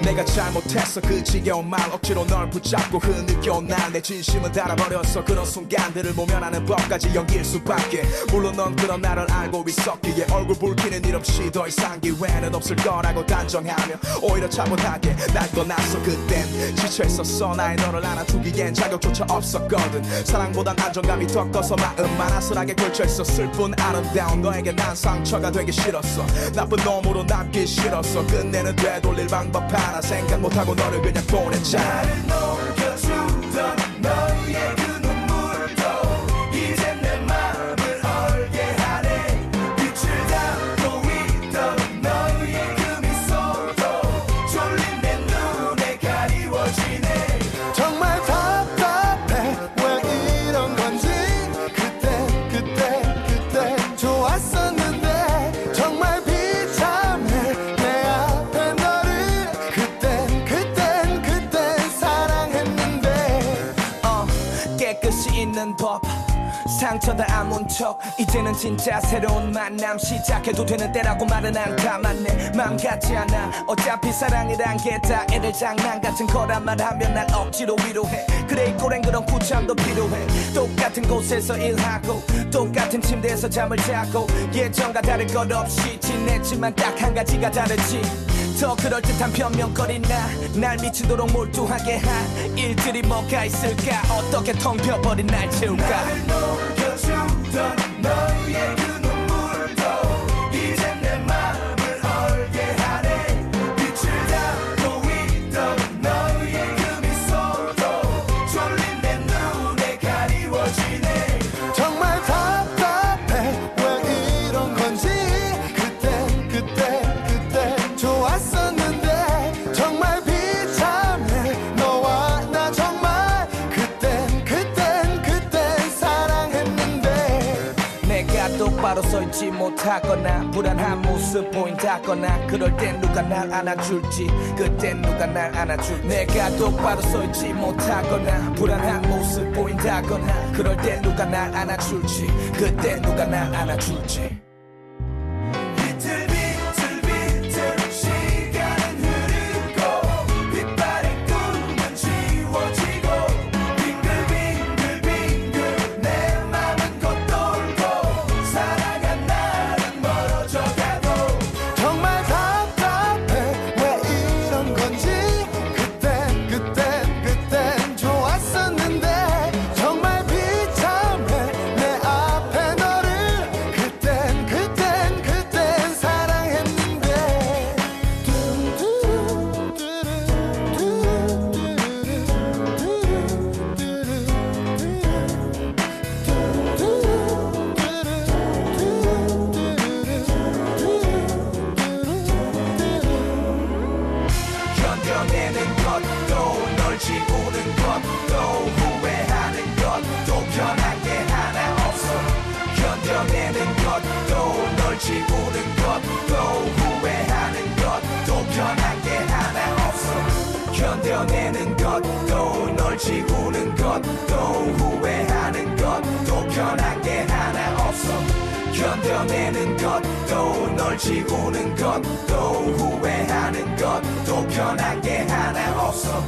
내가 잘못했어 그 지겨운 말 억지로 널 붙잡고 흐느껴 난내 진심은 달아버렸어 그런 순간들을 모면하는 법까지 연기일 수밖에 물론 넌 그런 나를 알고 있었기에 얼굴 붉히는 일 없이 더 이상 기회는 없을 거라고 단정하며 오히려 차분하게 날 떠났어 그땐 지쳐있었어 나의 너를 안아주기엔 자격조차 없었거든 사랑보단 안정감이 더 커서 마음만 아슬하게 걸쳐있었을 뿐 아름다운 너에게 난 상처가 되기 싫었어 나쁜 놈으로 남기 싫었어 끝내는 되돌릴 방법 하나 생각 못하고 너를 그냥 보냈잖아 나를 넘겨주던 너의 그 눈물도 이젠 내 마음을 얼게 하네 빛을 담고 있던 너의 그 미소도 졸린 내 눈에 가리워지네 정말 답답해 왜 이런 건지 그때 그때 그때 좋았었는데 정말 비참해 내 앞에 너를 그땐 그땐 그땐 사랑했는데 어, 깨끗이 있는 법 상처 다 아문 척 이제는 진짜 새로운 만남 시작해도 되는 때라고 말은 안 감았네 맘 같지 않아 어차피 사랑이란 게다 애들 장난 같은 거란 말하면 난 억지로 위로해 그래 이 꼴엔 그런 구참도 필요해 똑같은 곳에서 일하고 똑같은 침대에서 잠을 자고 예전과 다를 것 없이 지냈지만 딱 한 가지가 다르지 더 그럴듯한 변명거리나 날 미치도록 몰두하게 한 일들이 뭐가 있을까 어떻게 텅 비어버린 날 채울까 나를 넘겨주던 너의 그 눈물도 이젠 내 마음을 얼게 하네 빛을 담고 있던 너의 그 미소도 졸린 내 눈에 가리워지네 정말 답답해 왜 이런 건지 그때 그때 그때 좋았었는데 정말 비참해 너와 나 정말 그땐 그땐 그땐 사랑했는데 내가 똑바로 서있지 못하거나 불안한 모습 보인다거나 그럴 땐 누가 날 안아줄지 그땐 누가 날 안아줄지 내가 똑바로 서있지 못하거나 불안한 모습 보인다거나 그럴 땐 누가 날 안아줄지 그땐 누가 날 안아줄지 비틀비틀비틀 시간은 흐르고 빛바랜 꿈은 지워지고 빙글빙글빙글 내 맘은 겉돌고 사랑한 날은 멀어져가고 정말 답답해 왜 이런 건지 그땐 그땐 그땐 좋았었는데 정말 비참해 내 앞에 너를 그땐 그땐 그땐 사랑했는데 견뎌내는 것도 널 지우는 것도 후회하는 것도 변한 게 하나 없어 견뎌내는 것도 널 지우는 것도 후회하는 것도 변한 게 하나 없어 견뎌내는 것도 널 지우는 것도 후회하는 것도 변한 게 하나 없어 견뎌내는 것도 널 지우는 것도 후회하는 것도 변한 게 하나 없어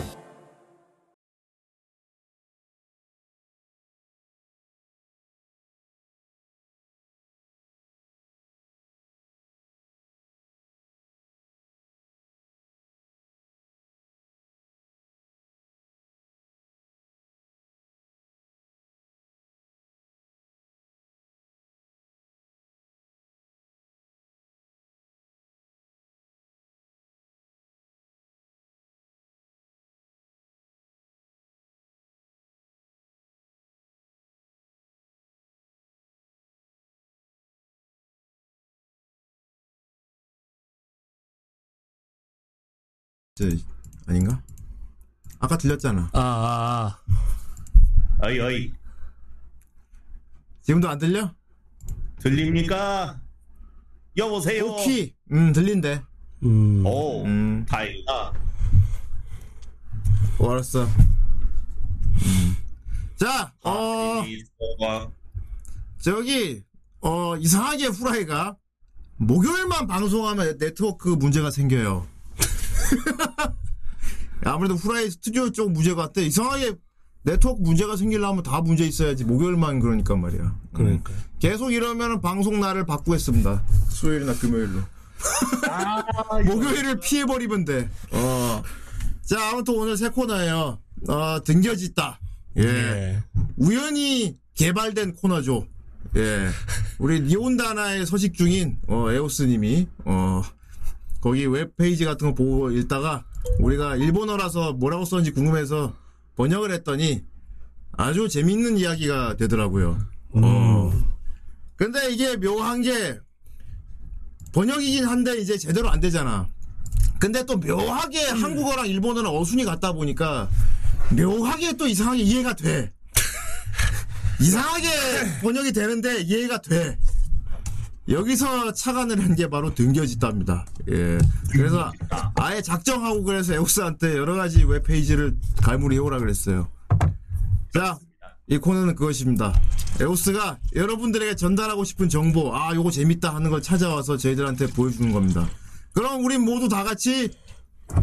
저, 아닌가? 아까 들렸잖아. 아, 아, 어이 어이 지금도 안 들려? 들립니까? 여보세요. 오키. 음, 들린대. 오 음. 다행이다. 어, 알았어. 음. 자, 아, 네, 어, 이소가 저기, 어, 이상하게 후라이가 목요일만 방송하면 네트워크 문제가 생겨요. 아무래도 후라이 스튜디오 쪽 문제 같아. 이상하게 네트워크 문제가 생기려면 다 문제 있어야지. 목요일만 그러니까 말이야. 그러니까. 계속 이러면 방송 날을 바꾸겠습니다. 수요일이나 금요일로. 아, 목요일을 피해버리면 돼. 어. 자, 아무튼 오늘 새 코너예요. 어, 등겨짓다. 예. 예. 우연히 개발된 코너죠. 예. 우리 니온다나의 서식 중인 어, 에오스님이 어, 거기 웹페이지 같은 거 보고 읽다가 우리가 일본어라서 뭐라고 썼는지 궁금해서 번역을 했더니 아주 재밌는 이야기가 되더라고요. 어. 근데 이게 묘한 게 번역이긴 한데 이제 제대로 안 되잖아. 근데 또 묘하게 한국어랑 일본어는 어순이 같다 보니까 묘하게 또 이상하게 이해가 돼. 이상하게 번역이 되는데 이해가 돼. 여기서 착안을 한 게 바로 등겨짓답니다. 예. 그래서 아예 작정하고 그래서 에옥스한테 여러 가지 웹페이지를 갈무리해 오라 그랬어요. 자, 이 코너는 그것입니다. 에오스가 여러분들에게 전달하고 싶은 정보, 아, 요거 재밌다 하는 걸 찾아와서 저희들한테 보여주는 겁니다. 그럼 우린 모두 다 같이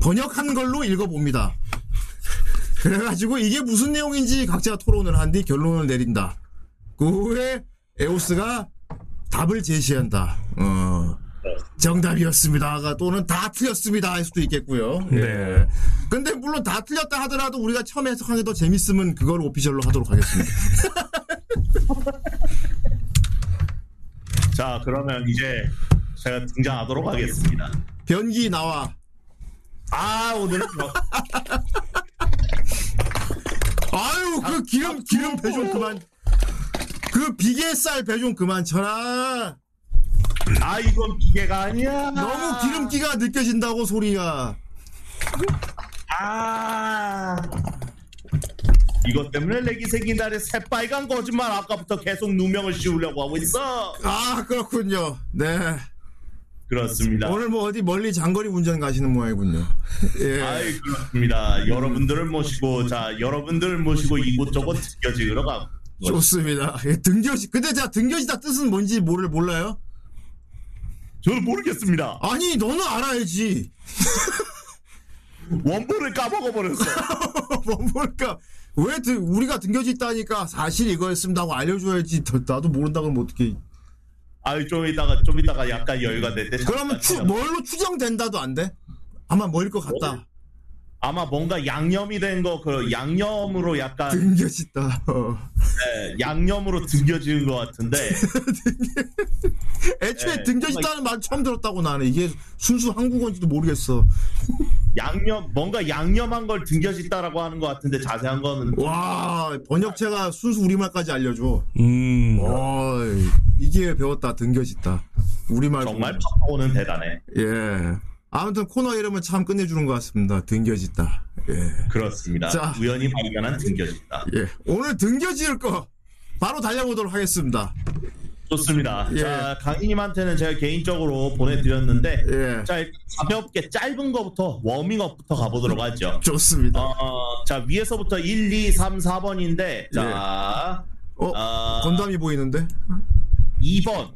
번역한 걸로 읽어봅니다. 그래가지고 이게 무슨 내용인지 각자 토론을 한 뒤 결론을 내린다. 그 후에 에오스가 답을 제시한다. 어, 정답이었습니다가 또는 다 틀렸습니다 할 수도 있겠고요. 예. 네. 근데 물론 다 틀렸다 하더라도 우리가 처음 해석한 게 더 재밌으면 그걸 오피셜로 하도록 하겠습니다. 자 그러면 이제 제가 등장하도록 하겠습니다. 변기 나와. 아 오늘은 아유 그 기름 기름 배 좀 그만. 그 비계살 배 좀 그만 쳐라. 아 이건 기계가 아니야. 너무 기름기가 느껴진다고 소리가. 아 이것 때문에 내기 생긴 날에 새빨간 거짓말 아까부터 계속 누명을 씌우려고 하고 있어. 아 그렇군요. 네. 그렇습니다. 오늘 뭐 어디 멀리 장거리 운전 가시는 모양이군요. 예. 아이 그렇습니다. 여러분들을 모시고 자 여러분들을 모시고 이곳저곳 느껴지러 가. 좋습니다. 예, 등교시. 근데 자 등교시다 뜻은 뭔지 모를 몰라요? 저는 모르겠습니다. 아니 너는 알아야지. 원본을 까먹어 버렸어. 뭐 뭘까? 왜 등- 우리가 등교시 있다니까 사실 이거였습니다 하고 알려줘야지. 더- 나도 모른다고 하면 어떻게? 아이 좀 이따가 좀 이따가 약간 여유가 될 때. 그러면 잠깐 추, 뭘로 추정된다도 안 돼? 아마 뭐일 것 같다. 아마 뭔가 양념이 된 거 그 양념으로 약간 등교시다. 예, 양념으로 등겨지는 것 같은데 애초에 네. 등교시다는 말 처음 들었다고 나는 이게 순수 한국어인지도 모르겠어. 양념 뭔가 양념한 걸 등겨짓다라고 하는 것 같은데 자세한 거는 와 번역체가 순수 우리말까지 알려줘. 음. 어이, 이게 배웠다 등겨짓다 우리말 정말 보면. 파파오는 대단해. 예 아무튼 코너 이름은 참 끝내주는 것 같습니다 등겨짓다 예, 그렇습니다. 자. 우연히 발견한 등겨짓다. 예. 오늘 등겨질 거 바로 달려보도록 하겠습니다 좋습니다. 예. 자, 강희님한테는 제가 개인적으로 보내드렸는데, 예. 자, 일단 가볍게 짧은 거부터 워밍업부터 가보도록 하죠. 좋습니다 어, 자, 위에서부터 1, 2, 3, 4번인데, 자, 어 아. 건담이 보이는데 2번.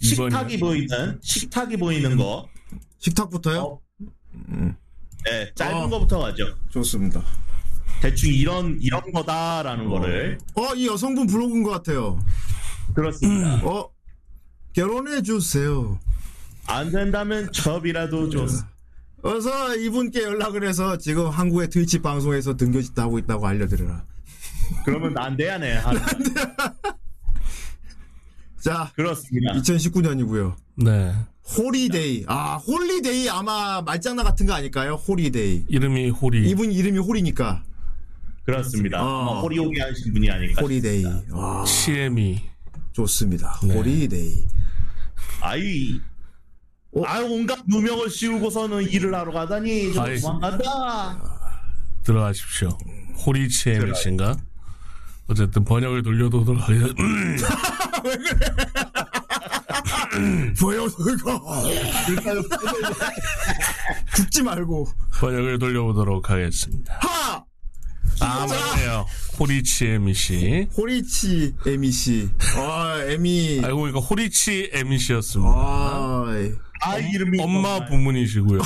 식탁이 2번이요? 보이는, 식탁이 보이는 거. 식탁부터요 어. 네, 짧은 어. 거부터 가죠. 좋습니다 대충 이런, 이런 거다라는 거를. 어 이 여성분 블로그인 것 같아요 그렇습니다. 어 결혼해 주세요 안 된다면 첩이라도 좀. 어서 이분께 연락을 해서 지금 한국의 트위치 방송에서 등겨짓다 하고 있다고 알려드려라 그러면 안 돼야 네 하는. 자 그렇습니다. 2019년이고요 네. 홀리데이. 아, 홀리데이 아마 말장난 같은 거 아닐까요? 홀리데이. 이름이 예. 호리. 이분 이름이 홀이니까. 그렇습니다. 어. 아마 호리호기 하신 분이 아닐까. 홀리데이. 아, 시에미. 좋습니다. 네. 홀리데이. 아이. 어? 아유 온갖 누명을 씌우고서는 일을 하러 가다니 좀 아이. 도망간다. 들어가십시오. 호리 시에미 씨인가? 어쨌든 번역을 돌려도도록 하겠... 보여, 그거. 죽지 말고. 번역을 돌려보도록 하겠습니다. 하! 아, 맞네요. 호리치 에미 씨. 호리치 에미 씨. 아, 에미. 알고 보니까 호리치 에미 씨였습니다. 아, 아 이름이 엄마 정말. 부문이시고요.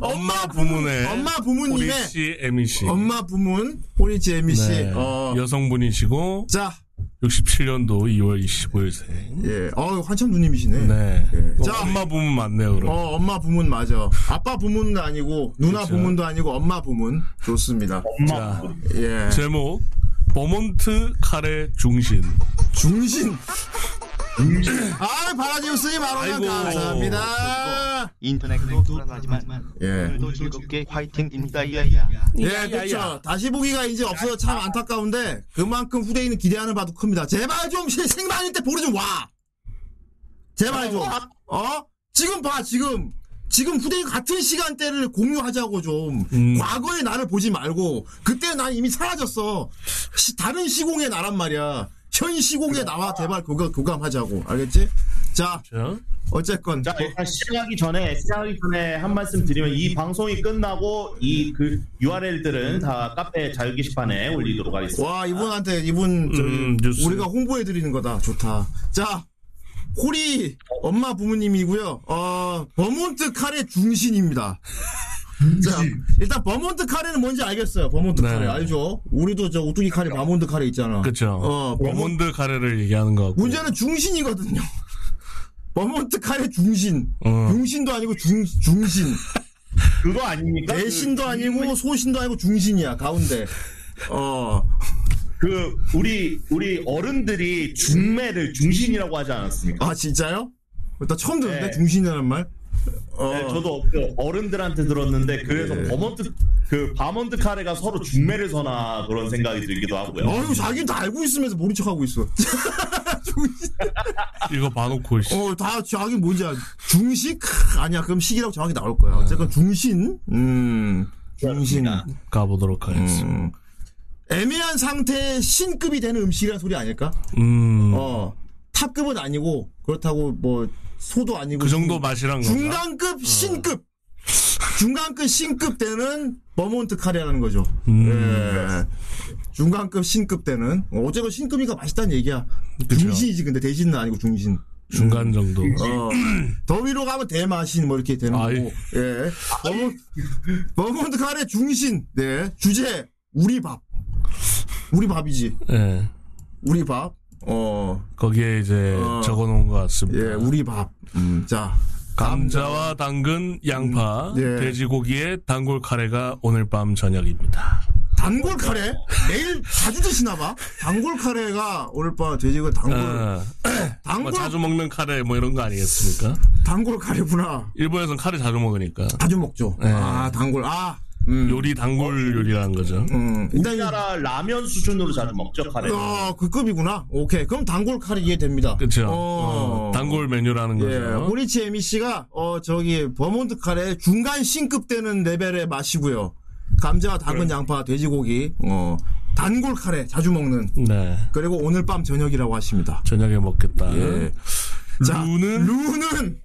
엄마 부문의 엄마 호리 부모님의 씨, 에미 씨. 엄마 부문 호리지 에미 씨. 네. 어, 여성분이시고 자, 67년도 2월 25일생. 예, 어 한참 누님이시네. 네. 자. 자, 엄마 부문 맞네요, 그럼. 어, 엄마 부문 맞아. 아빠 부문도 아니고 누나 그렇죠. 부문도 아니고 엄마 부문 좋습니다. 엄마. 예, 제목 버몬트 카레 중신. 중신. 아, 바라지우스님 아로나 아이고. 감사합니다. 인터넷도 불안하지만 예. 오늘도 즐겁게 화이팅입니다 이야야 예, 그렇죠. 다시 보기가 이제 없어서 참 안타까운데 그만큼 후대인은 기대하는 바도 큽니다. 제발 좀 시- 생방일 때 보러 좀 와. 제발 좀. 어? 지금 봐 지금 지금 후대인 같은 시간대를 공유하자고 좀 음. 과거의 나를 보지 말고 그때 난 이미 사라졌어. 시- 다른 시공의 나란 말이야. 현 시공에 나와 제발 교감, 교감하자고 알겠지? 자 자, 어쨌건 자 일단 뭐, 시작하기 전에 시작하기 전에 한 말씀 드리면 이 방송이 끝나고 이 그 URL들은 다 카페 자유 게시판에 올리도록 하겠습니다. 와 이분한테 이분 저기 음, 뉴스. 우리가 홍보해 드리는 거다 좋다 자 호리 엄마 부모님이고요 어 버몬트 카레 중신입니다 자, 일단 버몬트 카레는 뭔지 알겠어요 버몬트 네. 카레 알죠 우리도 저 오뚜기 카레 마몬드 카레 있잖아 그렇죠. 어 버몬 버몬드 카레를 얘기하는 거 같고. 문제는 중신이거든요 버몬트 카레 중신 어. 중신도 아니고 중 중신 그거 아닙니까? 그 대신도 아니고 소신도 아니고 중신이야 가운데 어 그 우리 우리 어른들이 중매를 중신이라고 하지 않았습니까? 아 진짜요? 나 처음 들었는데 네. 중신이라는 말. 어. 네. 네, 저도 그 어른들한테 들었는데 그래서 버몬트 그 바몬드 카레가 서로 중매를 서나 그런 생각이 들기도 하고요. 어휴 자기는 다 알고 있으면서 모른 척하고 있어. 이거 봐놓고 씨. 어다 자기 뭔지 알. 중식 크, 아니야 그럼 식이라고 정확히 나올 거야. 어쨌건 중신. 음. 중신. 가보도록 하겠습니다. 음. 애매한 상태의 신급이 되는 음식이란 소리 아닐까? 음, 어. 탑급은 아니고 그렇다고 뭐 소도 아니고 그 정도 맛이란 건가? 중간급 신급. 중간급 신급 때는 버몬트 카레라는 거죠. 음, 예. 중간급 신급 때는 어, 어쨌건 신급이니까 맛있다는 얘기야. 중신이지 근데 대신은 아니고 중신. 중간 정도. 어. 더 위로 가면 대마신 뭐 이렇게 되는 아이. 거고. 예. 버몬, 버몬트 카레 중신. 네. 주제 우리 밥. 우리 밥이지. 예. 우리 밥. 어. 거기에 이제 어. 적어놓은 것 같습니다. 예, 우리 밥. 음, 자. 감자와 당근, 양파, 예. 돼지고기에 단골 카레가 오늘 밤 저녁입니다. 단골 카레? 매일 자주 드시나봐? 단골 카레가 오늘 밤 돼지고 단골, 어, 뭐 단골, 자주 먹는 카레 뭐 이런 거 아니겠습니까? 단골 카레구나. 일본에선 카레 자주 먹으니까 자주 먹죠. 네. 아, 단골, 아. 음. 요리 단골 요리라는 거죠. 음. 일단, 우리나라 라면 수준으로 자주 먹죠 카레. 어, 그 급이구나. 오케이. 그럼 단골 카레 이해됩니다. 그렇죠. 어. 단골 메뉴라는 예, 거죠. 오리치 에미 씨가 어 저기 버몬드 카레 중간 신급 되는 레벨의 맛이고요. 감자와 당근, 양파, 돼지고기, 어 단골 카레 자주 먹는 네. 그리고 오늘 밤 저녁이라고 하십니다. 저녁에 먹겠다. 예. 자, 음? 루는? 루는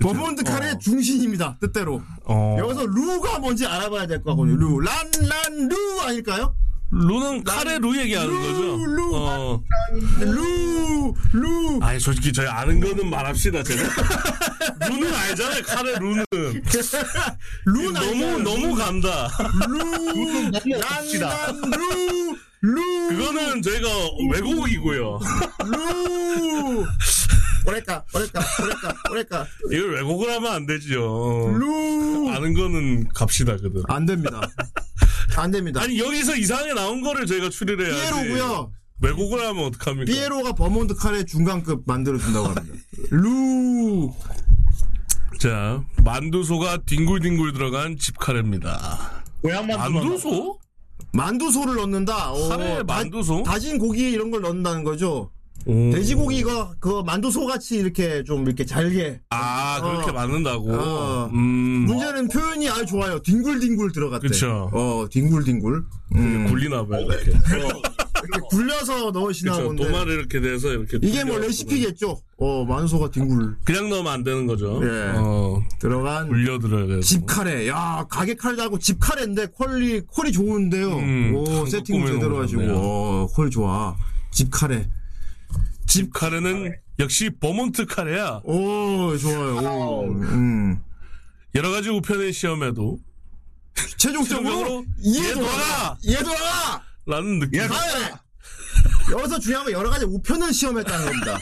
버몬드 카레 의 중심입니다. 뜻대로. 어. 여기서 루가 뭔지 알아봐야 될 것 같거든요. 루. 란, 란, 루 아닐까요? 루는 카레 루 얘기하는 거죠. 루. 어. 루, 루. 아니 솔직히 저희 아는 거는 말합시다. 제가 루는 알잖아요. 카레 루는 루 너무 너무 간다. 루, 란, 란, 루, 루. 그거는 저희가 외국이고요. 루! 오래까, 오래까, 오래까, 오래까. 이걸 왜곡을 하면 안 되죠. 루! 아. 아는 거는 갑시다, 그들. 안 됩니다. 안 됩니다. 아니, 여기서 이상하게 나온 거를 저희가 추리를 해야지. 피에로고요. 왜곡을 하면 어떡합니까? 피에로가 버몬드 카레 중간급 만들어준다고 합니다. 루! 자, 만두소가 뒹굴뒹굴 들어간 집카레입니다. 고향 만두. 만두소? 만두소를 넣는다. 어, 카레에 다- 만두소? 다진 고기 이런 걸 넣는다는 거죠. 오. 돼지고기가 그 만두소 같이 이렇게 좀 이렇게 잘게. 아, 그렇게 어. 만든다고? 어. 음. 문제는 표현이 아주 좋아요. 뒹굴뒹굴 들어갔대. 그쵸. 어, 뒹굴뒹굴. 음. 굴리나 봐요, 이렇게. 이렇게 굴려서 넣으시나 그쵸. 본데. 도마를 이렇게 돼서 이렇게. 이게 뭐 굴려가지고. 레시피겠죠? 어, 만두소가 뒹굴. 그냥 넣으면 안 되는 거죠. 예. 어, 들어간 굴려들어야 돼서. 집 카레. 야, 가게 카레도 하고 집 카레인데 퀄리 퀄이 좋은데요. 음, 오, 한국 세팅 꾸미는 제대로 거 하시고. 좋네요. 어, 퀄 좋아. 집 카레. 집카레는 역시 버몬트 카레야. 오, 좋아요. 오, 음. 여러 가지 우편의 시험에도 최종적으로 최종적으로 얘 얘 돌아가! 돌아가! 얘 돌아가! 라는 예, 느낌. 가야래! 여기서 중요한 건 여러 가지 우편을 시험했다는 겁니다.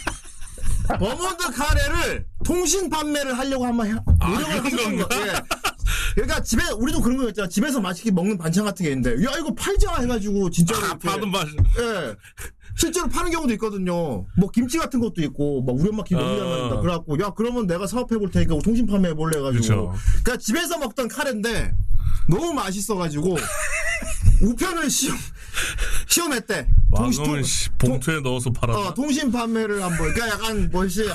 버몬드 카레를 통신 판매를 하려고 한번 해- 노력을 아, 그런 하셨던 건가? 거- 예. 그러니까 집에 우리도 그런 거 있잖아. 집에서 맛있게 먹는 반찬 같은 게 있는데 야 이거 팔자 해가지고 진짜로 아, 이렇게- 받은 맛. 예. 실제로 파는 경우도 있거든요. 뭐 김치 같은 것도 있고, 막 우리 엄마 아. 김치 너무 잘 만든다. 그래갖고, 야 그러면 내가 사업해 볼 테니까 통신 판매해 볼래 해가지고. 그쵸. 그러니까 집에서 먹던 카레인데 너무 맛있어가지고 우편을 시험 시험했대. 통신 왕금은 씨, 봉투에 넣어서 팔아. 어, 통신 판매를 한번. 그러니까 약간 뭐지?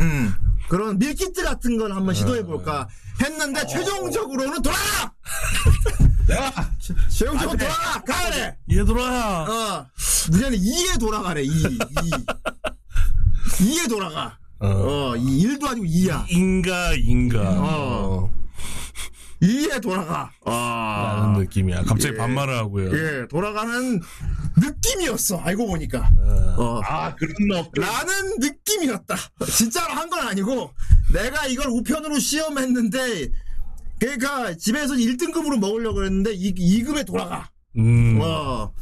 음 그런 밀키트 같은 걸 한번 시도해 볼까 했는데 어. 최종적으로는 돌아라. 최종적으로 돌아라 카레. 얘들아. 어, 문제는 2에 돌아가래, 2. 2. 에 돌아가. 어, 이 1도 아니고 2야. 인가 인가. 어. 2에 돌아가. 라는 아. 느낌이야. 갑자기 예. 반말을 하고요. 예, 돌아가는 느낌이었어, 알고 보니까. 어. 아 그런 거 없구나. 라는 느낌이었다. 진짜로 한 건 아니고, 내가 이걸 우편으로 시험했는데, 그러니까 집에서 1등급으로 먹으려고 했는데, 이 2급에 돌아가. 음. 어.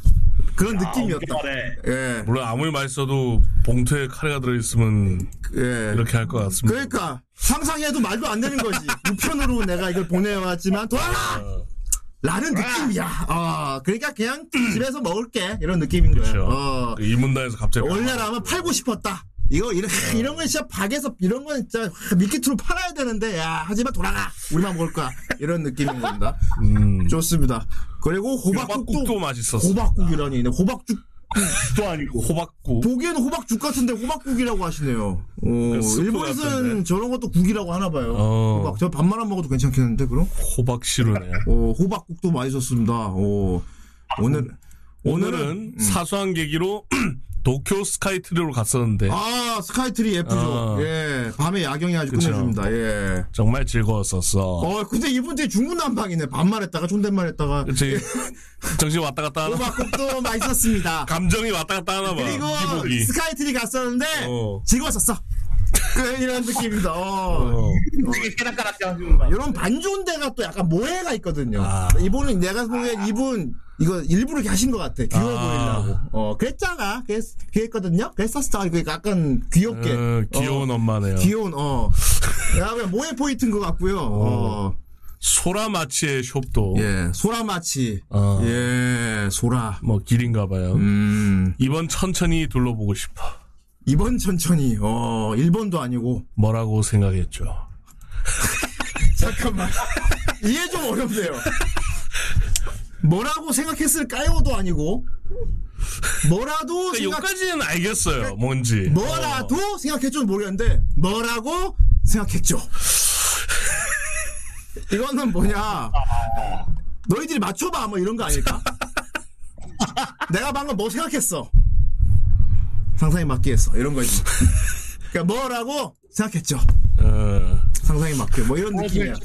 그런 느낌이었다. 그래. 예, 물론 아무리 맛있어도 봉투에 카레가 들어있으면 예. 이렇게 할 것 같습니다. 그러니까 상상해도 말도 안 되는 거지. 우편으로 내가 이걸 보내왔지만 돌아라! 라는 느낌이야. 어, 그러니까 그냥 집에서 먹을게 이런 느낌인 거야. 그렇죠. 어, 그 이문단에서 갑자기 아, 원래라면 팔고 싶었다. 이거 이런 이런 건 진짜 박에서 이런 건 진짜 밀키트로 팔아야 되는데 야 하지만 돌아가 우리만 먹을 거야 이런 느낌인 겁니다. 음, 좋습니다. 그리고 호박국도 호박국도 맛있었어. 호박국이라니 호박죽 호박국도 아니고 호박국. 보기에는 호박죽 같은데 호박국이라고 하시네요. 어, 그러니까 스프 일본에서는 같은데? 저런 것도 국이라고 하나 봐요. 어. 호박. 저 밥 말아 먹어도 괜찮겠는데 그럼? 호박시루네. 어, 호박국도 맛있었습니다. 어, 오늘 오늘은 오늘은, 음. 사소한 계기로 도쿄 스카이트리로 갔었는데 아 스카이트리 예쁘죠. 어. 예, 밤에 야경이 아주 그쵸. 끝내줍니다. 예. 정말 즐거웠었어. 어, 근데 이분들이 중구난방이네. 반말했다가 존댓말했다가 그치? 정신 왔다 갔다 하나? 호박국도 맛있었습니다. 감정이 왔다 갔다 하나 봐. 그리고 기복이. 스카이트리 갔었는데 어. 즐거웠었어. 그 이런 느낌이다. 어. 어. 되게 깨닫까닥 하시는 거. 이런 반존대가 또 약간 모해가 있거든요. 아. 이분은 내가 보기엔 이분 이거 일부러 이렇게 하신 것 같아. 귀여워 아. 보이려고. 어, 그랬잖아. 그랬, 그랬거든요. 그랬었어. 그러니까 약간 귀엽게. 어, 귀여운 어, 엄마네요. 귀여운, 어. 야, 그냥 모해 포인트인 것 같고요. 어. 소라마치의 숍도 예, 소라마치. 어. 예, 소라. 뭐 길인가 봐요. 음, 이번 천천히 둘러보고 싶어. 이번 천천히, 어, 일본도 아니고. 뭐라고 생각했죠? 잠깐만. 이해 좀 어렵네요. 뭐라고 생각했을까요도 아니고. 뭐라도 그러니까 생각 여기까지는 알겠어요. 뭔지. 뭐라도 생각했죠 모르겠는데 뭐라고 생각했죠. 이거는 뭐냐? 너희들이 맞춰봐 뭐 이런 거 아닐까? 내가 방금 뭐 생각했어? 상상에 맞게 했어 이런 거지. 그러니까 뭐라고 생각했죠? 어. 상상에 맞게 뭐 이런 무엇을 느낌이야.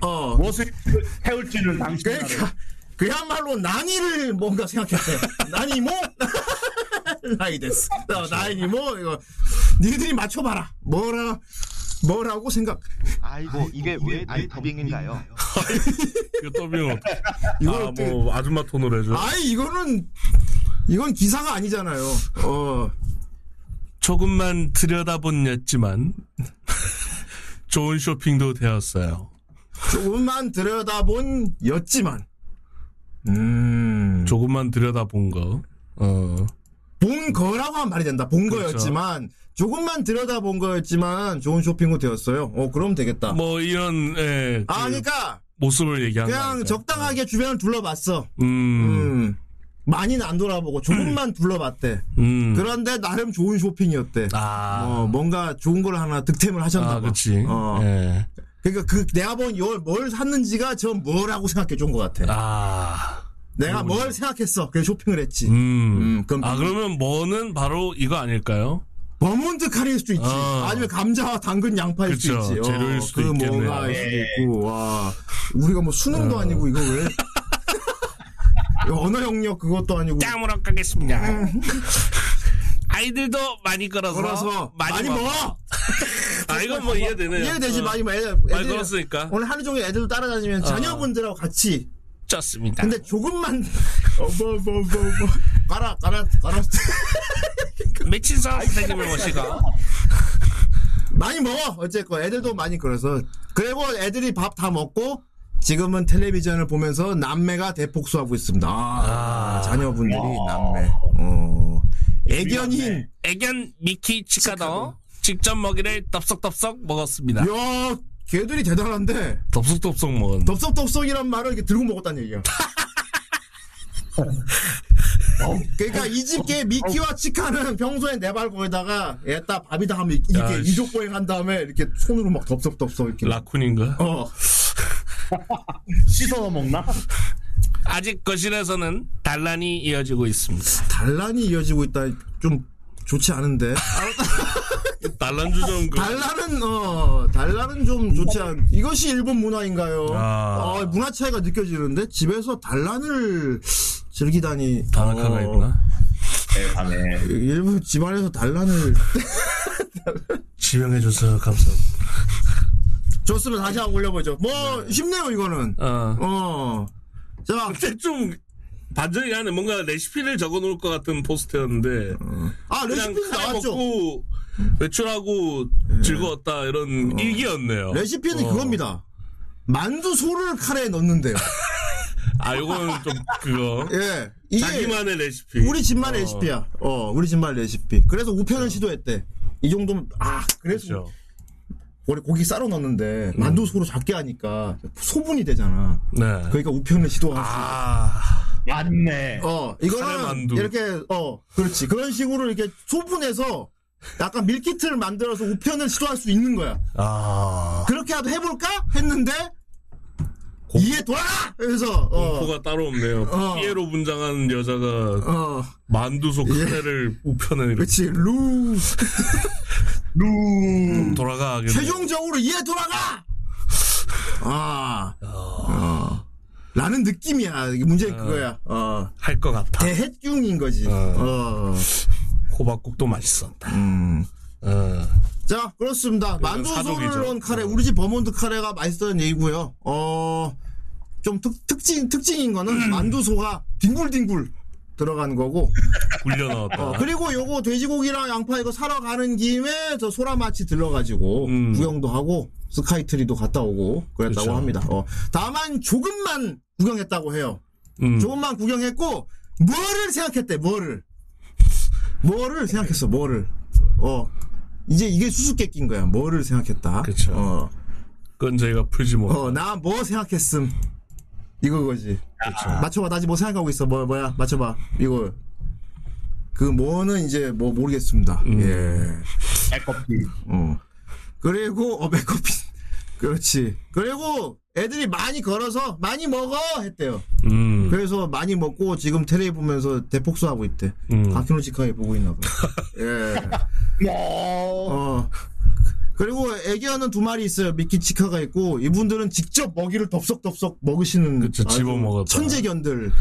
어 무엇을 뭐 해올지는 당신. 그러니까 그야말로 난이를 뭔가 생각했어요. 난이모 나이데스. 어, 그렇죠. 난이모 이거 니들이 맞춰봐라. 뭐라 뭐라고 생각? 아이고 이게 왜 나이더빙인가요? 이거 그 더빙 어떻게. 이걸 아, 어떻게- 뭐 아줌마 톤으로 해줘. 아이 이거는 이건 기사가 아니잖아요. 어 조금만 들여다본 였지만 좋은 쇼핑도 되었어요. 조금만 들여다본 였지만 음. 조금만 들여다본 거. 어. 본 거라고 하면 말이 된다. 본 그렇죠. 거였지만 조금만 들여다본 거였지만 좋은 쇼핑도 되었어요. 어 그럼 되겠다. 뭐 이런 예, 그 아 그러니까 모습을 얘기한 그냥 거니까. 적당하게 주변을 둘러봤어. 음. 음. 많이는 안 돌아보고 조금만 둘러봤대. 음. 그런데 나름 좋은 쇼핑이었대. 아. 어, 뭔가 좋은 걸 하나 득템을 하셨나 아, 봐. 그치. 어. 예. 그러니까 그 내가 본뭘 샀는지가 전 뭐라고 생각해 준 것 어. 같아. 아. 내가 뭘 생각했어. 그래서 쇼핑을 했지. 음. 음, 그럼 아, 그러면 뭐는 바로 이거 아닐까요? 버몬드 카레일 수도 있지. 어. 아니면 감자와 당근 양파일 그쵸. 수도 있지. 재료일 수도 그 있겠네요. 어. 뭐가일 수도 예. 있고. 와. 우리가 뭐 수능도 아니고 이거 왜? 언어 영역 그것도 아니고. 짬으로 가겠습니다. 아이들도 많이 걸어서 걸어서 많이 먹어. 뭐, 아, 아, 이건 뭐 이해되네요. 이해되지만, 어. 애, 말 애들, 걸었으니까. 어. 오늘 하루 종일 애들도 따라다니면 자녀분들하고 같이. 좋습니다. 근데 조금만. 뭐, 어머, 어머, 어머, 어머. 가라, 가라, 가라. 미친 사람 선생님을 모시고. 많이 먹어! 어쨌건 애들도 많이 그래서. 그리고 애들이 밥 다 먹고, 지금은 텔레비전을 보면서 남매가 대폭소하고 있습니다. 아, 자녀분들이 남매. 어. 애견인. 애견 미키 치카도 직접 먹이를 덥석덥석 먹었습니다. 야 걔들이 대단한데. 덥석덥석 먹은. 덥석덥석이란 말을 이렇게 들고 먹었다는 얘기야. 그러니까 이 집게 미키와 치카는 평소에 내발고에다가 얘따 밥이다 하면 이- 야, 이렇게 씨. 이족보행 한 다음에 이렇게 손으로 막 덥석덥석 이렇게 라쿤인가? 어 씻어서 먹나? 아직 거실에서는 단란이 이어지고 있습니다. 단란이 이어지고 있다 좀 좋지 않은데 단란 주전 그 단란은 어 단란은 좀 좋지 않 이것이 일본 문화인가요? 아. 어, 문화 차이가 느껴지는데 집에서 단란을 즐기다니 다나카가 어, 그 있구나. 네, 밤에. 일본 집안에서 단란을 지명해줘서 감사합니다. 좋습니다. 다시 한번 올려보죠. 뭐 쉽네요 이거는. 어. 어. 자, 근데 좀 반전이 안에 뭔가 레시피를 적어놓을 것 같은 포스트였는데 아 그냥 레시피는 칼 나왔죠. 예. 먹고 외출하고 즐거웠다 이런 일기였네요. 어. 레시피는 어. 그겁니다. 만두 소를 카레에 넣는데요. 아 요거는 좀 그거 예, 이게 자기만의 레시피. 우리 집만 의 레시피야. 어, 우리 집만 의 레시피. 그래서 우편을 시도했대. 이 정도면 아, 그래서 어. 그렇죠. 음. 원래 고기 썰어 넣는데 만두 소로 작게 하니까 소분이 되잖아. 네. 그러니까 우편을 시도하고. 아 맞네. 어, 카레 이거는 만두. 이렇게 어, 그렇지. 그런 식으로 이렇게 소분해서 약간 밀키트를 만들어서 우편을 시도할 수 있는 거야. 아. 그렇게 하도 해볼까 했는데 이에 돌아 그래서 어, 포가 따로 없네요. 어. 피에로 분장한 여자가 어 만두소 카레를 우편에 이렇게 그렇지 루 루. 돌아가게. 그- 최종적으로 이에 돌아가 아 어. 라는 느낌이야 이게 문제는 그거야 어 할것 같아. 대해균인 거지 어. 호박국도 맛있었다. 음. 어. 자 그렇습니다 만두소를 사족이죠. 넣은 카레 우리 집 버몬드 카레가 맛있었던 얘기고요 어좀 특징 특징인 거는 만두소가 뒹굴뒹굴 들어간 거고 굴려 넣었다. 어, 그리고 요거 돼지고기랑 양파 이거 사러 가는 김에 저 소라마치 들러가지고 음. 구경도 하고 스카이트리도 갔다 오고 그랬다고 그렇죠. 합니다. 어, 다만 조금만 구경했다고 해요. 음. 그 조금만 구경했고 뭐를 생각했대? 뭐를? 뭐를 생각했어? 뭐를? 어 이제 이게 수수께끼인 거야. 뭐를 생각했다? 그쵸. 어, 그건 저희가 풀지 못. 어, 나 뭐 생각했음? 이거거지. 맞춰봐. 나 아직 뭐 생각하고 있어. 뭐, 뭐야? 맞춰봐. 이거. 그 뭐는 이제 뭐 모르겠습니다. 예. 백커피. 어. 그리고, 어, 백커피. 그렇지. 그리고 애들이 많이 걸어서 많이 먹어! 했대요. 음. 그래서 많이 먹고 지금 테레비 보면서 대폭소하고 있대. 음. 박현우 치카에 보고 있나 봐. 예. 어. 그리고 애기하는 두 마리 있어요. 미키 치카가 있고 이분들은 직접 먹이를 덥석덥석 먹으시는 그쵸, 아주 집어먹었다. 천재견들.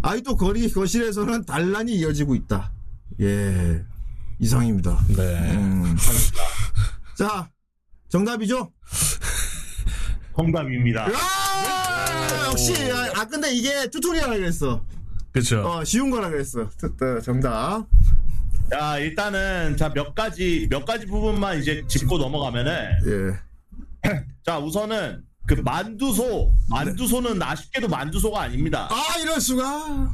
아이도 거리 거실에서는 단란이 이어지고 있다. 예. 이상입니다. 네. 음. 자, 정답이죠? 정답입니다. 아! 역시 아, 아 근데 이게 튜토리얼이라 그랬어. 그렇죠. 어, 쉬운 거라 그랬어. 뜨- 뜨, 정답. 자, 일단은 자 몇 가지 몇 가지 부분만 이제 짚고 넘어가면은 예. 자 우선은 그 만두소 만두소는 아쉽게도 만두소가 아닙니다. 아, 이럴 수가.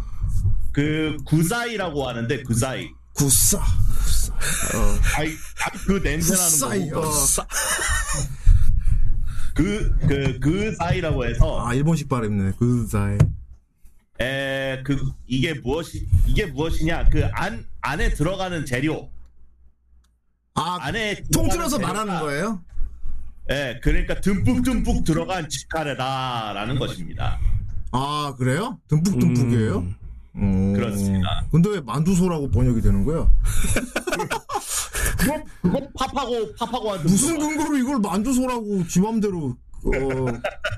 그 구사이라고 하는데 구사이. 구싸. 아이 아, 그 냄새나는 구싸이. 어. 거. 그그 그사이라고 해서 아, 일본식 발음이네. 구싸이. 에 그 이게 무엇이 이게 무엇이냐 그 안 안에 들어가는 재료 아, 안에 통틀어서 들어가는 말하는 재료가, 거예요? 예, 그러니까 듬뿍듬뿍 들어간 음. 직카레다라는 것입니다. 아, 그래요? 듬뿍듬뿍이에요? 음. 그렇습니다. 근데 왜 만두소라고 번역이 되는 거야? 그거, 그거 뭐 팝하고 팝하고 한 음. 무슨 근거로 이걸 만두소라고 지 맘대로 어,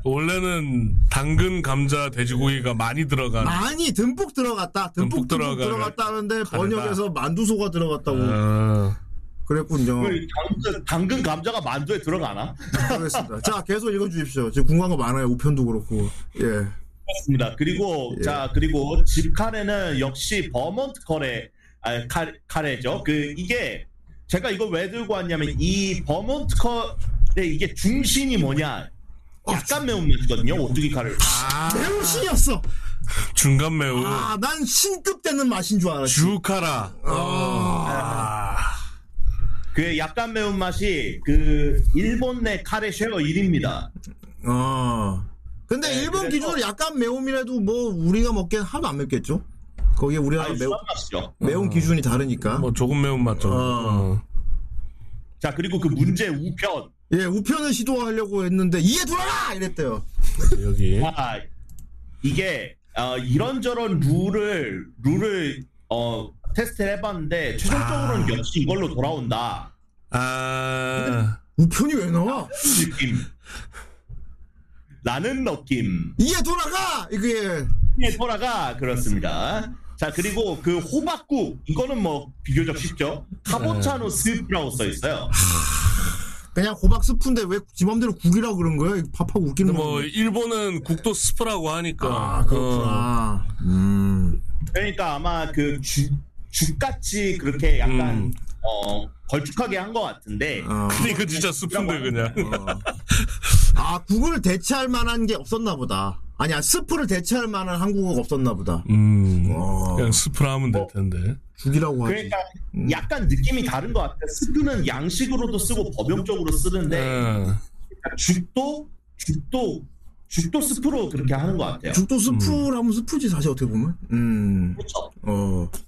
원래는 당근, 감자, 돼지고기가 많이 들어간. 많이 듬뿍 들어갔다. 듬뿍, 듬뿍 듬뿍 들어가- 들어갔다는데 가래다. 번역에서 만두소가 들어갔다고. 어. 그랬군요. 그 당근, 당근 감자가 만두에 들어가나? 그렇습니다. 자, 계속 읽어주십시오. 지금 궁금한 거 많아요. 우편도 그렇고. 예. 맞습니다. 그리고 예. 자 그리고 집 카레는 역시 버먼트 카레 아, 카, 카레죠. 그 이게 제가 이걸 왜 들고 왔냐면 이 버먼트 카레 이게 중심이 뭐냐 어, 약간 매운맛이거든요. 오뚜기 카레. 아. 매운 신이었어. 중간 매우 아, 난 신급 되는 맛인 줄 알았지. 주카라. 어. 그 약간 매운맛이 그 일본 내 카레 쉐어 1입니다. 어. 근데 네, 일본 그래서- 기준으로 약간 매움이라도 뭐 우리가 먹기엔 하나도 안 맵겠죠? 거기에 우리나라 아주 매운, 순한 맛이죠. 매운 기준이 다르니까. 뭐 조금 매운 맛죠. 어. 자 그리고 그 문제 우편. 예, 우편을 시도하려고 했는데 이에 돌아라! 이랬대요. 네, 여기. 아, 이게 어, 이런저런 룰을 룰을 어, 테스트를 해봤는데 최종적으로는 역시 이걸로 돌아온다 아. 우편이 왜 나와? 느낌 나는 느낌 이에 돌아가! 이게 에 돌아가 그렇습니다 자 그리고 그 호박국 이거는 뭐 비교적 쉽죠 카보차노 스프라고 써 있어요 그냥 호박 스프인데 왜 지맘대로 국이라고 그런 거야? 이거 밥하고 웃기는 근데 거. 뭐 일본은 국도 스프라고 하니까. 어. 아, 그렇구나. 음. 그러니까 아마 그 죽, 죽같이 그렇게 약간 음. 어, 걸쭉하게 한 것 같은데 어. 근데 이거 진짜 스프인데 그냥. 아, 국을 대체할 만한 게 없었나 보다. 아니야, 스프를 대체할 만한 한국어가 없었나 보다. 음. 어. 그냥 스프라 하면 될 텐데. 죽이라고 하지. 그러니까 약간 느낌이 다른 것 같아요. 스프는 양식으로도 쓰고 법용적으로 쓰는데 네. 죽도 죽도 죽도 스프로 그렇게 하는 것 같아요. 죽도 음. 스프라면 스프지, 사실 어떻게 보면. 음, 그렇죠. 어. 그러니까.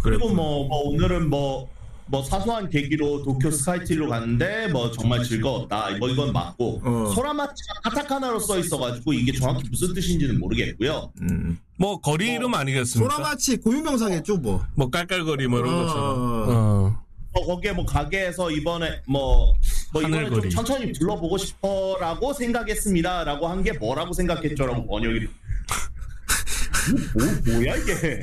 그리고 뭐, 뭐 오늘은 뭐, 뭐 사소한 계기로 도쿄 스카이틸로 갔는데 뭐 정말 즐거웠다. 뭐 이건 맞고 어. 소라마치가 카타카나로 써 있어가지고 이게 정확히 무슨 뜻인지는 모르겠고요. 음. 뭐 거리 이름 아니겠습니까? 소라마치 고유명사겠죠, 뭐. 뭐 깔깔거리 뭐 이런 어. 것처럼. 어. 어, 거기에 뭐 가게에서 이번에 뭐, 뭐 이번에 좀 하늘거리. 천천히 둘러보고 싶어라고 생각했습니다라고 한 게 뭐라고 생각했죠라고 번역이 뭐, 뭐야 이게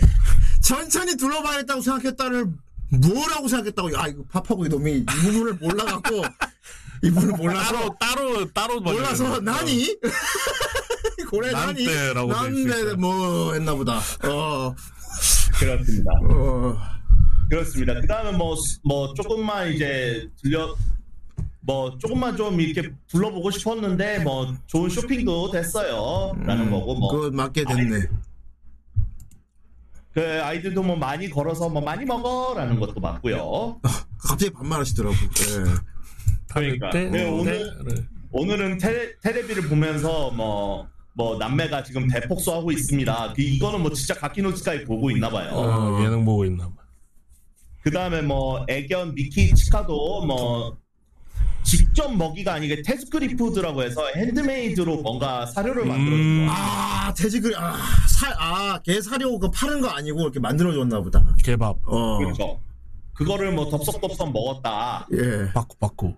천천히 둘러봐야겠다고 생각했다를 뭐라고 생각했다고. 야, 이거 밥하고 이놈이 이 부분을 몰라갖고. 이 부분을 몰라서. 따로 따로 따로 몰라서 번역해서. 나니? 고래 나니? 난때라고 돼있으 난데 니 뭐 했나 보다. 어. 그렇습니다 어. 그렇습니다 그 다음에 뭐, 뭐 조금만 이제 들려 뭐 조금만 좀 이렇게 둘러보고 싶었는데 뭐 좋은 쇼핑도 됐어요 라는 음, 거고 뭐 그거 맞게 됐네. 그 아이들도 뭐 많이 걸어서 뭐 많이 먹어라는 것도 맞고요 갑자기 반말하시더라고. 예. 그러니까. 때, 네, 때, 오늘- 네. 오늘은 테, 테레비를 보면서 뭐, 뭐 남매가 지금 대폭소하고 있습니다. 그, 이거는 뭐 진짜 가키노스카이 보고 있나 봐요. 어, 예능 보고 있나 봐. 그 다음에 뭐 애견 미키 치카도 뭐 직접 먹이가 아니게 테스크리푸드라고 해서 핸드메이드로 뭔가 사료를 만들어준 음. 거. 아, 돼지 그래. 아, 살, 아, 개 사료 그 파는 거 아니고 이렇게 만들어줬나 보다. 개밥. 어. 그렇죠. 그거를 뭐 덥석덥석 먹었다. 예. 바꾸 바꾸.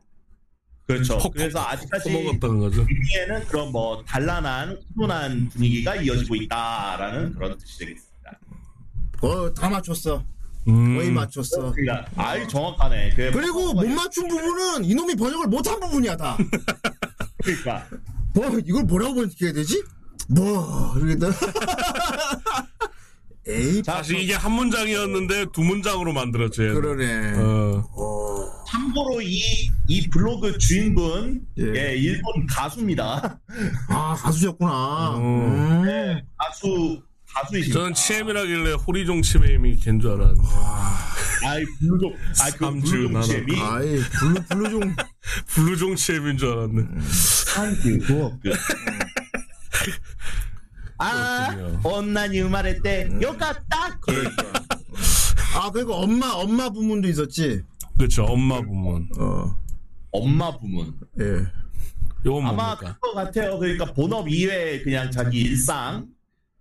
그렇죠. 퍽퍽 그래서 아직까지 먹었다는 거죠. 분위기에는 그런 뭐 단란한 훈훈한 분위기가 이어지고 있다라는 그런 뜻이 되겠습니다. 어, 다 맞췄어. 음. 거의 맞췄어. 그러니까 아이 정확하네. 그 그리고 못 맞춘 부분은 이놈이 번역을 못한 부분이야, 다. 그러니까 뭐, 이걸 뭐라고 번역해야 되지? 뭐, 이러겠다. 에이, 사실 이게 한 문장이었는데 두 문장으로 만들었지. 얘는. 그러네. 어. 참고로 이, 이 블로그 주인분 예. 예. 일본 가수입니다. 아, 가수셨구나. 음. 음. 가수 가수이십니다. 저는 치엠이라길래 호리종 치엠이 걘 줄 알았는데 아이 블루종 아그 삼주 블루종 나눠. 재미 아이, 블루, 블루 종. 블루종 치엠인 줄 알았네. 그. 아 온난이 말할 때 요갔다. 아, 그리고 엄마, 엄마 부문도 있었지. 그렇죠. 엄마 부문. 어, 엄마 부문 예. 요건 아마 뭡니까? 그거 같아요. 그러니까 본업 이외에 그냥 자기 일상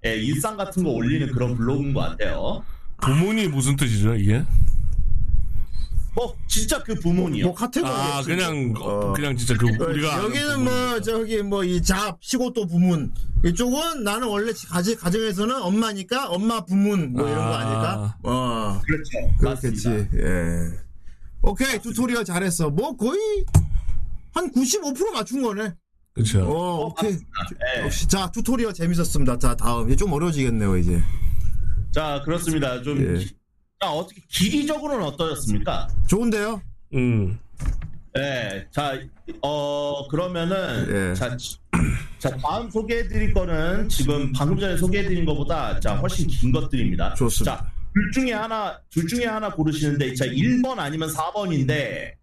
예, 일상 같은 거 올리는 그런 블로그인 것 같아요. 부문이 무슨 뜻이죠, 이게? 뭐 진짜 그 부문이요. 뭐, 카테고리. 아, 그냥 어. 그냥 진짜 그 우리가 여기는 뭐 저기 뭐 이 잡 시고또 부문 이쪽은 나는 원래 가지 가정에서는 엄마니까 엄마 부문 뭐 이런 거 아. 아닐까? 어 그렇죠. 그렇겠지. 맞습니다. 예. 오케이 튜토리얼 잘했어. 뭐 거의 한 95% 맞춘 거네. 그렇죠. 어, 오케이. 예. 역시 자 튜토리얼 재밌었습니다. 자 다음 이제 좀 어려워지겠네요 이제. 자 그렇습니다. 좀 예. 기- 자, 어떻게 길이적으로는 어떠셨습니까? 좋은데요? 음. 네, 자, 어 그러면은 예. 자, 지- 자 다음 소개해드릴 거는 지금 방금 전에 소개해드린 것보다 자 훨씬 긴 것들입니다. 좋습니다. 자, 둘 중에 하나, 둘 중에 하나 고르시는데 자 1번 아니면 4번인데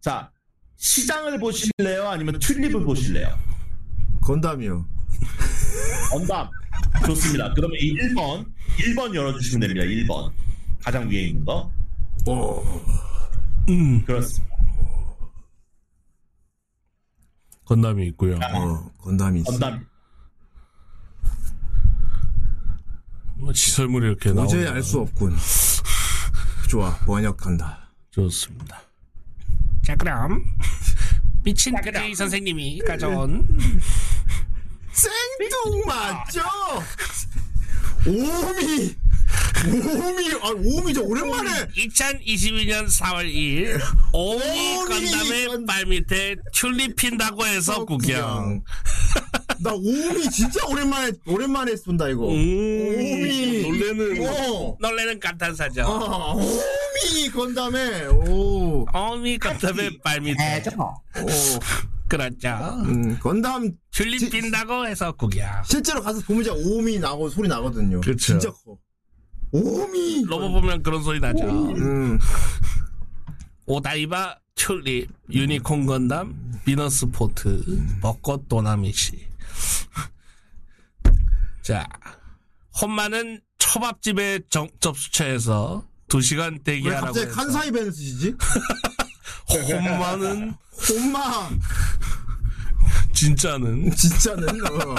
자 시장을 보실래요? 아니면 튤립을 보실래요? 건담이요. 언담 좋습니다. 그러면 이 1번, 1번 열어주시면 됩니다. 1번 가장 위에 있는 거 오. 음. 그렇습니다. 건담이 있고요. 어 건담이 있어. 언담 뭐 시설물이 이렇게 나오제 도저히 알 수 없군. 좋아 번역한다. 좋습니다. 자 그럼 미친 DJ 선생님이 가져온 생뚱맞죠? 오미 오미 아 오미죠 오랜만에 2022년 4월 2일 오미 오미 건담의 건- 발밑에 튤립 핀다고 어, 해서 구경 나 오미 진짜 오랜만에 오랜만에 본다 이거. 오미 놀래는 어. 놀래는 감탄사죠 아, 오미 건담에 오, 오 오미 건담의 발밑에 그렇죠 음, 건담 지- 튤립 핀다고 해서 구경 실제로 가서 보면 이제 오미 나고 소리 나거든요. 그쵸. 진짜 커. 오미 로봇 보면 그런 소리 나죠 음, 오다이바 튤립 유니콘 건담 비너스 포트 벚꽃 도나미시 자 혼마는 초밥집에 정- 접수처에서 2시간 왜 대기하라고 갑자기 해서 칸사이 밴을 쓰시지? 혼마는 엄마 진짜는 진짜는 어.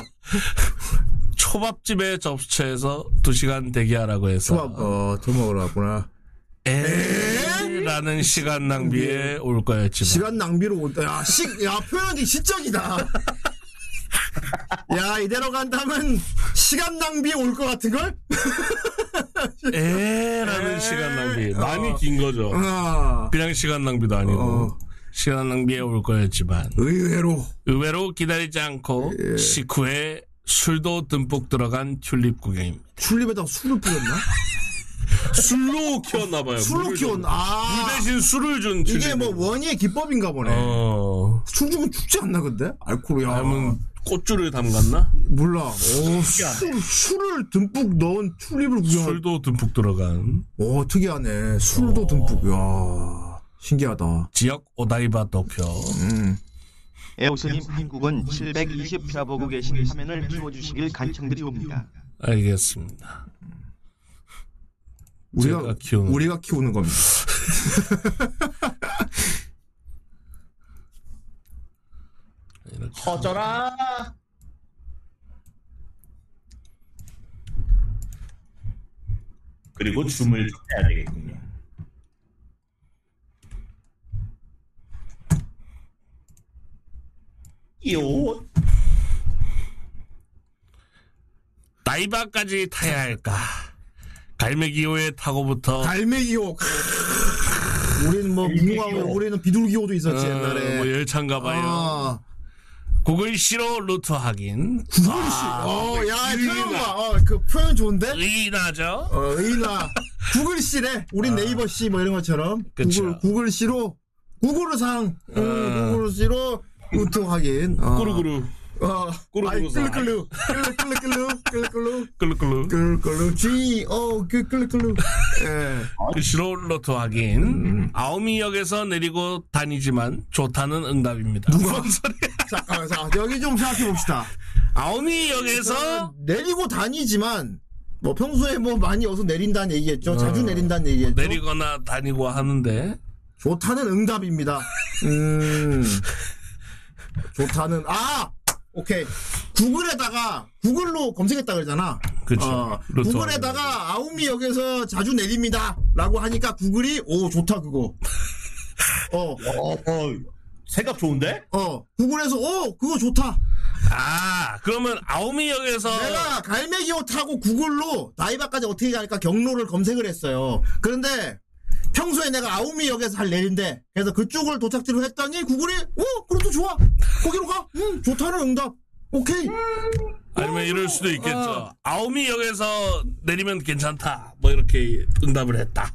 초밥집에 접수처에서 2시간 대기하라고 해서 조합 어 조먹으러 왔구나. 에라는 시간 낭비에 올 거였지만 시간 낭비로 온다. 야, 시, 야, 표현이 시적이다. 야, 이대로 간다면 시간 낭비 올 것 같은걸? 에라는 시간 낭비 많이 긴 거죠. 아, 그냥 시간 낭비도 아니고 어. 시간 낭비에 올 거였지만 의외로. 의외로 기다리지 않고 예. 식후에 술도 듬뿍 들어간 튤립 구경입니다. 출입에다가 술을 뿌렸나? 술로 키웠나 봐요. 술로 물을 키운, 줬나? 물 아. 대신 술을 준 튤립. 이게 뭐 원의의 기법인가 보네. 어. 술 주면 죽지 않나, 근데? 알코올, 야. 아니면 꽃줄을 담갔나? 몰라. 오, 뭐. 술, 술을 듬뿍 넣은 출입을 구경할. 술도 듬뿍 들어간 오, 특이하네. 술도 듬뿍, 야. 신기하다. 지역 오다이바 도쿄. 에오스님 예, 한국은 720피라 보고 계신 화면을 키워주시길 간청드리옵니다. 알겠습니다. 우리가, 제가 키우는- 우리가 키우는 겁니다. 이렇게. 터져라. 그리고 줌을 좀 해야 되겠군요. 요. 다이바까지 타야 할까? 갈매기호에 타고부터 갈매기호. 우리는 뭐 무궁화호, 우리는 비둘기호도 있었지 어, 옛날에. 뭐 열차인가 봐요. 아, 구글씨로 루트 확인. 구글씨. 어, 야, 표현 봐. 어, 그 표현 좋은데? 의인하죠? 어, 의나 구글씨래. 우리 네이버씨 뭐 이런 것처럼 그쵸. 구글 구글씨로 구글상 음, 구글씨로 루트 확인. 어. 꾸르꾸르 어. 아이, 꾸르꾸르 상. 끌루끌루. 끌루끌루 끌루끌루. 끌끌끌. 끌루끌루. G O 그, 끌끌끌루. 예. 글씨로 루트 확인. 아오미역에서 내리고 다니지만 좋다는 응답입니다. 뭔 소리야? 잠깐만. 자, 여기 좀 생각해 봅시다. 아오미역에서 내리고 다니지만 뭐 평소에 뭐 많이 어서 내린다는 얘기겠죠. 어. 자주 내린다는 얘기겠죠. 네. 내리거나 다니고 하는데 좋다는 응답입니다. 음. 좋다는 아 오케이 구글에다가 구글로 검색했다 그러잖아. 그렇죠. 그쵸. 어, 루트 구글에다가 아우미 역에서 자주 내립니다라고 하니까 구글이 오 좋다 그거. 어, 어, 어, 생각 좋은데? 어, 구글에서 오 그거 좋다. 아 그러면 아오미역에서 내가 갈매기 옷 타고 구글로 나이바까지 어떻게 가니까 경로를 검색을 했어요. 그런데 평소에 내가 아우미 역에서 할 내린데 그래서 그쪽을 도착지로 했더니 구글이 어 그래도 좋아 거기로 가 응, 좋다는 응답 오케이 어. 아니면 이럴 수도 있겠죠. 아오미 역에서 내리면 괜찮다. 뭐 이렇게 응답을 했다.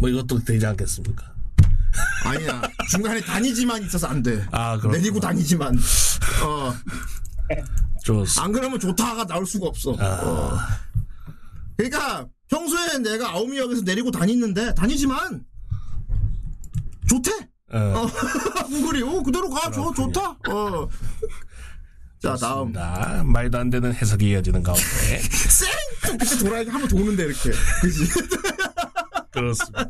뭐 이것도 되지 않겠습니까? 아니야 중간에 다니지만 있어서 안돼 아, 그렇구나. 내리고 다니지만 어 안 좋습니다. 그러면 좋다가 나올 수가 없어 아. 어. 그러니까 평소에 내가 아우미 역에서 내리고 다니는데 다니지만 좋대 어, 어, 구글이 어 그대로 가좋 좋다 어자 다음 좋습니다. 말도 안 되는 해석이 이어지는 가운데 쌩! 그때 돌아 한번 도는데 이렇게 그지 그렇습니다.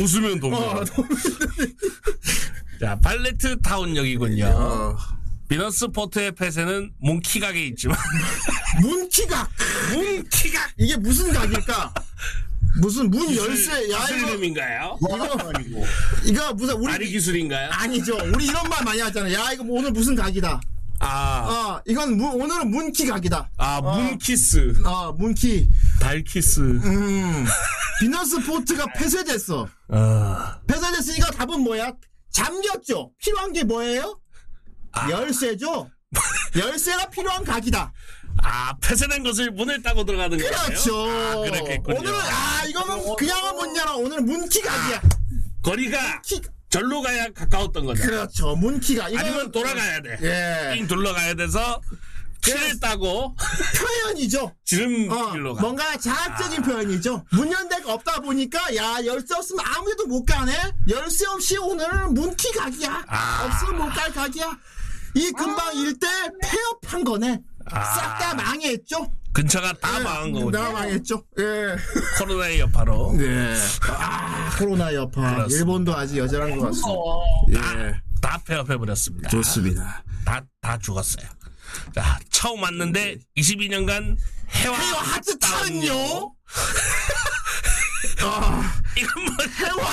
웃으면 동요. 어, 자 발레트 타운 역이군요. 어, 비너스 포트의 폐쇄는 몽키 가게 있지만 문키각 몽키가 이게 무슨 각일까 무슨 문 열쇠 야 이거 기술님인가요? 이거 이거 무슨 우리 아리 기술인가요? 아니죠 우리 이런 말 많이 하잖아 야 이거 뭐 오늘 무슨 각이다 아, 아 이건 문- 오늘은 문키 각이다 아 문키스, 아 문키 달키스. 어. 음 비너스 포트가 폐쇄됐어 아, 폐쇄됐으니까 답은 뭐야 잠겼죠 필요한 게 뭐예요 열쇠죠 열쇠가 필요한 각이다 아 폐쇄된 것을 문을 따고 들어가는 거예요? 그렇죠. 아, 그렇겠군요. 오늘은 아 이거는 그냥은 문제라 오늘은 문키각이야. 아. 거리가 키 절로 가야 가까웠던 거죠. 그렇죠. 문키각. 이거는 아니면 돌아가야 돼. 예 삥 둘러가야 돼서 키를 따고 표현이죠. 어, 지름길로 가. 아. 뭔가 자학적인 표현이죠. 문연대가 없다 보니까 야 열쇠 없으면 아무데도 못 가네. 열쇠 없이 오늘은 문키각이야. 아. 없으면 못 갈 각이야. 이 금방 일대 폐업한 거네. 싹 다 망했죠. 네. 근처가 아. 다 망한 예, 다 거군요. 망했죠. 예. 코로나의 여파로. 네. 아, 코로나 여파. 그렇습니다. 일본도 아직 여전한 것 같습니다. 예. 다 폐업해버렸습니다. 좋습니다. 다, 다 죽었어요. 자, 처음 왔는데 22년간 해와, 해와 하트 타운요? 아, 이건 뭐 해와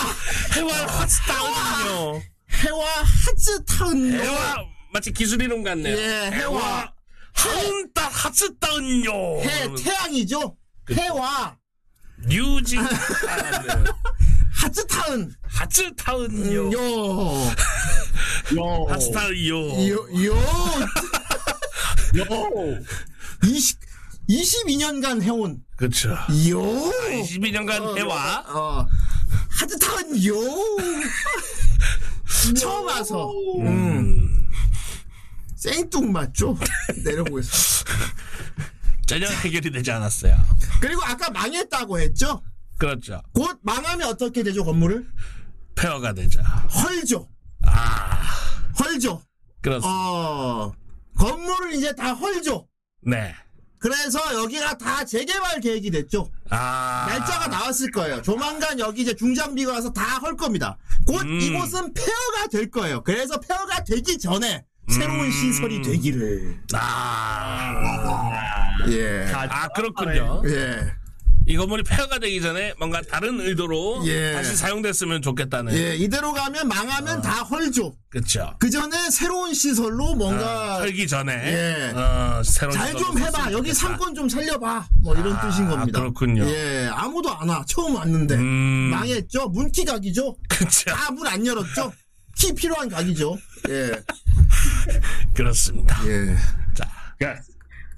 해와 핫스타운요. 해와 하트 타운요? 해와 마치 기술 이름 같네요. 예, 해와. 하운다 핫스타운요. 해, 태양이죠? 해와 뉴진 하트 타운. 핫스타운요. 음, 요. 핫스타운요. 요, 요. 요. 20, 22년간 해온. 그렇죠. 요. 22년간 해와 어. 하트 타운 요. 처음 와서. 음, 생뚱 맞죠? 내려보겠습니다. 전혀 해결이 되지 않았어요. 그리고 아까 망했다고 했죠? 그렇죠. 곧 망하면 어떻게 되죠, 건물을? 폐허가 되죠. 헐죠. 아, 헐죠. 그렇습니다. 어, 건물을 이제 다 헐죠. 네. 그래서 여기가 다 재개발 계획이 됐죠. 아, 날짜가 나왔을 거예요. 조만간 여기 이제 중장비가 와서 다 헐 겁니다. 곧 음. 이곳은 폐허가 될 거예요. 그래서 폐허가 되기 전에 새로운 음. 시설이 되기를. 아, 예. 아 그렇군요. 예. 이 건물이 폐허가 되기 전에 뭔가 다른 의도로 예. 다시 사용됐으면 좋겠다는. 예, 이대로 가면 아. 망하면 다 헐죠. 그렇죠. 그 전에 새로운 시설로 뭔가 설기 전에 예. 어, 새로운 잘 좀 시설로 해봐. 썼으면 여기 좋겠다. 아, 상권 좀 살려봐. 뭐 이런 뜻인 겁니다. 그렇군요. 예, 아무도 안 와. 처음 왔는데. 음. 망했죠? 문키각이죠? 그렇죠. 다 문 안 열었죠? 키 필요한 각이죠? 예. 그렇습니다. 예. 자,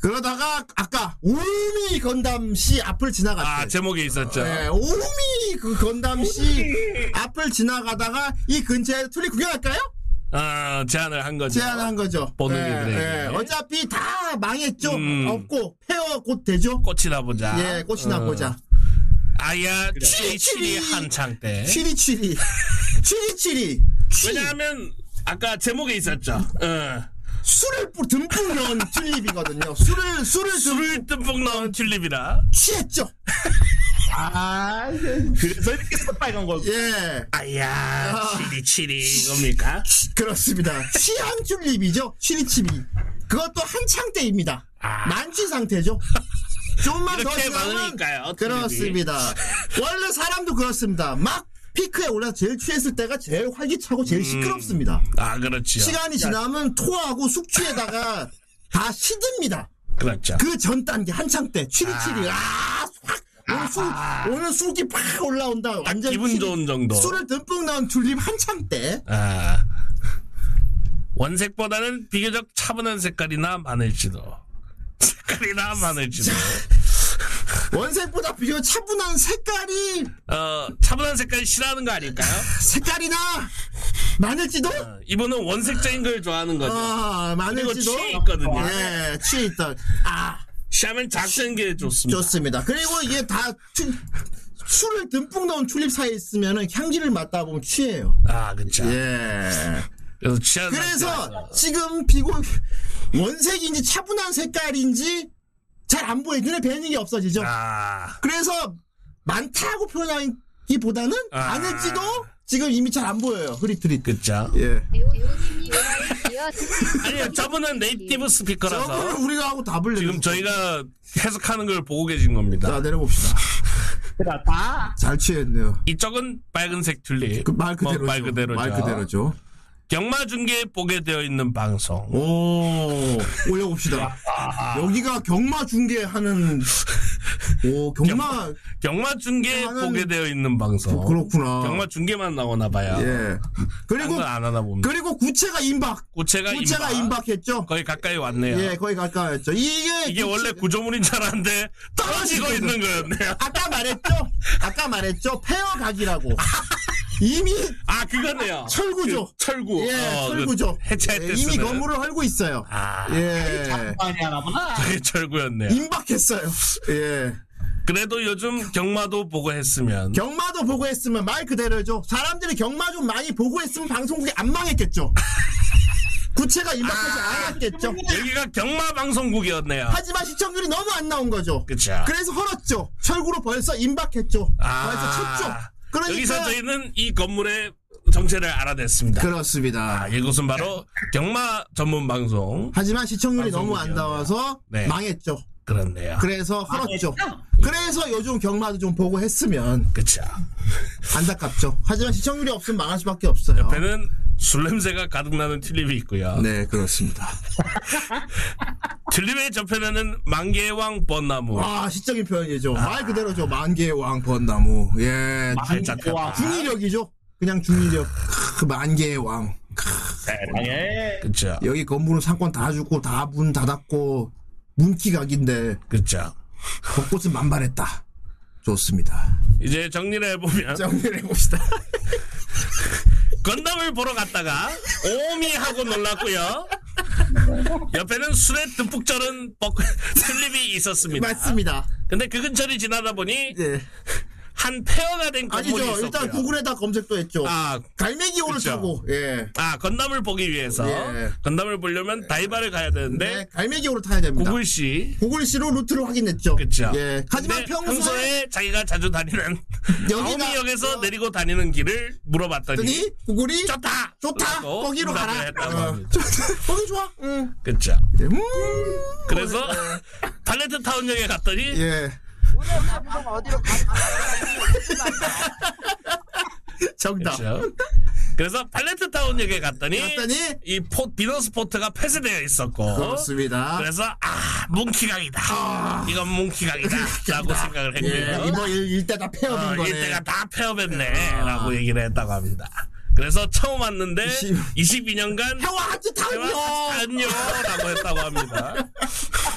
그러다가 아까 오미 건담 씨 앞을 아 지나갔어요. 제목에 있었죠. 예, 오미 그 건담 씨 앞을 지나가다가 이 근처에 둘이 구경할까요? 어, 제안을 한 거죠. 제안한 거죠. 보는 이들에게. 예, 예. 어차피 다 망했죠. 음. 없고 폐허 곧 되죠. 꽃이나 보자. 예, 꽃이나 어, 보자. 아야 치리치리 치리치리. 한창 때. 취리취리, 취리취리, 취 네? 왜냐하면 아까 제목에 있었죠. 어, 술을 뿌- 듬뿍 넣은 튤립이거든요. 술을 술을 듬뿍 술을 듬뿍 넣은 튤립이라. 취했죠. 아, 그래서 이렇게 새빨간 걸 예, 아야 치리치리 이겁니까? 그렇습니다. 취향 튤립이죠. 취리취리. 그것도 한창 때입니다. 만취 상태죠. 좀만 더 아. 이렇게 지나면 많으니까요, 튤립이. 그렇습니다. 원래 사람도 그렇습니다. 막 피크에 올라서 제일 취했을 때가 제일 활기차고 음. 제일 시끄럽습니다. 아 그렇지요. 시간이 지나면 토하고 숙취에다가 다 시듭니다. 그렇죠. 그 전 단계 한창 때 취리취리 아확 오늘 술 오늘 술기 팍 올라온다. 완전 기분 피- 좋은 정도. 술을 듬뿍 넣은 둘립 한창 때. 아. 원색보다는 비교적 차분한 색깔이나 많을지도. 색깔이나 많을지도. 원색보다 비교 차분한 색깔이 어, 차분한 색깔 싫어하는 거 아닐까요? 색깔이나 많을지도. 어, 이분은 원색적인 걸 좋아하는 거죠. 아 그리고 많을지도. 취해 있거든요. 예, 취해 있다. 아 샤면 작은 게 좋습니다. 좋습니다. 그리고 이게 다 출- 술을 듬뿍 넣은 튤립 사이에 있으면은 향기를 맡다 보면 취해요. 아, 그쵸. 예. 그래서 취하는 그래서 지금 비고 원색인지 차분한 색깔인지 잘 안 보여. 눈에 뵈는 게 없어지죠. 아, 그래서 많다고 표현하기보다는 아. 많을지도 지금 이미 잘 안 보여요. 흐릿흐릿. 그쵸. 예. 아니요, 저분은 네이티브 저거를 스피커라서 어, 우리가 하고 답을 지금 내는 저희가 해석하는 걸 보고 계신 거죠. 겁니다. 자 내려봅시다. 잘 취했네요. 이쪽은 빨간색 튤립. 그 말 뭐, 그대로죠. 말 그대로죠. 말 그대로죠. 경마 중계에 보게 되어 있는 방송. 오 올려봅시다. 여기가 경마 중계하는 오 경마 경마 중계 하는- 보게 되어 있는 방송. 그 그렇구나. 경마 중계만 나오나 봐요. 예 그리고 딴건안 하나 봅니다. 그리고 구체가 임박. 구체가, 구체가 임박. 임박했죠. 거의 가까이 왔네요. 예, 거의 가까웠죠. 이게 구체- 이게 원래 구조물인 줄 알았는데 떨어지고 떨어지거든. 있는 거였네요. 아까 말했죠. 아까 말했죠. 페어각이라고. 이미 아 그거네요. 철구죠. 그 철구. 예, 어, 철구죠. 그 해체할 예, 때 이미 쓰는. 건물을 헐고 있어요. 아 예. 많이 하나구나. 그게 철구였네요. 임박했어요. 예. 그래도 요즘 경마도 보고 했으면 경마도 보고 했으면 말 그대로죠. 사람들이 경마 좀 많이 보고 했으면 방송국이 안 망했겠죠. 구체가 임박하지 아, 않았겠죠. 여기가 경마 방송국이었네요. 하지만 시청률이 너무 안 나온 거죠. 그쵸. 그래서 헐었죠. 철구로 벌써 임박했죠. 아. 벌써 쳤죠. 그러니까 여기서 저희는 이 건물의 정체를 알아냈습니다. 그렇습니다. 아, 이곳은 바로 경마 전문 방송. 하지만 시청률이 너무 안 방송국이었네요. 나와서 네. 망했죠. 그렇네요. 그래서 헐었죠. 그래서 요즘 경마도 좀 보고 했으면 그쵸. 안타깝죠. 하지만 시청률이 없으면 망할 수밖에 없어요. 옆에는 술 냄새가 가득 나는 튤립이 있고요. 네, 그렇습니다. 튤립의 저편에는 만개왕 벚나무. 아, 시적인 표현이죠. 말 그대로죠. 만개의 왕 벚나무. 예, 잘 잡혔다. 중이력이죠. 그냥 중이력. 크, 만개의 왕. 네. 세상에. 그쵸. 여기 건물은 상권 다 주고 다 문 닫았고 문키각인데 그쵸. 벚꽃은 만발했다. 좋습니다. 이제 정리를 해보면 정리를 해봅시다. 건담을 보러 갔다가 오미 하고 놀랐고요. 옆에는 술에 듬뿍 절은 벚- 튤립이 있었습니다. 맞습니다. 근데 그 근처를 지나다 보니 예. 한 페어가 된 건물이 아니죠. 있었고요. 일단 구글에다 검색도 했죠. 아, 갈매기 오를 그쵸. 타고 예. 아 건담을 보기 위해서 예. 건담을 보려면 다이바를 가야 되는데 네, 갈매기 오를 타야 됩니다. 예? 구글 씨 구글 씨로 루트를 확인했죠. 그쵸. 예. 하지만 근데 평소에, 평소에 자기가 자주 다니는 여기가- 아오미역에서 어. 내리고 다니는 길을 물어봤더니 했더니 구글이 좋다 좋다. 라고 거기로 응답을 가라. 했다고 어. 합니다. 거기 좋아. 응. 그쵸 예. 음. 네. 그래서 팔레트 타운역에 갔더니 어. 예. 정답. 그쵸 그래서 팔레트 타운역에 갔더니, 갔더니 이 포, 비너스포트가 폐쇄되어 있었고 그렇습니다. 아. 그래서 아 뭉키강이다 이건 뭉키강이다 라고 생각을 예. 했고요 이번 일, 일대다 폐업인 어, 거네. 예. 아. 일대가 다 폐업했네 라고 얘기를 했다고 합니다 그래서 처음 왔는데 22년간 형 하트 타운요. 안녕 라고 했다고 합니다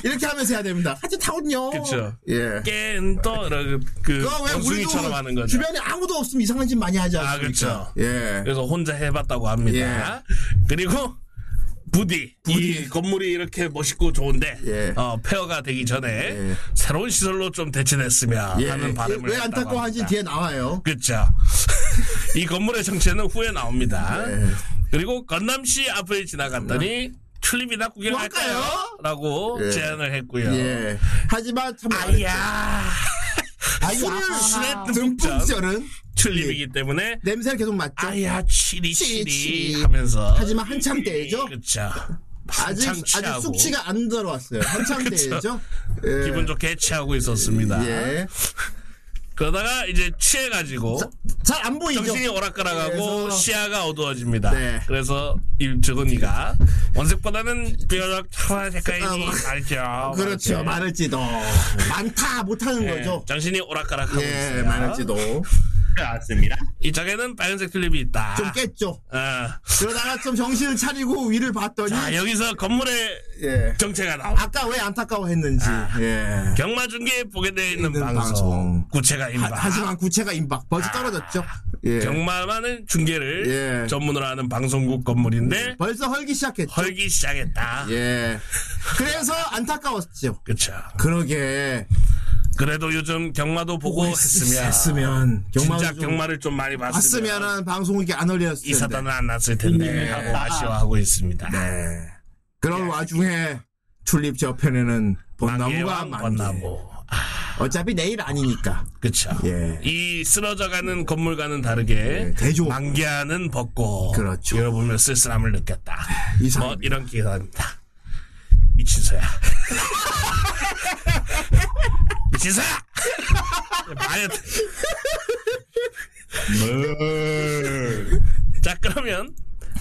이렇게 하면서 해야 됩니다. 하트 타운요. 그쵸. 예. 깬또 이런 그 그거 왜 원숭이처럼 하는 우리도 거죠 주변에 아무도 없으면 이상한 짓 많이 하지 아, 않습니까? 그쵸. 예. 그래서 혼자 해봤다고 합니다 그리고 부디, 이 건물이 이렇게 멋있고 좋은데 예. 어, 폐허가 되기 전에 예. 새로운 시설로 좀 대체됐으면 예. 하는 바람을 왜 안타까워한지 뒤에 나와요. 그렇죠. 이 건물의 정체는 후에 나옵니다. 네. 그리고 건남시 앞을 지나갔더니 튤립이나 구경할까요? 구경할까요?라고 예. 제안을 했고요. 예. 하지만 참 아야 술을 술에 듬뿍 전 듬뿍절은 튤립이기 때문에 냄새를 계속 맡죠. 아야 치리 치리 치리치리. 하면서 하지만 한참 때죠. 그렇죠. 아직 한창 아직 취하고. 숙취가 안 들어왔어요. 한참 그쵸. 때죠. 예. 기분 좋게 취하고 있었습니다. 예. 그러다가 이제 취해가지고 잘 안 보이죠? 예, 정신이 오락가락하고 그래서- 시야가 어두워집니다. 네. 그래서 이 주근이가 원색보다는 비교적 차라 색깔이 아, 뭐- 알죠. 그렇죠. 이렇게. 많을지도. 많다, 못하는 예, 거죠. 정신이 오락가락하고 예, 있어요. 많을지도. 맞습니다. 이쪽에는 빨간색 필름이 있다. 좀 깼죠. 어. 그러다가 좀 정신을 차리고 위를 봤더니. 자 아, 예. 여기서 건물의 예. 정체가 나와. 아까 왜 안타까워했는지. 아. 예. 경마 중계에 보게 되어 있는 있는 방송, 방송. 구체가 하- 임박. 하지만 구체가 임박. 벌써 떨어졌죠. 아. 예. 경마만은 중계를 예. 전문으로 하는 방송국 건물인데 벌써 헐기 시작했죠. 헐기 시작했다. 예. 그래서 안타까웠죠. 그렇죠. 그러게. 그래도 요즘 경마도 보고 했- 했으면, 했으면. 경마를 진작 좀 경마를 좀 많이 봤으면 봤으면은 방송이 이게 안 올렸을 텐데. 이 사단은 안 났을 텐데 하고 아쉬워하고 있습니다. 네. 그런 와중에 출입 저편에는 벚나무가 예. 만개왕 만나고 권나무. 어차피 내일 아니니까. 그렇죠. 예. 이 쓰러져가는 건물과는 다르게 예, 대조. 만개하는 벚꽃 그렇죠. 네. 열어보면 쓸쓸함을 느꼈다. 이상. 뭐 이런 기사입니다. 미친 소야. 미친 소야. 말이 네. 자 그러면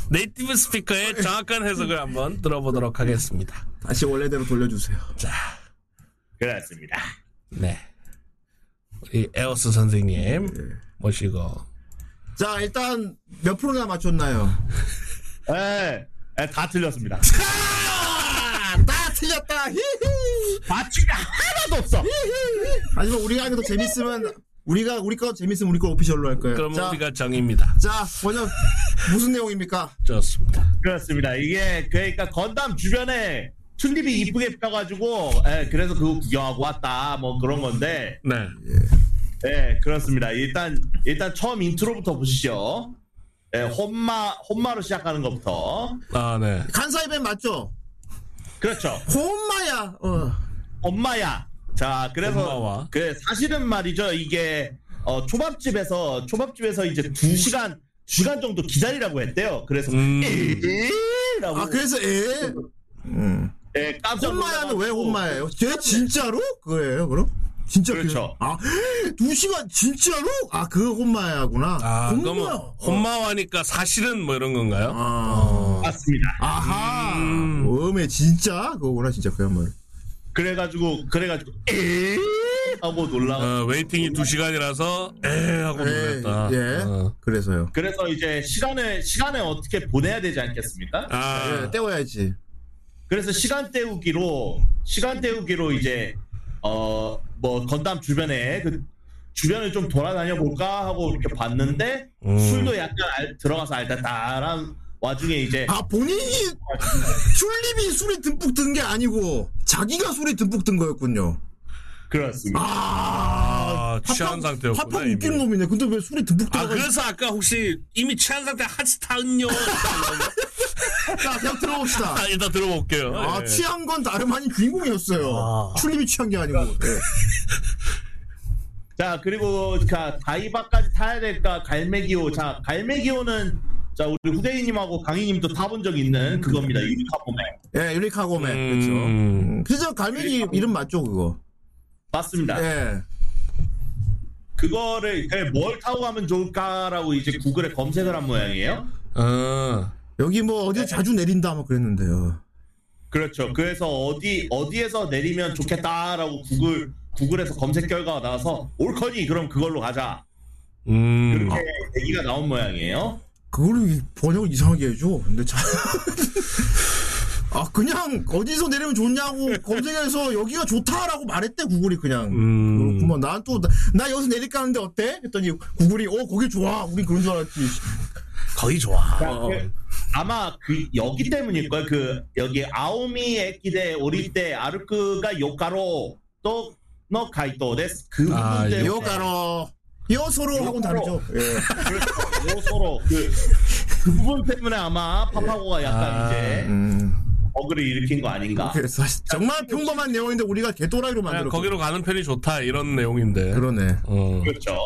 네이티브 스피커의 정확한 해석을 한번 들어보도록 하겠습니다. 다시 원래대로 돌려주세요. 그렇습니다. 네. 우리 에어스 네. 선생님 모시고 자, 일단 몇 프로나 맞췄나요? 예, 예, 다 틀렸습니다. 아, 다 틀렸다. 히히. 맞추기가 하나도 없어. 하지만 우리가 하는 게 더 재밌으면 우리가 우리 거 재밌으면 우리 거 오피셜로 할 거예요. 그럼 자, 우리가 정입니다. 자, 먼저 무슨 내용입니까? 좋습니다. 그렇습니다. 이게 그러니까 건담 주변에 튤립이 이쁘게 펴가지고 예, 그래서 그거 구경하고 왔다 뭐 그런 건데 네. 예 그렇습니다. 일단 일단 처음 인트로부터 보시죠. 예, 혼마 혼마로 시작하는 것부터 아 네. 간사이벤 맞죠? 그렇죠. 고마야. 어. 엄마야. 자, 그래서 엄마와. 그 사실은 말이죠. 이게 어, 초밥집에서 초밥집에서 이제 두 시간 두 시간 정도 기다리라고 했대요. 그래서 음. 에라고 아, 그래서 에 예, 깜짝 혼마야는 왜 놀라가지고 혼마예요? 쟤 진짜로 그거예요, 그럼? 진짜 그렇죠. 그- 아, 두 시간 진짜로? 아, 그 혼마야구나. 아 혼마. 그러면 혼마와니까 사실은 뭐 이런 건가요? 아, 맞습니다. 아하. 음. 음에 진짜 그거구나, 진짜 그야말로. 그래가지고 그래가지고 에 하고 놀라. 가 어, 웨이팅이 두 시간이라서 에 하고 예, 놀랐다. 예. 어. 그래서요. 그래서 이제 시간을 시간을 어떻게 보내야 되지 않겠습니까? 아 예, 때워야지. 그래서 시간 때우기로 시간 때우기로 이제 어 뭐 건담 주변에 그 주변을 좀 돌아다녀 볼까 하고 이렇게 봤는데 술도 약간 알- 들어가서 알다달한 와중에 이제 아, 본인이 튤립이 술이 듬뿍 든 게 아니고 자기가 술이 듬뿍 든 거였군요. 그렇습니다. 아, 아, 취한 상태였구나. 화평 이미. 웃긴 놈이네. 근데 왜 술이 듬뿍 아 들어가? 그래서 아까 혹시 이미 취한 상태 하스타 음료 자, 그냥 들어봅시다. 아, 일단 들어볼게요. 아, 예. 취한 건 다름 아닌 주인공이었어요. 아. 출입이 취한 게 아니고. 예. 자 그리고 자 다이바까지 타야 될까 갈매기호 자 갈매기호는 자 우리 후대인님하고 강희님도 타본 적 있는 그겁니다 유니카폼에 예, 유리카고맨. 그렇죠. 음. 음, 그죠? 갈매기 이름 맞죠, 그거? 맞습니다. 예. 그거를 그뭘 타고 가면 좋을까라고 이제 구글에 검색을 한 모양이에요. 어. 여기 뭐 어디 자주 내린다 막 그랬는데요. 그렇죠. 그래서 어디 어디에서 내리면 좋겠다라고 구글 구글에서 검색 결과가 나와서 옳거니 그럼 그걸로 가자. 음. 그렇게 얘기가 나온 모양이에요. 그거를 번역을 이상하게 해줘. 근데 참. 아, 그냥 어디서 내리면 좋냐고 검색해서 여기가 좋다라고 말했대, 구글이 그냥. 음. 그렇구만. 난 또, 나, 나 여기서 내릴까 하는데 어때? 했더니 구글이, 어, 거기 좋아. 우린 그런 줄 알았지. 거의 좋아. 그- 아마 그 여기 때문일 거예요. 그 여기 아오미 에키데 오리테 아르크가 요카로 또너 가이토 데스 그 부분 아, 때문에 요가로. 요소로 하고는 다르죠. 예. 그렇죠. 요소로 그, 그 부분 때문에 아마 파파고가 약간 아, 이제 음. 어그를 일으킨 거 아닌가. 그래서 정말 평범한 내용인데 우리가 개또라이로 그냥 만들었 아, 거기로 가는 편이 좋다 이런 내용인데. 그러네. 어. 그렇죠.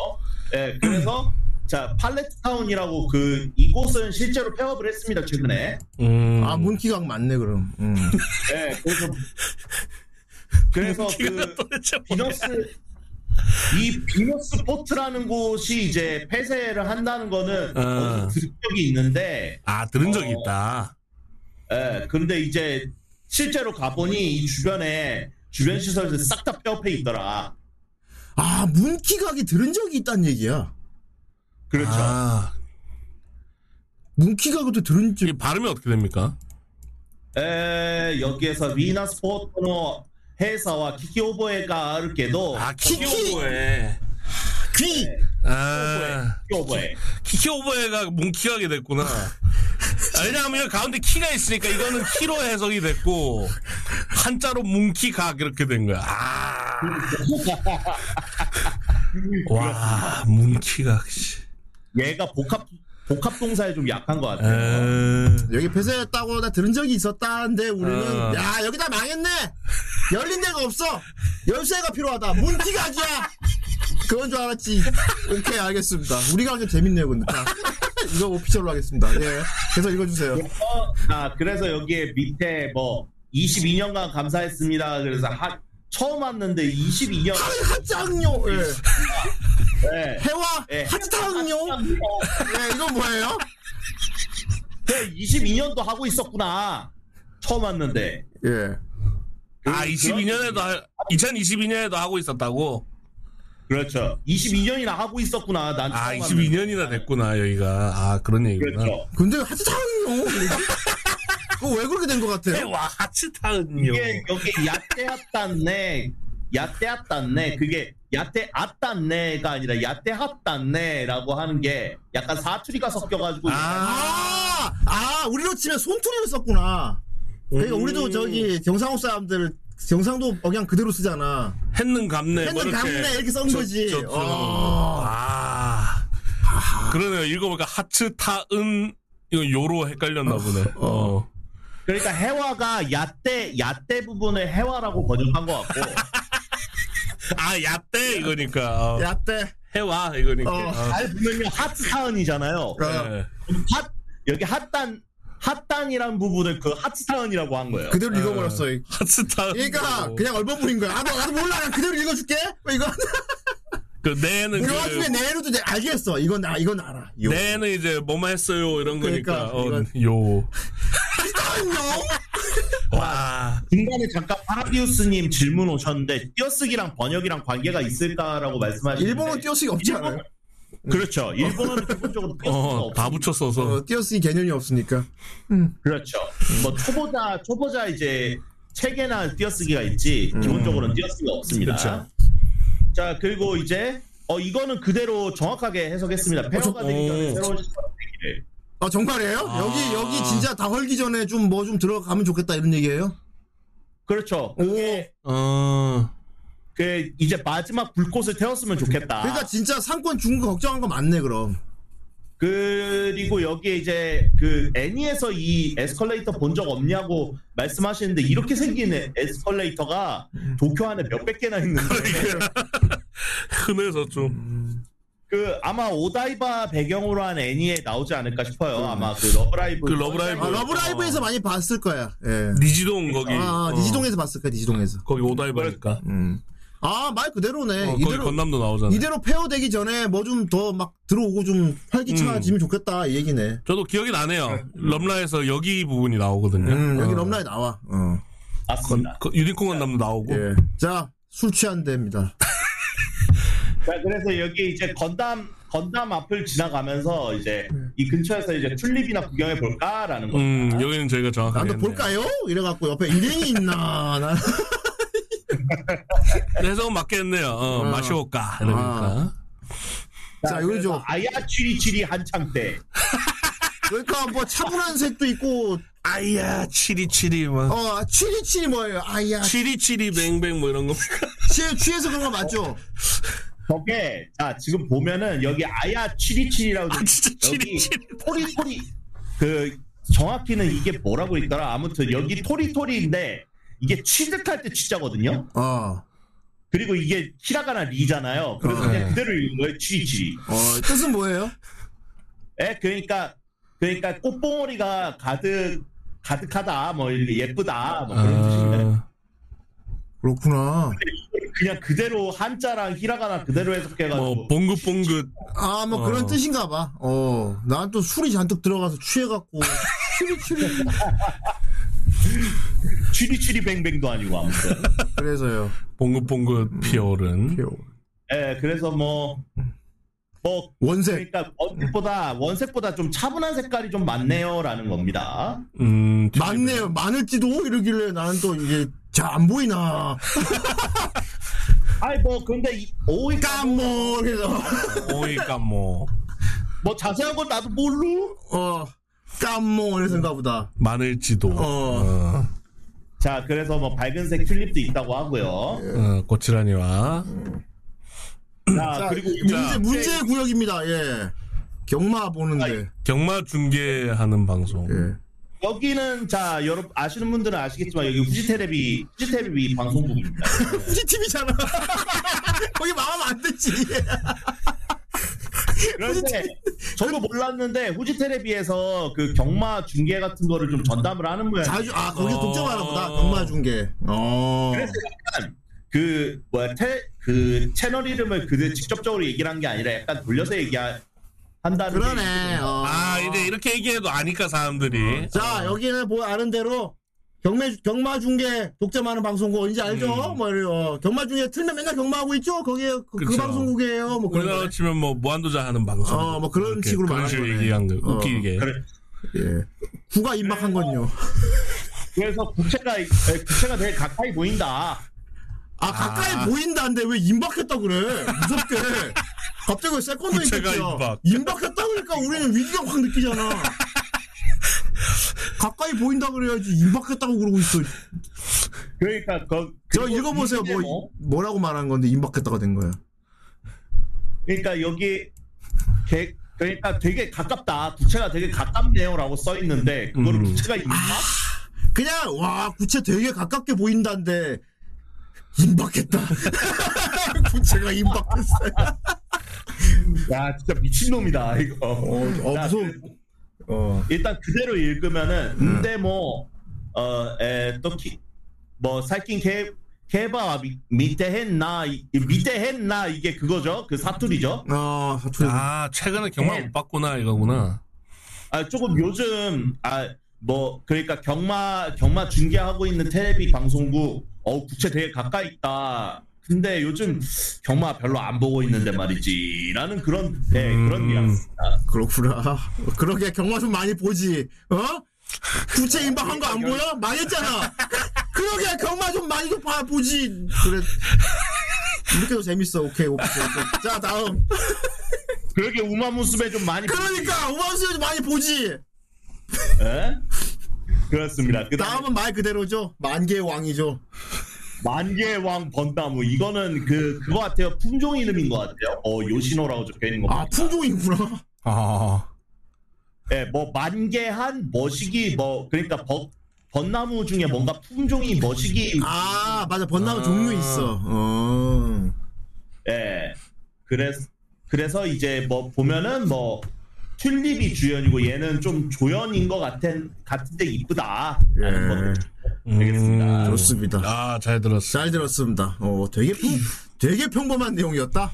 예, 그래서 자 팔레트타운이라고 그 이곳은 실제로 폐업을 했습니다 최근에. 음. 아 문키각 맞네 그럼. 음. 예, 그래서 그래서 그 도대체 뭐야. 비너스 이 비너스 포트라는 곳이 이제 폐쇄를 한다는 거는 어. 어디서 들은 적이 있는데 아 들은 적이 어. 있다. 예, 그런데 이제 실제로 가보니 이 주변에 주변 시설들 싹 다 뼈패 있더라. 아, 문키각이 들은 적이 있다는 얘기야. 그렇죠. 아, 문키각도 들은 적 이 발음이 어떻게 됩니까? 에, 여기에서 위나스 포토노 회사와 키키오보에가 아르게도 아 키키! 키키 오버에. 귀! 아, 키키오보에 키키 오버에가 뭉키하게 됐구나. 아, 왜냐하면 가운데 키가 있으니까 이거는 키로 해석이 됐고 한자로 뭉키각 이렇게 된 거야. 아. 와 뭉키각 씨. 얘가 복합 복합 동사에 좀 약한 것 같아. 요 에. 여기 폐쇄했다고 나 들은 적이 있었다는데 우리는 어. 야 여기 다 망했네 열린 데가 없어 열쇠가 필요하다 문기각이야 그건 줄 알았지 오케이 알겠습니다 우리가 하기 재밌네요 근데 자, 이거 오피셜로 하겠습니다 예 계속 읽어주세요 아 그래서 여기에 밑에 뭐 22년간 감사했습니다. 그래서 하, 처음 왔는데 22년 하장요 예. 에 해와 예. 하장요 예 이건 뭐예요 22년도 네, 하고 있었구나. 처음 왔는데. 예 아 22년에도 2022년에도 하고 있었다고. 그렇죠. 22년이나 하고 있었구나. 난 아 처음 왔는데. 22년이나 됐구나 여기가. 아 그런 얘기구나. 그렇죠. 근데 하장요 그거 왜 그렇게 된 것 같아요 와 하츠타은요. 이게 어. 여기 야떼핫단네 야떼핫단네 그게 야떼앗단네가 아니라 야떼핫단네라고 하는 게 약간 사투리가 섞여가지고 아, 아, 우리로 치면 손투리를 썼구나. 그러니까 우리도 저기 경상도 사람들 경상도 억양 그대로 쓰잖아. 했는 감네. 뭐 맨날 감네 뭐 이렇게 쓴 거지. 저, 저, 저. 어. 아 그러네요. 읽어보니까 하츠타은 이거 요로 헷갈렸나 보네. 어. 그러니까 해화가 야떼 야떼 부분을 해화라고 번역한 것 같고 아 야떼 이거니까. 어. 야떼. 해와 이거니까. 어. 어. 잘 보면요 핫사은이잖아요 어. 예. 핫 여기 핫단 핫단이란 부분을 그 핫사은이라고 한 거예요 그대로 읽어버렸어. 이. 하츠타은. 얘가 요로. 그냥 얼버무린 거야. 아, 너, 나도 몰라. 난 그대로 읽어줄게. 뭐 이거. 그 내는 우리 그 와중에 내로도 이제 알겠어. 이건 나, 이건 알아. 요. 내는 이제 뭐만 했어요 이런 거니까. 그러니까, 어, 이건- 요. 안녕. 와. 중간에 잠깐 파라비우스님 질문 오셨는데 띄어쓰기랑 번역이랑 관계가 있을까라고 말씀하셨는데 일본은 띄어쓰기 없지 않아요? 그렇죠. 일본은 기본적으로 띄어쓰기가 어, 없어. 다 붙여 써서. 어, 띄어쓰기 개념이 없으니까. 그렇죠. 뭐 초보자 초보자 이제 책에나 띄어쓰기가 있지 기본적으로는 띄어쓰기가 없습니다. 그렇죠. 자 그리고 이제 어 이거는 그대로 정확하게 해석했습니다. 페어가 저- 되기 전에 오. 새로운 시기를 아, 정말이에요? 여기, 여기 진짜 다 헐기 전에 좀 뭐 좀 들어가면 좋겠다 이런 얘기예요 그렇죠. 오. 어. 그 이제 마지막 불꽃을 태웠으면 좋겠다. 아. 그러니까 진짜 상권 준 거 걱정한 거 맞네 그럼. 그리고 여기에 이제 그 애니에서 이 에스컬레이터 본 적 없냐고 말씀하시는데 이렇게 생긴 에- 에스컬레이터가 도쿄 안에 몇백 개나 있는데 흔해서 좀. 그 아마 오다이바 배경으로 한 애니에 나오지 않을까 싶어요. 아마 그 러브라이브 그 러브라이브. 어. 아, 러브라이브에서 많이 봤을 거야. 예. 니지동 거기. 아, 어. 니지동에서 봤을 거야 니지동에서. 거기 오다이바니까. 아 말 그대로네. 어, 거기 이대로 건남도 나오잖아. 이대로 폐허되기 전에 뭐 좀 더 막 들어오고 좀 음. 활기차지면 좋겠다 이 얘기네. 저도 기억이 나네요. 럼라에서 여기 부분이 나오거든요. 음, 여기 어. 럼라에 나와. 어. 맞습니다. 그 유니콘 건남도 나오고. 예. 자. 술 취한 데입니다. 자, 그래서 여기 이제 건담 건담 앞을 지나가면서 이제 이 근처에서 이제 튤립이나 구경해 볼까라는 거. 음, 여기는 저희가 정확하게. 나도 했네요. 아, 볼까요? 이래갖고 옆에 일행이 있나? 나- 해석은 맞겠네요. 어, 어. 마셔볼까. 그러니까. 이러니까. 자, 요죠. 아야 치리치리 한창 때. 그러니까 뭐 차분한 색도 있고, 아. 이야 치리치리, 막. 어, 취리취리 뭐예요? 아야, 치리치리, 뱅뱅, 뭐 이런 거. 취- 취해서 그런 거 맞죠? 저게 자 지금 보면은 여기 아야 치리치리라고 돼 있- 진짜 여기 치리치리. 토리토리 그 정확히는 이게 뭐라고 있더라 아무튼 여기 토리토리인데 이게 취득할 때 취자거든요 어, 어, 그리고 이게 히라가나 리잖아요 그래서 네. 그냥 그대로 읽은 거예요 치리치리 어, 뜻은 뭐예요? 예 그러니까 그러니까 꽃봉오리가 가득 가득하다 뭐 이렇게 예쁘다 뭐 그런 뜻인데 아, 그렇구나. 그 그냥 그대로 한자랑 히라가나 그대로 해석해가지고 뭐 봉긋봉긋 아, 뭐 그런 어. 뜻인가 봐. 어, 난 또 술이 잔뜩 들어가서 취해갖고. 추리추리뱅뱅도 아니고 아무튼 그래서요. 봉긋봉긋 피어오른 예 그래서 뭐 뭐, 원색. 그러니까 원색보다 원색보다 좀 차분한 색깔이 좀 많네요라는 겁니다. 음, 뒤집어. 많네요. 많을지도? 이러길래 나는 또 이게 잘 안 보이나. 아이 뭐 근데 이 오이 까먹. 그래서. 오이가 뭐 뭐 자세한 건 나도 모르. 어, 까몽. 그래서인가 보다. 많을지도 어. 어. 자 그래서 뭐 밝은색 튤립도 있다고 예. 하고요. 어, 고치라니와 자 그리고 문제, 문제 구역입니다. 예. 경마 보는데. 경마 중계하는 방송 예. 여기는 자 여러분 아시는 분들은 아시겠지만 여기 후지테레비 후지테레비 방송국입니다. 우리 팀이잖아. 거기 망하면 안 되지. 그런데 저도 몰랐는데 후지테레비에서 그 경마 중계 같은 거를 좀 전담을 하는 모양. 자주, 아, 거기 어. 독점하나 보다. 경마 중계. 어. 그래서 약간 그 뭐야 테, 그 채널 이름을 그 직접적으로 얘기를 한 게 아니라 약간 돌려서 얘기한다는. 게 그러네. 어. 아 이제 이렇게 얘기해도 아니까 사람들이 자 여기는 보 아는 대로 경매 경마 중계 독점하는 방송국 이제 알죠? 뭐 이래요. 경마 중계 틀면 맨날 경마하고 있죠. 거기에 그, 그 음. 그쵸. 방송국이에요. 뭐 그런 우리나라로 거네. 치면 뭐 무한도전 하는 방송 어, 뭐 그런 이렇게 식으로 그런 말하는 식으로 거네. 얘기한 거 어. 웃기게 그래. 예. 구가 입막한 건요. 그래서 국채가 에, 국채가 되게 가까이 보인다. 아 가까이 보인다는데 왜 임박했다 그래? 무섭게. 갑자기 왜 세컨드 구체가 임박. 임박했다 그러니까 우리는 위기감 확 느끼잖아. 가까이 보인다 그래야지 임박했다고 그러고 있어. 그러니까 그, 저 그리고 읽어보세요. 이게 뭐 뭐라고 말한 건데 임박했다가 된 거야. 그러니까 여기 개- 그러니까 되게 가깝다. 국채가 되게 가깝네요라고 써 있는데 그거를 음. 국채가 있나? 아. 그냥 와 구체 되게 가깝게 보인다는데 임박했다. 구체가 임박했어. 야 진짜 미친놈이다 이거. 어, 자, 무서워. 어. 일단 그대로 음. 읽으면은 근데 뭐, 어, 뭐어에또뭐 살킨 개 개바 미- 밑에 했나 이- 밑에 했나 이게 그거죠 그 사투리죠 아 사투리. 아 최근에 경마 네. 못 봤구나 이거구나 아 조금 요즘 아 뭐 그러니까 경마 경마 중계하고 있는 텔레비 방송국 어 국채 되게 가까이 있다 근데 요즘 경마 별로 안 보고 있는데 말이지라는 그런 네, 음. 그런 뉘앙스입니다 그렇구나. 그러게 경마 좀 많이 보지. 어? 구체 임박한 거 안 보여? 망했잖아. 그러게 경마 좀 많이 좀 봐, 보지. 그래. 이렇게도 재밌어. 오케이 오케이. 오케이. 자 다음. 그러게 우마무스에 좀 많이 그러니까 우마우스 많이 보지. 예? 그렇습니다 그 다음 다음은 말 그대로죠. 만개 의 왕이죠. 만개왕 번다무 이거는 그 그거 같아요 품종 이름인 것 같아요. 어 요시노라고 적혀 있는 거. 아 풍종이구나. 아 예, 뭐 만개한 머시기 뭐 그러니까 벚 벚나무 중에 뭔가 품종이 머시기. 아 맞아 번나무 아. 종류 있어. 어. 예. 그래서 그래서 이제 뭐 보면은 뭐 튤립이 주연이고 얘는 좀 조연인 것 같은 같은데 이쁘다. 예. 라는 거. 알겠습니다. 좋습니다. 아잘 들었어 음. 잘 들었습니다. 어 되게 평, 되게 평범한 내용이었다.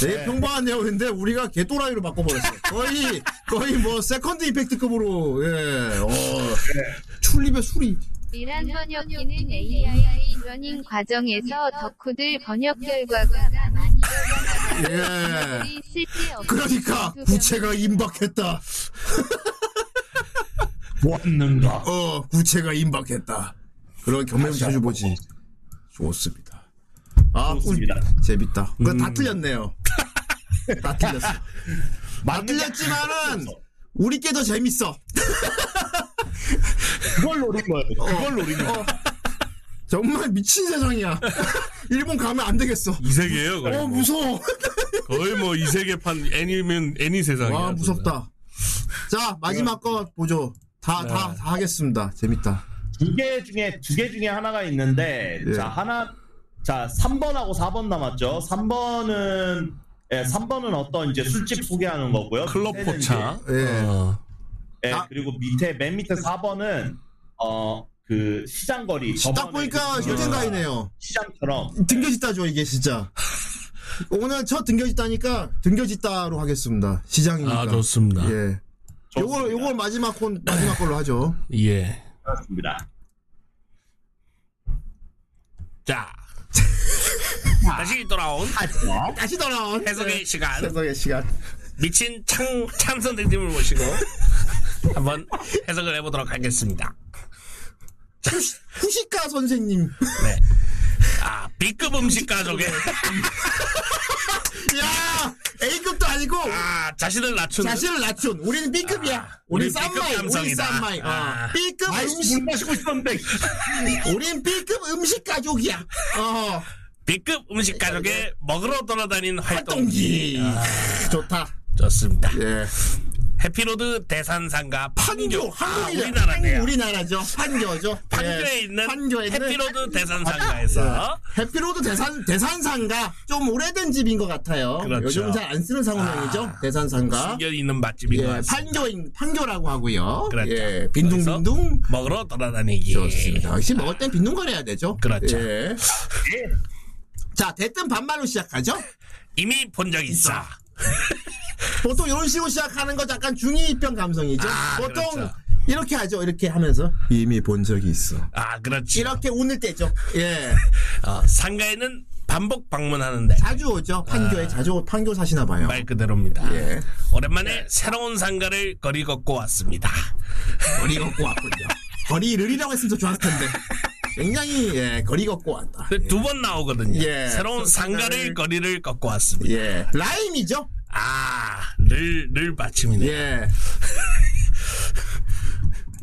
되게 네. 평범한 내용인데 우리가 개또라이로 바꿔버렸어. 거의 거의 뭐 세컨드 이펙트급으로 예. 어. 네. 출립의 수리. 이란 번역기는 AI 러닝 과정에서 덕후들 번역 결과가 많이 예. 우리 실제 없는 그러니까 덕후 구체가 임박했다. 뭐 보았는가. 어 구체가 임박했다. 그런 경험 자주 보지. 좋습니다. 아 좋습니다. 음. 꿀- 재밌다. 그거 다 틀렸네요. 다 틀렸어. 다 맞는 게 틀렸지만은 하나도 없어. 우리 게 더 재밌어. 그걸 노린 거예요. 그걸 노린 거. 어. 정말 미친 세상이야. 일본 가면 안 되겠어. 이 세계예요 거의 어 뭐. 무서워. 거의 뭐 이 세계판 애니면 애니 세상이야 와 무섭다. 자 마지막 거 보죠. 다 다 네. 다 하겠습니다. 재밌다. 두 개 중에 두 개 중에 하나가 있는데 예. 자 하나 자 3번하고 4번 남았죠. 3번은 예, 3번은 어떤 이제 술집 소개하는 거고요. 클럽 밑에는 포차 예. 어. 이제, 예, 아. 그리고 밑에 맨 밑에 4번은 어 그 시장거리 어, 그 딱 보니까 실젠가이네요. 시장처럼 등겨짓다죠 이게 진짜. 오늘 첫 등겨짓다니까 등겨짓다로 하겠습니다. 시장이니까. 아, 좋습니다. 예. 요걸 요걸 마지막 콘 마지막 걸로 하죠. 예. 그렇습니다. 자. 다시 돌아온 다시 돌아온 네. 해석의 시간. 해석의 시간. 미친 창, 참선 등팀을 모시고 한번 해석을 해보도록 하겠습니다. 후시카 선생님. 네. 아, B급 음식 가족의 야 A급도 아니고 아, 자신을 낮춘 자신을 낮춘. 우리는 B급이야. 아, 우리 우리는 B급 쌈마이. 우리 감성이다. 쌈마이. 어. 아. B급 음식. 술 마시고 싶었는데 우린 B급 음식 가족이야. 어. B급 음식 가족의 먹으러 돌아다닌 활동기. 네, 활동기. 아, 좋다. 좋습니다. 예. 해피로드 대산상가 판교 판교. 아, 한국이죠. 우리나라네요. 한- 우리나라죠. 판교죠. 판교에 예. 있는 판교에 있는 해피로드 대산상가에서 예. 해피로드 대산 대산상가 좀 오래된 집인 것 같아요. 그렇죠. 아, 요즘 잘 안 쓰는 상호명이죠. 대산상가. 숨겨 있는 맛집인 것 예, 같습니다. 판교인 판교라고 하고요. 그렇죠. 예, 빈둥빈둥. 먹으러 돌아다니기. 좋습니다. 예. 역시 먹을 땐 빈둥거려야 되죠. 그렇죠. 예. 자, 대뜸 반말로 시작하죠. 이미 본 적 있어. 보통 이런 식으로 시작하는 거 약간 중이입병 감성이죠. 아, 보통 그렇죠. 이렇게 하죠. 이렇게 하면서 이미 본 적이 있어. 아, 그렇지. 이렇게 오늘 때죠. 예. 어, 상가에는 반복 방문하는데 자주 오죠. 판교에 자주 오- 판교 사시나 봐요. 말 그대로입니다. 예. 오랜만에 새로운 상가를 거리 걷고 왔습니다. 거리 걷고 왔군요. 거리를이라고 했으면 더 좋았을 텐데. 굉장히 예, 거리 걷고 왔다. 그 두 번 나오거든요. 예. 새로운 상가를 상가를- 거리를 걷고 왔습니다. 예. 라임이죠. 아, 늘, 늘 받침이네요. 예.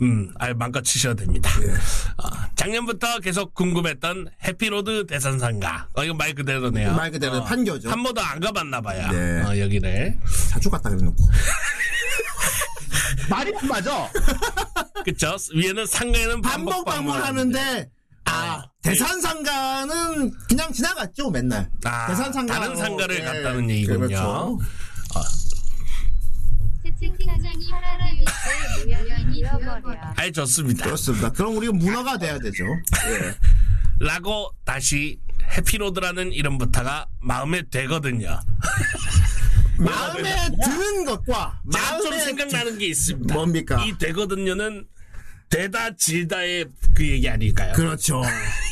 음, 아, 마음껏 치셔도 됩니다. 예. 아, 작년부터 계속 궁금했던 해피로드 대산상가. 어, 이거 말 그대로네요. 말 그대로 어, 판교죠. 한 번도 안 가봤나 봐요. 네. 어, 여기를. 자주 갔다 그래놓고. 말이 안 맞아. 그쵸? 위에는 상가에는 반복 반복 방문하는데 아 대산상가는 그냥 지나갔죠 맨날. 아, 대산상가 다른 상가를 예. 갔다는 얘기군요. 그렇죠. 채팅창이 하라를 위해 우연히 잃어버려. 아이, 좋습니다. 그렇습니다. 그럼 우리가 문화가 돼야 되죠. 예. 라고 다시 해피로드라는 이름부터가 마음에 되거든요. 마음에 드는 것과 제가 좀 마음에 생각나는 게 있습니다. 뭡니까? 이 되거든요는 되다 질다의 그 얘기 아닐까요? 그렇죠.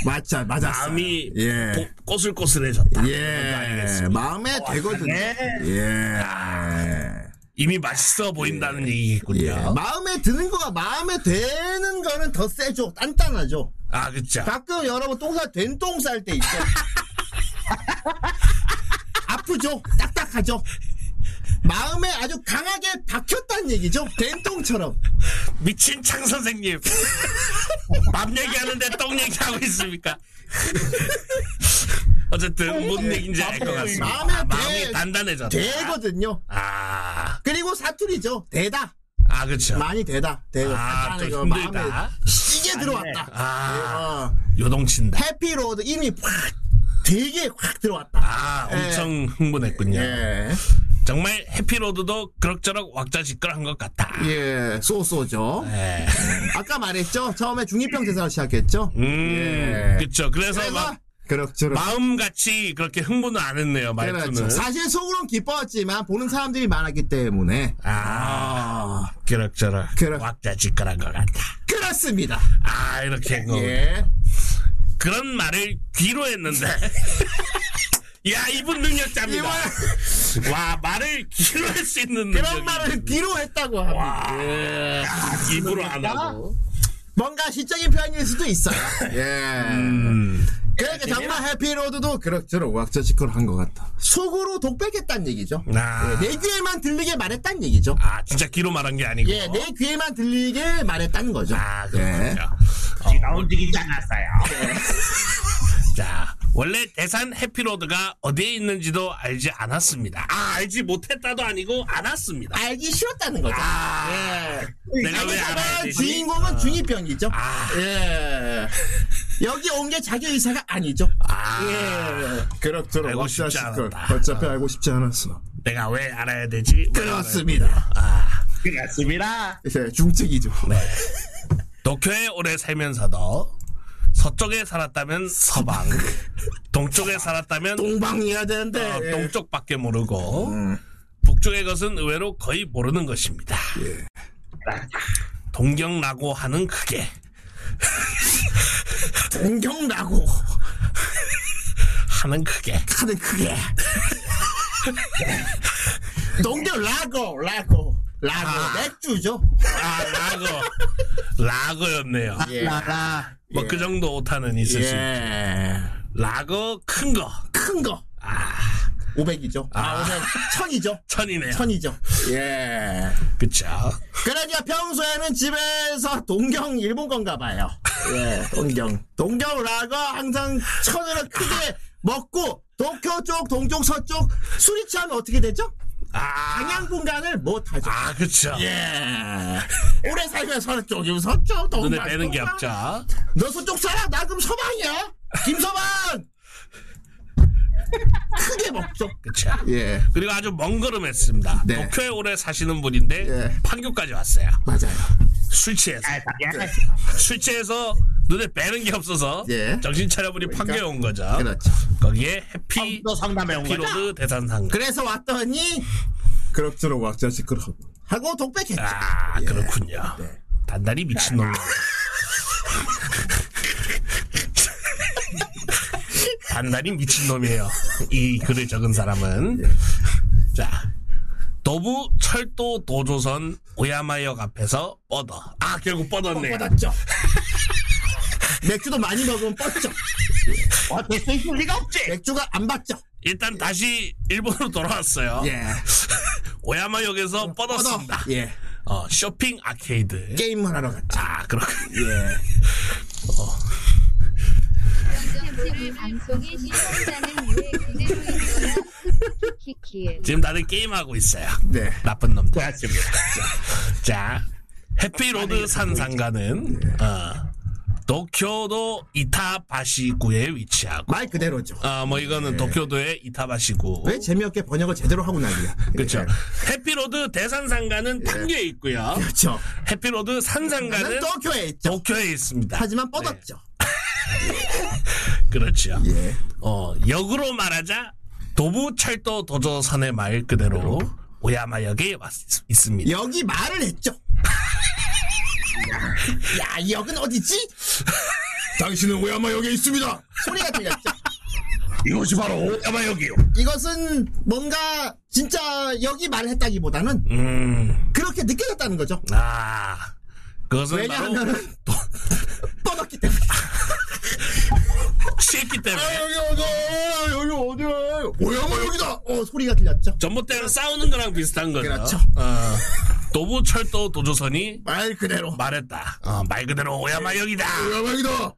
맞자 맞아. 마음이 예. 고- 꼬슬꼬슬해졌다. 어, 네. 그런 거 예. 아니겠습니까? 마음에 되거든요. 예. 아, 이미 맛있어 보인다는 얘기겠군요. 예. 마음에 드는 거가 마음에 되는 거는 더 세죠. 단단하죠. 아, 그쵸. 가끔 여러분 똥살 된똥 쌀 때 있죠. 아프죠. 딱딱하죠. 마음에 아주 강하게 박혔다는 얘기죠. 된똥처럼. 미친 창 선생님. 밥 얘기하는데 똥 얘기하고 있습니까? 어쨌든 뭔 얘기인지 알 것 같습니다. 예. 마음에 아, 마음이 대- 단단해졌다. 되거든요. 아, 그리고 사투리죠. 되다. 아, 그쵸. 많이 되다. 되다. 아, 약간의 좀 그 힘들다. 시계 들어왔다. 아, 어, 요동친다. 해피로드 이미 확 되게 확 들어왔다. 아, 예. 엄청 흥분했군요. 예. 정말 해피로드도 그럭저럭 왁자지껄한 것 같다. 예. 소소죠. 예. 아까 말했죠. 처음에 중이병 대사로 시작했죠. 음, 예. 그쵸. 그래서 그래서 네, 막 그렇죠. 마음같이 그렇게 흥분을 안 했네요, 말투는. 그렇죠. 사실 속으론 기뻤지만 보는 사람들이 많았기 때문에 아, 그럭저럭 그럭- 왁자지껄한 것 같다. 그렇습니다. 아, 이렇게 뭐 예. 그런 말을 귀로 했는데. 야, 이분 능력자입니다. 와, 말을 귀로 할 수 있는 능력. 그런 말을 뒤로 했다고 합니다. 예. 아, 입으로 안 하고. 뭔가 시적인 표현일 수도 있어요. 예. 음. 그러니까 정말 해피로드도 그럭저럭 왁자지껄 한것 같다. 속으로 독백했단 얘기죠. 아, 예, 내 귀에만 들리게 말했단 얘기죠. 아, 진짜 귀로 말한 게 아니고. 예, 내 귀에만 들리게 말했다는 거죠. 아, 예. 그렇군요. 지가 움직이지 않았어요. 자, 원래 대산 해피로드가 어디에 있는지도 알지 않았습니다. 아, 알지 못했다도 아니고 않았습니다. 알기 싫었다는 거죠. 예. 내가 왜 아, 알아야 여기서만 되지? 주인공은 중이병이죠. 아. 예. 여기 온 게 자기 의사가 아니죠. 아, 예. 그럭저럭 알고 싶지 않았다. 어차피 알고 싶지 않았어. 내가 왜 알아야 되지? 왜 알아야 그렇습니다. 그렇습니다. 예, 중증이죠. 네. 도쿄에 오래 살면서도 서쪽에 살았다면 서방, 동쪽에 살았다면 아, 동방이어야 되는데. 어, 예. 동쪽밖에 모르고 음. 북쪽의 것은 의외로 거의 모르는 것입니다. 예. 동경라고 하는 크게 동경라고 하는 크게 하는 그게. 동경라고, 라고, 라고. 맥주죠. 아 라거 라거였네요. 예. 라라. 뭐 그 정도 오타는 있을 수 있죠. 예. 라거 큰 거 큰 거. 아. 500이죠. 아, 500. 1000이죠. 천이네요. 1000이죠. 예. 그쵸? 그러니까 평소에는 집에서 동경 일본 건가 봐요. 예, 동경. 동경 라거 항상 천으로 크게 먹고 도쿄 쪽, 동쪽, 서쪽 술이 취하면 어떻게 되죠? 아, 방향 공간을 못 하죠. 아 그쵸? 예. 오래 살면 서쪽이면 서쪽, 동방. 눈에 뵈는 게 동방. 없죠. 너 서쪽 살아? 나 그럼 서방이야. 김서방. 크게 먹죠. 그쵸? 예, 그리고 아주 먼 걸음했습니다. 네. 도쿄에 오래 사시는 분인데 예. 판교까지 왔어요. 맞아요. 술 취해서 술 취해서 눈에 뵈는 게 없어서 예. 정신 차려보니 판교에 온 거죠. 그렇죠. 거기에 해피 어, 너 상담해 온 거야. 피로드 대산상. 그래서 왔더니 그럭저럭 왁자 시끄럽고 하고 독백했죠. 아 예. 그렇군요. 단단히 미친놈. 단단히 미친놈이에요. 이 글을 적은 사람은 예. 자 도부 철도 도조선 오야마역 앞에서 뻗어. 아 결국 뻗었네요. 뻗었죠. 맥주도 많이 먹으면 뻗죠. 어, 됐어 있을 리가 없지. 맥주가 안 받죠. 일단 다시 일본으로 돌아왔어요. 예. 오야마역에서 뻗었습니다. 뻗어. 예. 어, 쇼핑 아케이드. 게임을 하러 갔죠. 아 그렇군. 예. 를 방송에 실현자는 왜 그대로인 거야? 키키키. 지금 다들 게임 하고 있어요. 네. 나쁜 놈들. 그렇습니다. 자, 해피로드 산 상가는 네. 어, 도쿄도 이타바시구에 위치하고, 말 그대로죠. 아 뭐 네. 이거는 도쿄도의 이타바시구. 왜 재미없게 번역을 제대로 하고 난리야. 그렇죠. 네. 예. 해피로드 대산 상가는 판교에 있고요. 그렇죠. 해피로드 산 나는 상가는 도쿄에 있죠. 도쿄에 있습니다. 하지만 뻗었죠. 그렇죠. 예. 어, 역으로 말하자 도부 철도 도조선의 말 그대로 오야마역에 왔, 있습니다. 여기 말을 했죠. 야, 야, 이 역은 어디지? 당신은 오야마 역에 있습니다. 소리가 들렸죠. 이것이 바로 오야마 역이요. 이것은 뭔가 진짜 여기 말을 했다기보다는 음, 그렇게 느껴졌다는 거죠. 아, 네, 그것은 바로 왜냐하면 뻗었기 때문에. 취했기 때문에 어디야? 여기 어디야? 오야마 여기다. 어 소리가 들렸죠. 전봇대랑 싸우는 거랑 비슷한 거죠. 그렇죠. 어, 도부 철도 도조선이 말 그대로. 말했다. 어, 말 그대로 오야마 역이다. 오야마이다.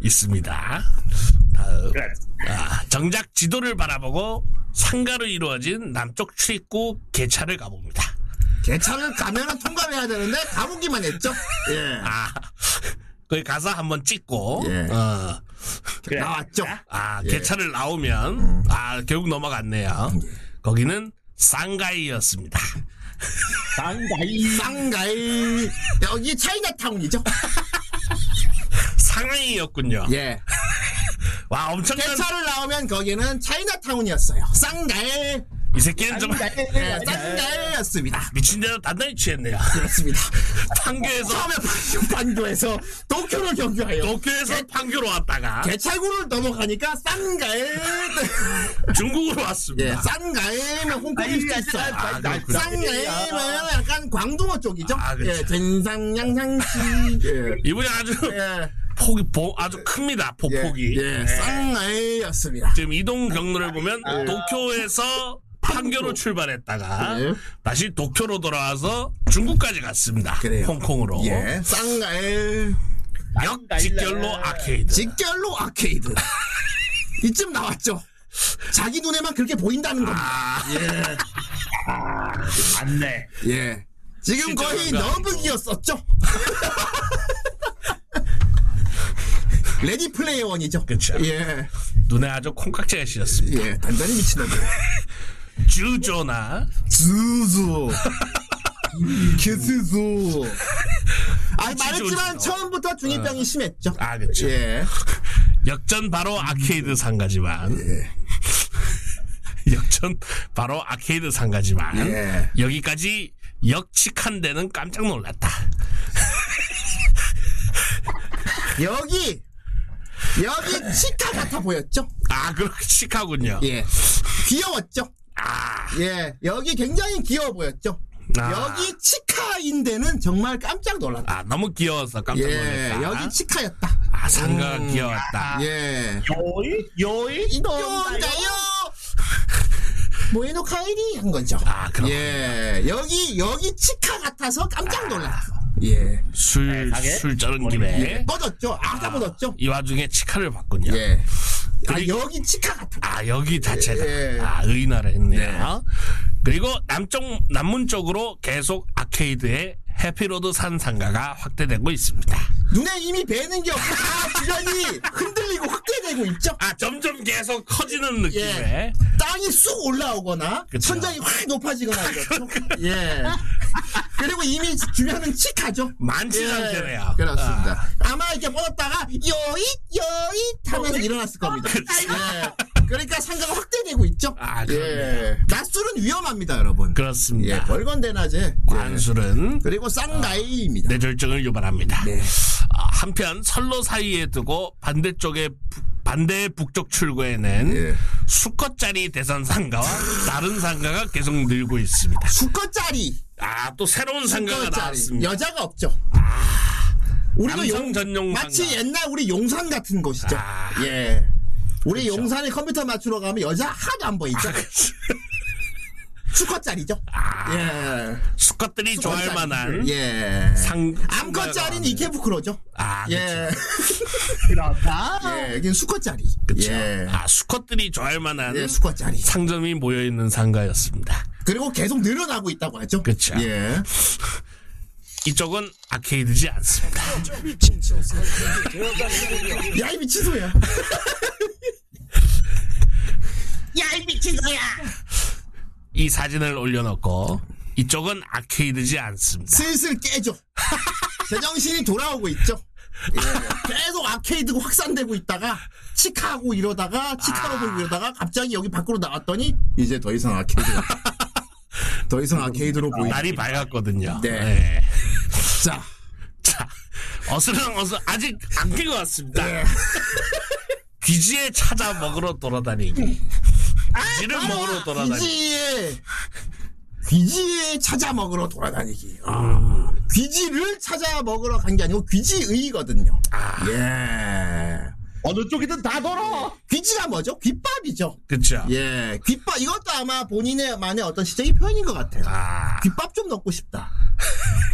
있습니다. 다음. 아, 정작 지도를 바라보고 상가로 이루어진 남쪽 출입구 개차를 가봅니다. 개차를 가면은 통과해야 되는데 가보기만 했죠. 예. 아, 거기 가서 한번 찍고, 예. 어, 나왔죠. 아, 개차를 나오면, 아, 결국 넘어갔네요. 예. 거기는 상가이였습니다. 상가이 상가이 여기 차이나타운이죠. 상하이였군요. 예. 와, 엄청난, 개차를 나오면 거기는 차이나타운이었어요. 예, 쌍가이. 이 새끼는 좀 예, 쌍가이였습니다. 미친 대로 단단히 취했네요. 그렇습니다. 판교에서, 처음에 반교에서 예. 도쿄를 경유하여 도쿄에서 판교로 왔다가 예. 개찰구를 넘어가니까 쌍가에 중국으로 왔습니다. 예, 쌍가에면 홍콩일 수 있어. 아, 그렇구나. 쌍가에면 약간 광둥어 쪽이죠. 아, 그렇죠. 예, 된상 양상시. 예. 이분이 아주 예. 폭이, 보- 아주 큽니다, 예, 보폭이. 예, 쌍가에였습니다. 지금 이동 경로를 보면 도쿄에서 판교로 출발했다가 예. 다시 도쿄로 돌아와서 중국까지 갔습니다. 그래요. 홍콩으로. 예, 쌍가에 역 직결로 아케이드. 직결로 아케이드. 이쯤 나왔죠. 자기 눈에만 그렇게 보인다는 겁니다. 아, 맞네. 예. 지금 거의 진짜 그런가? 너브기였었죠. 레디 플레이어 원이죠. 그쵸. 예. 눈에 아주 콩깍지가 씌었습니다. 예, 단단히 미친놈. 주조나 주수. 기수수. 아니 말했지만 어. 처음부터 중이병이 심했죠. 아, 그쵸. 예. 역전 바로 아케이드 상가지만 역전 바로 아케이드 상가지만 예. 여기까지 역칙한 데는 깜짝 놀랐다. 여기 여기 치카 같아 보였죠. 아 그렇게 하군요 예. 귀여웠죠. 아, 예. 여기 굉장히 귀여워 보였죠. 아. 여기 치카인데는 정말 깜짝 놀랐다. 아, 너무 귀여워서 깜짝 예. 놀랐다. 여기 치카였다. 아 상가 가 귀여웠다. 예. 요이 요이 요인가요? 모에노 카이리 한 거죠. 아 그럼 예. 여기 여기 치카 같아서 깜짝 놀랐어. 예. 술술 쩌는 김에 뻗었죠. 아다 뻗었죠. 이 와중에 치카를 봤군요. 예. 아 그리고- 여기 치카 같아. 아 여기 자체가 예. 아 의나라 했네요. 그리고 남쪽 남문 쪽으로 계속 아케이드의 해피로드 산 상가가 확대되고 있습니다. 눈에 이미 배는 게 없고 다 주변이 흔들리고 확대되고 있죠. 아 점점 계속 커지는 예. 느낌의 땅이 쑥 올라오거나 그쵸. 천장이 확 높아지거나 이렇죠. 예. 그리고 이미 주변은 치카죠. 많지 예. 않잖아요. 그렇습니다. 아. 마 이렇게 뻗었다가 요잇 요잇 하면서 일어났을 겁니다. 예. 그러니까 상가가 확대되고 있죠. 아, 예. 그렇네요. 낮술은 위험합니다, 여러분. 예, 그렇습니다. 벌건 대낮에 예. 관술은 그리고 쌍 나이입니다. 뇌졸중을 유발합니다. 네. 아, 한편 선로 사이에 두고 반대쪽에 부- 반대 북쪽 출구에는 예. 수컷짜리 대선 상가와 다른 상가가 계속 늘고 있습니다. 수컷짜리 아 또 새로운 상가가 수컷짜리. 나왔습니다. 아, 여자가 없죠. 우리도 남성 전용 마치 상가. 옛날 우리 용산 같은 곳이죠. 아. 그렇죠. 예. 우리 용산에 컴퓨터 맞추러 가면 여자 하나도 안 아, 보이죠. 수컷짜리죠. 예. 수컷들이 아, 좋아할 수컷짜리. 만한 예. 상 암컷짜리는 상가가 이케부쿠로죠. 아, 예. 그렇다. 예. 여긴 수컷짜리. 그쵸. 예. 아, 수컷들이 좋아할 만한 예, 수컷짜리. 상점이 모여 있는 상가였습니다. 그리고 계속 늘어나고 있다고 하죠. 그쵸. 예. 이쪽은 아케이드지 않습니다. 야, 이 미친 소야. 이 사진을 올려놓고 이쪽은 아케이드지 않습니다. 슬슬 깨죠. 제정신이 돌아오고 있죠. 예. 계속 아케이드가 확산되고 있다가 치카고 이러다가 치카로 보고 이러다가 갑자기 여기 밖으로 나왔더니 이제 더 이상 아케이드가 더 이상 아케이드로 보이. 날이 밝았거든요. 네. 예. 자, 자, 어스렁 어스 아직 안 낀 것 같습니다. 네. 귀지에 찾아 먹으러 돌아다니기. 귀지를 먹으러 돌아다니기. 귀지에 귀지에 찾아 먹으러 돌아다니기. 어. 귀지를 찾아 먹으러 간 게 아니고 귀지의거든요. 예. 어느 쪽이든 다 돌아. 귀지가 뭐죠? 귓밥이죠. 그쵸. 예, 귓밥 이것도 아마 본인의만의 어떤 시적인 표현인 것 같아요. 아. 귓밥 좀 넣고 싶다.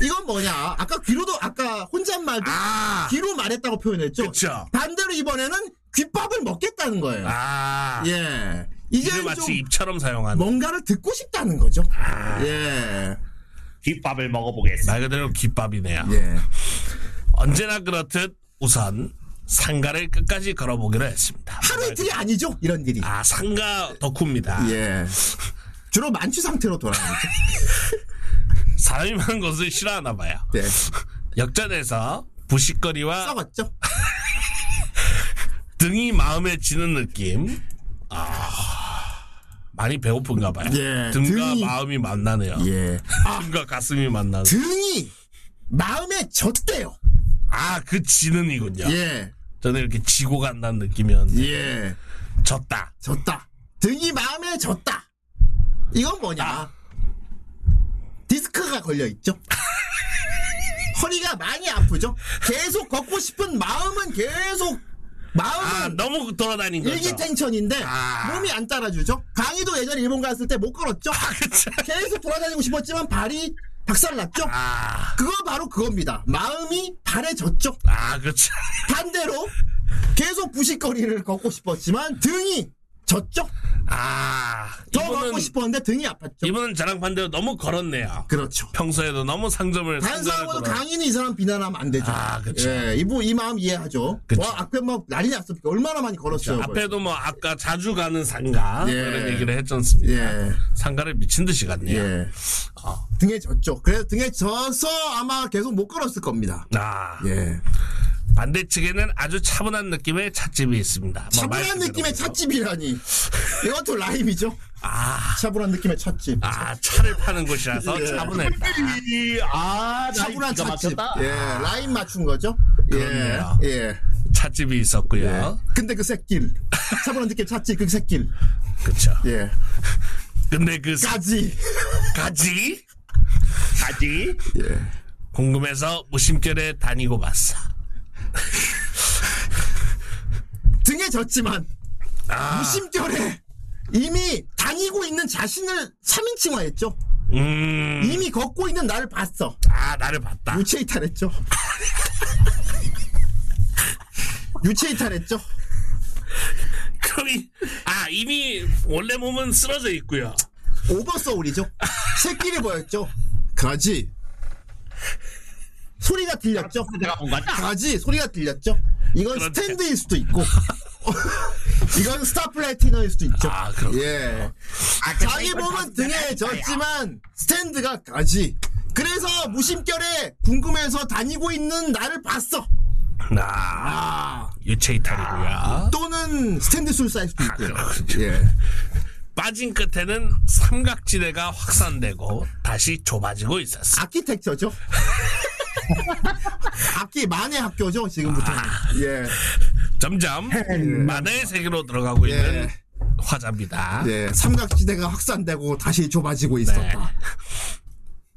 이건 뭐냐? 아까 귀로도 아까 혼잣말도 아. 귀로 말했다고 표현했죠. 그쵸. 반대로 이번에는 귓밥을 먹겠다는 거예요. 아. 뭐? 예, 이를 아. 이제는 좀 마치 입처럼 사용하는. 뭔가를 듣고 싶다는 거죠. 예, 뒷밥을 먹어보겠습니다. 말 그대로 귓밥이네요. 예, 언제나 그렇듯 우선 상가를 끝까지 걸어보기로 했습니다. 하루 이틀이 아니죠 이런 일이. 아 상가 덕후입니다. 예. 주로 만취 상태로 돌아가죠. 사람이 많은 것을 싫어하나 봐요. 네. 역전에서 부식거리와 썩었죠. 아. 등이 마음에 지는 느낌. 아, 많이 배고픈가 봐요. 예, 등과 등이- 마음이 만나네요. 예. 등과 가슴이 만나는. 등이 마음에 젖대요. 아, 그 지는이군요. 예, 저는 이렇게 지고 간다는 느낌이었는데 예. 졌다. 졌다. 등이 마음에 졌다. 이건 뭐냐? 아. 디스크가 걸려 있죠. 허리가 많이 아프죠. 계속 걷고 싶은 마음은 계속 아, 마음은 너무 돌아다닌 거죠. 일기탱천인데 아. 몸이 안 따라주죠. 강의도 예전 에 일본 갔을 때 못 걸었죠. 계속 돌아다니고 싶었지만 발이 박살났죠. 아, 그거 바로 그겁니다. 마음이 발에 졌죠. 아, 그렇죠. 반대로 계속 부식거리를 걷고 싶었지만 등이 저쪽 아, 더 먹고 이분은, 싶었는데 등이 아팠죠. 이분은 저랑 반대로 너무 걸었네요. 그렇죠. 평소에도 너무 상점을 다른 상점을 사람하고 걸어요. 강인이 이 사람 비난하면 안 되죠. 아, 그쵸. 예, 이분 이 마음 이해하죠. 그쵸. 와 앞에 막 난리 났습니까? 얼마나 많이 걸었어요. 벌써. 앞에도 뭐 아까 자주 가는 상가 예. 그런 얘기를 했지 않습니까? 예. 상가를 미친 듯이 갔네요. 예. 아. 등에 졌죠. 그래서 등에 져서 아마 계속 못 걸었을 겁니다. 아, 예. 반대측에는 아주 차분한 느낌의 찻집이 있습니다. 뭐 차분한 말씀 느낌의 들어보죠. 찻집이라니. 이것도 라임이죠. 아, 차분한 느낌의 찻집. 아, 차를 파는 곳이라서 예. 차분했다. 아, 나 차분한 기가 찻집. 막혔다. 예, 라임 맞춘 거죠. 그렇네요. 예, 예. 찻집이 있었고요. 근데 그 새길. 차분한 느낌 의 찻집 그 새길. 그렇죠. 예. 근데 그 사- 까지. 가지 가지 예. 궁금해서 무심결에 다니고 봤어. 등에 졌지만 무심결에 이미 다니고 있는 자신을 3인칭화했죠. 음, 이미 걷고 있는 나를 봤어. 아 나를 봤다. 유체 이탈했죠. 유체 이탈했죠. 그럼 이, 아 이미 원래 몸은 쓰러져 있고요. 오버소울이죠. 새끼를 보였죠. 가지. 소리가 들렸죠. 내가 본 거다. 가지 소리가 들렸죠. 이건 그런데. 스탠드일 수도 있고. 이건 스타플래티너일 수도 있죠. 아, 그렇군요. 예. 그 자기 몸은 등에 졌지만 스탠드가 가지. 그래서 무심결에 궁금해서 다니고 있는 나를 봤어. 아 유체 이탈이고요. 또는 스탠드 술사일 수도 있고요. 아, 그렇군요. 예. 빠진 끝에는 삼각지대가 확산되고 다시 좁아지고 있었어. 아키텍처죠. 악기 만의 학교죠 지금부터. 아. 는 예. 점점 만화의 세계로 들어가고 있는 예. 화자입니다. 네, 삼각지대가 확산되고 다시 좁아지고 있었다. 네.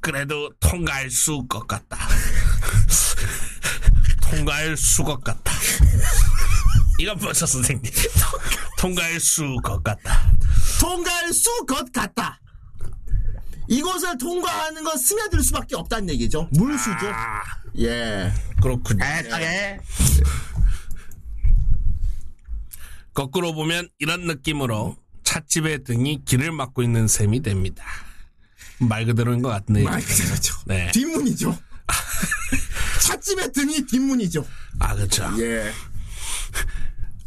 그래도 통과할 수 것 같다. 통과할 수것 같다. 이건 뭐죠 선생님? 통과할 수것 같다. 통과할 수 것 같다. 이곳을 통과하는 건 스며들 수밖에 없다는 얘기죠. 물수죠. 아. 예. 그렇군요. 세상에. 거꾸로 보면 이런 느낌으로 찻집의 등이 길을 막고 있는 셈이 됩니다. 말 그대로인 것 같네요. 말 그대로죠. 네. 뒷문이죠. 찻집의 등이 뒷문이죠. 아 그렇죠. 예.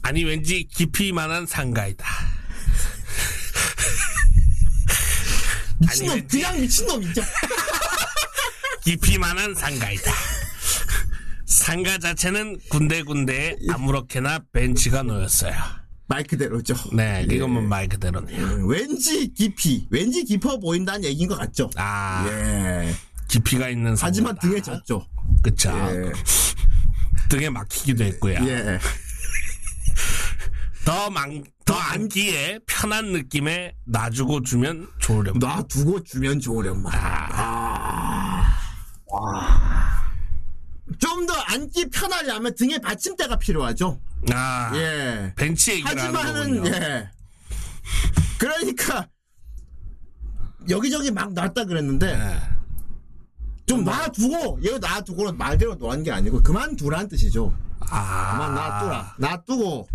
아니 왠지 깊이만한 상가이다. 아니, 미친놈, 왠지- 그냥 미친놈이죠. 깊이만한 상가이다. 상가 자체는 군데군데 아무렇게나 벤치가 놓였어요. 말 그대로죠. 네, 예. 이건 뭐말 그대로네요. 왠지 깊이, 왠지 깊어 보인다는 얘기인 것 같죠. 아, 예. 깊이가 있는 상가. 하지만 등에 졌죠. 그쵸. 예. 등에 막히기도 했고요. 예. 더 망, 더 안기에 편한 느낌에 놔주고 주면 좋으렴. 놔두고 주면 좋으련만. 아. 아. 좀 더 앉기 편하려면 등에 받침대가 필요하죠. 아, 예. 벤치 얘기를 하는 하지만은 거군요. 예. 그러니까 여기저기 막 놨다 그랬는데 네. 좀 놔두고 얘 놔두고는 말대로 놓은 게 아니고 그만 두라는 뜻이죠. 아, 그만 놔두라. 놔두고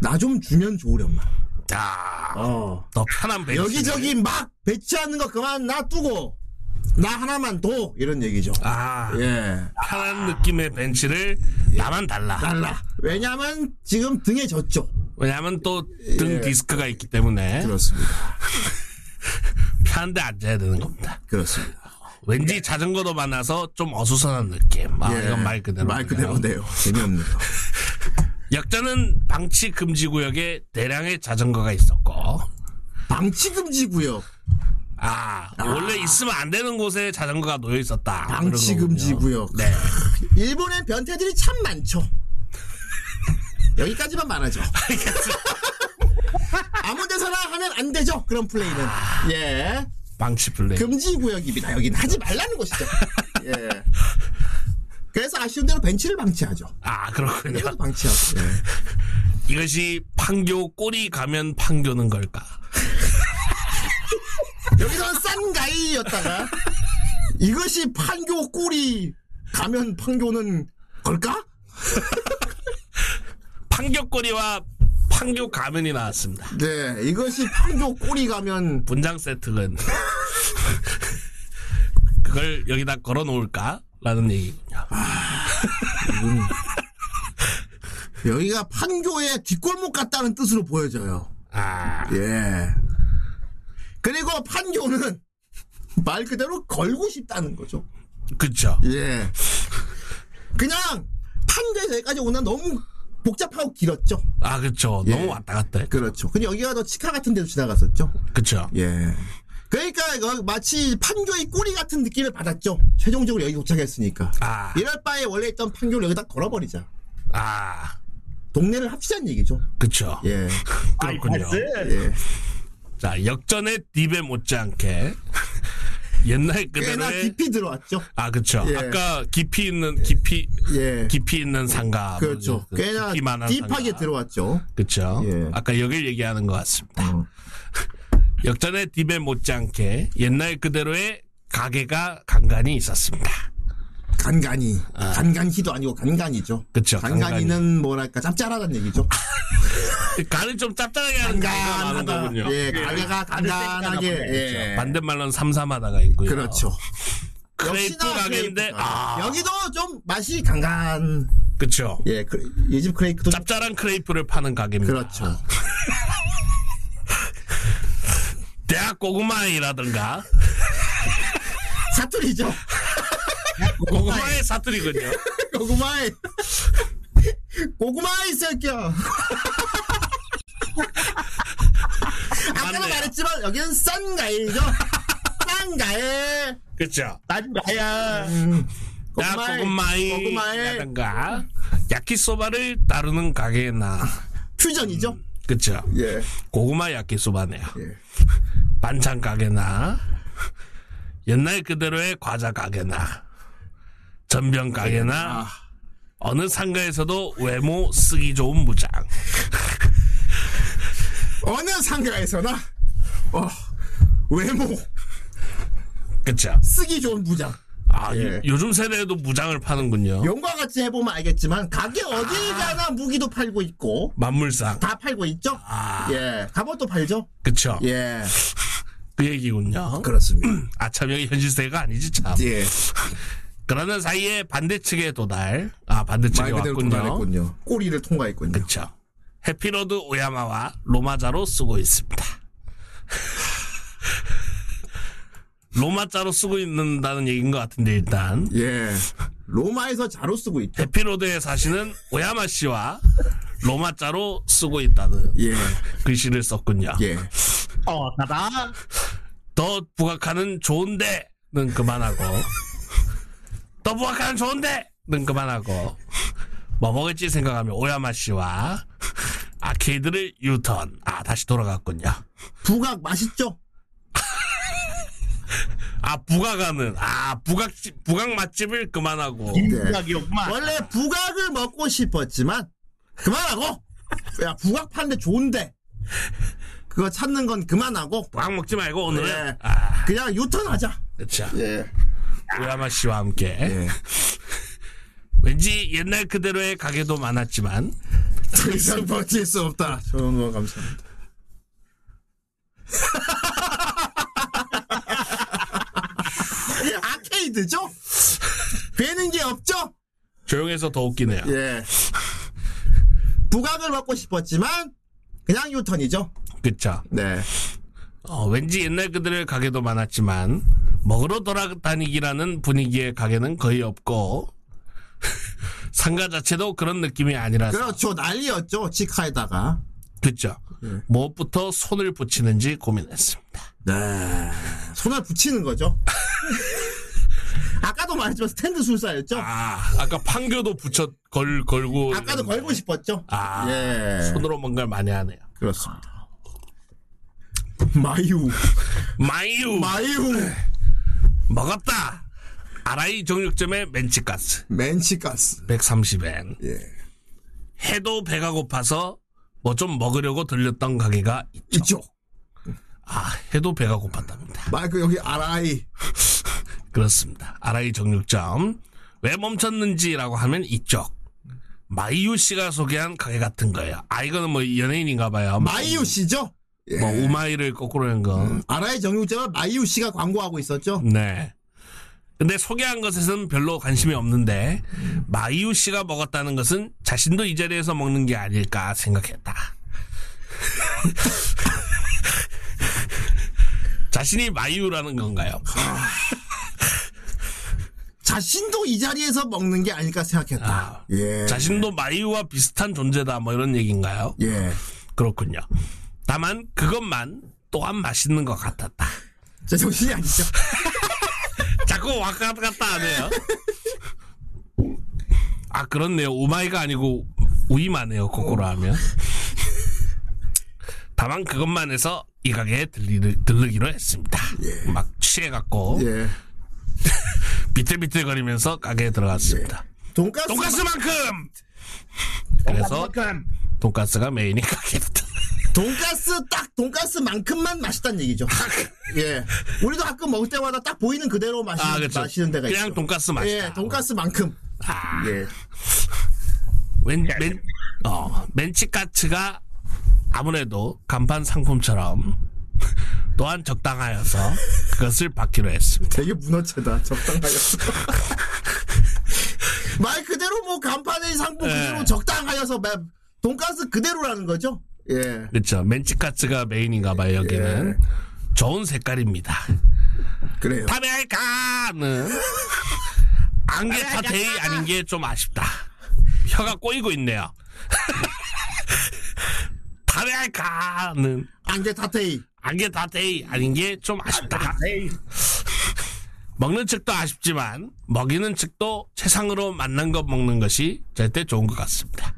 나 좀 주면 좋으련만. 아, 어. 더 편한 벤치. 여기저기 막 배치하는 거 그만 놔두고 나 하나만 둬 이런 얘기죠. 아, 예. 편한 느낌의 벤치를 나만 달라. 달라. 왜냐면 지금 등에 졌죠. 왜냐면 또 등 예. 그렇죠. 디스크가 있기 때문에 그렇습니다. 편한데 앉아야 되는 겁니다. 그렇습니다. 왠지 자전거도 많아서 좀 어수선한 느낌. 아, 예. 이건 말 그대로. 말 그대로네요. 네. 재미없네요. 역전은 방치 금지 구역에 대량의 자전거가 있었고, 방치금지구역. 아, 원래 있으면 안 되는 곳에 자전거가 놓여 있었다. 방치 아, 그런 거군요. 금지구역. 네. 일본엔 변태들이 참 많죠. 여기까지만 말하죠. 아무 데서나 하면 안 되죠. 그런 플레이는. 예. 방치 플레이. 금지구역입니다. 여긴 하지 말라는 곳이죠. 예. 그래서 아쉬운 대로 벤치를 방치하죠. 아, 그렇군요. 이것도 방치하고. 예. 이것이 판교 꼬리 가면 판교는 걸까? 여기서는 싼가이였다가 이것이 판교 꿀이 가면 판교는 걸까? 판교 꼬리와 판교 가면이 나왔습니다. 네, 이것이 판교 꼬리 가면 분장 세트는 그걸 여기다 걸어 놓을까라는 얘기군요. 여기가 판교의 뒷골목 같다는 뜻으로 보여져요. 아, 예. 그리고 판교는 말 그대로 걸고 싶다는 거죠. 그쵸. 예. 그냥 판교에서 여기까지 오나 너무 복잡하고 길었죠. 아, 그쵸. 예. 너무 왔다 갔다 해. 그렇죠. 근데 여기가 더 치카 같은 데도 지나갔었죠. 그쵸. 예. 그러니까 이거 마치 판교의 꼬리 같은 느낌을 받았죠. 최종적으로 여기 도착했으니까. 아, 이럴 바에 원래 있던 판교를 여기다 걸어버리자. 아, 동네를 합시자는 얘기죠. 그쵸. 예. 그렇군요. 네. 예. 자, 역전의 딥에 못지않게 옛날 예, 꽤나 그대로의 깊이 들어왔죠. 아, 그쵸. 예. 아까 깊이 있는, 깊이, 예. 깊이 있는 상가. 그렇죠. 그 꽤나 깊이만한 딥하게 상가. 들어왔죠. 어. 그쵸. 예. 아까 여길 얘기하는 것 같습니다. 역전의 딥에 못지않게 옛날 그대로의 가게가 간간히 있었습니다. 간간히. 간간히도 아니고 간간이죠. 그쵸, 간간히는 뭐랄까 짭짤하다는 얘기죠. 간을 좀 짭짤하게 하는 아, 가게가 많은 간간하다. 거군요. 예, 가게가 간간하게. 예. 반대말로는 삼삼하다가 있고요. 그렇죠. 크레이프 가게인데 크레이프 아, 가게. 여기도 좀 맛이 간간. 그쵸. 예, 그, 이집 크레이크도 좀- 짭짤한 크레이프를 파는 가게입니다. 그렇죠. 대학 고구마이라든가 사투리죠. 고구마의 사투리군요. 고구마에 고구마에 이 새끼야. 아까도 맞네요. 말했지만 여기는 싼 과일이죠. 싼 과일. 그렇죠. 난 나야. 대학 고구마에 고구마이라든가 야키소바를 다루는 가게나 퓨전이죠. 그렇죠. 예. 고구마 야키소바네요. 예. 반찬 가게나 옛날 그대로의 과자 가게나 전병 아. 가게나 어느 상가에서도 외모 쓰기 좋은 무장. 어느 상가에서나 어, 외모 그렇죠. 쓰기 좋은 부장. 아 예. 요, 즘 세대에도 무장을 파는군요. 용과 같이 해보면 알겠지만 가게 어디 가나 무기도 팔고 있고 만물상. 다 팔고 있죠. 아. 예. 갑옷도 팔죠. 그쵸. 예. 음. 그 얘기군요. 그렇습니다. 아, 참, 여기 현실세가 아니지, 참. 예. 그러는 사이에 반대측에 도달. 아, 반대측에 말 그대로 왔군요. 도달했군요. 꼬리를 통과했군요. 그쵸. 해피로드 오야마와 로마자로 쓰고 있습니다. 로마자로 쓰고 있는다는 얘기인 것 같은데, 일단. 예. 로마에서 자로 쓰고 있죠. 해피로드에 사시는 오야마 씨와 로마자로 쓰고 있다는 예. 글씨를 썼군요. 예. 어, 나다. 더 부각하는 좋은데는 그만하고 더 부각하는 좋은데는 그만하고 뭐 먹을지 생각하면 오야마 씨와 아케이드를 유턴 아 다시 돌아갔군요 부각 맛있죠? 아 부각하는 아 부각 부각 맛집을 그만하고 음. 인생각이었구만. 네. 원래 부각을 먹고 싶었지만, 그만하고! 야, 부각 파는데 좋은데! 그거 찾는 건 그만하고, 부각 먹지 말고 예. 오늘은 아 그냥 유턴하자! 그쵸 예. 오야마 씨와 함께 예. 왠지 옛날 그대로의 가게도 많았지만 더 이상 버틸 수 없다. 좋은 거 감사합니다. 이게 아케이드죠? 되는 게 없죠? 조용해서 더 웃기네요 예. 부각을 먹고 싶었지만 그냥 유턴이죠. 그쵸 네. 어, 왠지 옛날 그들의 가게도 많았지만 먹으러 돌아다니기라는 분위기의 가게는 거의 없고 상가 자체도 그런 느낌이 아니라서 그렇죠. 난리였죠. 치카에다가. 그렇죠. 예. 무엇부터 손을 붙이는지 고민했습니다. 네. 손을 붙이는 거죠. 아까도 말했지만 스탠드 술사였죠. 아 아까 판교도 붙여 걸 걸고 아까도 걸고 싶었죠. 아, 예. 손으로 뭔가를 많이 하네요. 그렇습니다. 마유. 마이유 마유. 먹었다. 아라이 정육점의 멘치가스 맨치가스. 130엔 예. 해도 배가 고파서 뭐 좀 먹으려고 들렸던 가게가 있죠. 이쪽. 아 해도 배가 고팠답니다. 마이크 그 여기 아라이. 그렇습니다. 아라이 정육점 왜 멈췄는지라고 하면 이쪽 마이유 씨가 소개한 가게 같은 거예요. 아 이거는 뭐 연예인인가 봐요. 마이유 씨죠? 뭐 우마이를 거꾸로 한 거. 아라의 정육점은 마이유 씨가 광고하고 있었죠? 네. 근데 소개한 것에선 별로 관심이 없는데 마이유 씨가 먹었다는 것은 자신도 이 자리에서 먹는 게 아닐까 생각했다. 자신이 마이유라는 건가요? 자신도 이 자리에서 먹는 게 아닐까 생각했다. 아, 예. 자신도 마이유와 비슷한 존재다 뭐 이런 얘기인가요? 예. 그렇군요. 다만 그것만 또한 맛있는 것 같았다. 제 정신이 아니죠? 자꾸 왔다 갔다 하네요. 아 그렇네요. 우마이가 아니고 우이마네요. 거꾸로 하면. 다만 그것만 해서 이 가게에 들리, 들르기로 했습니다. 막 취해갖고 예. 비틀비틀거리면서 가게에 들어갔습니다. 예. 돈가스. 돈가스만큼. 그래서 돈가스가 메인인 가게였다. 돈가스 딱 돈가스만큼만 맛있다는 얘기죠. 아, 예. 우리도 가끔 먹을 때마다 딱 보이는 그대로 마시는, 그- 아 그렇죠. 마시는 데가 그냥 있죠. 돈가스 맛이다. 아. 예, 돈가스만큼. 예. 웬, 맨, 어, 맨치카츠가 아무래도 간판 상품처럼 또한 적당하여서 그것을 받기로 했습니다. 되게 문어체다. 적당하여. 말 그대로 뭐 간판의 상품 그대로 예. 적당하여서 매- 돈가스 그대로라는 거죠. 예. 그렇죠. 맨치카츠가 메인인가 봐요, 여기는. 좋은 색깔입니다. 그래요. 타메알카는 안개 파테이 아닌 게 좀 아쉽다. 혀가 꼬이고 있네요. 타메알카는 안개 아, 타테이. 안개 다테이 아닌 게 좀 아쉽다. 먹는 측도 아쉽지만 먹이는 측도 세상으로 만난 것 먹는 것이 절대 좋은 것 같습니다.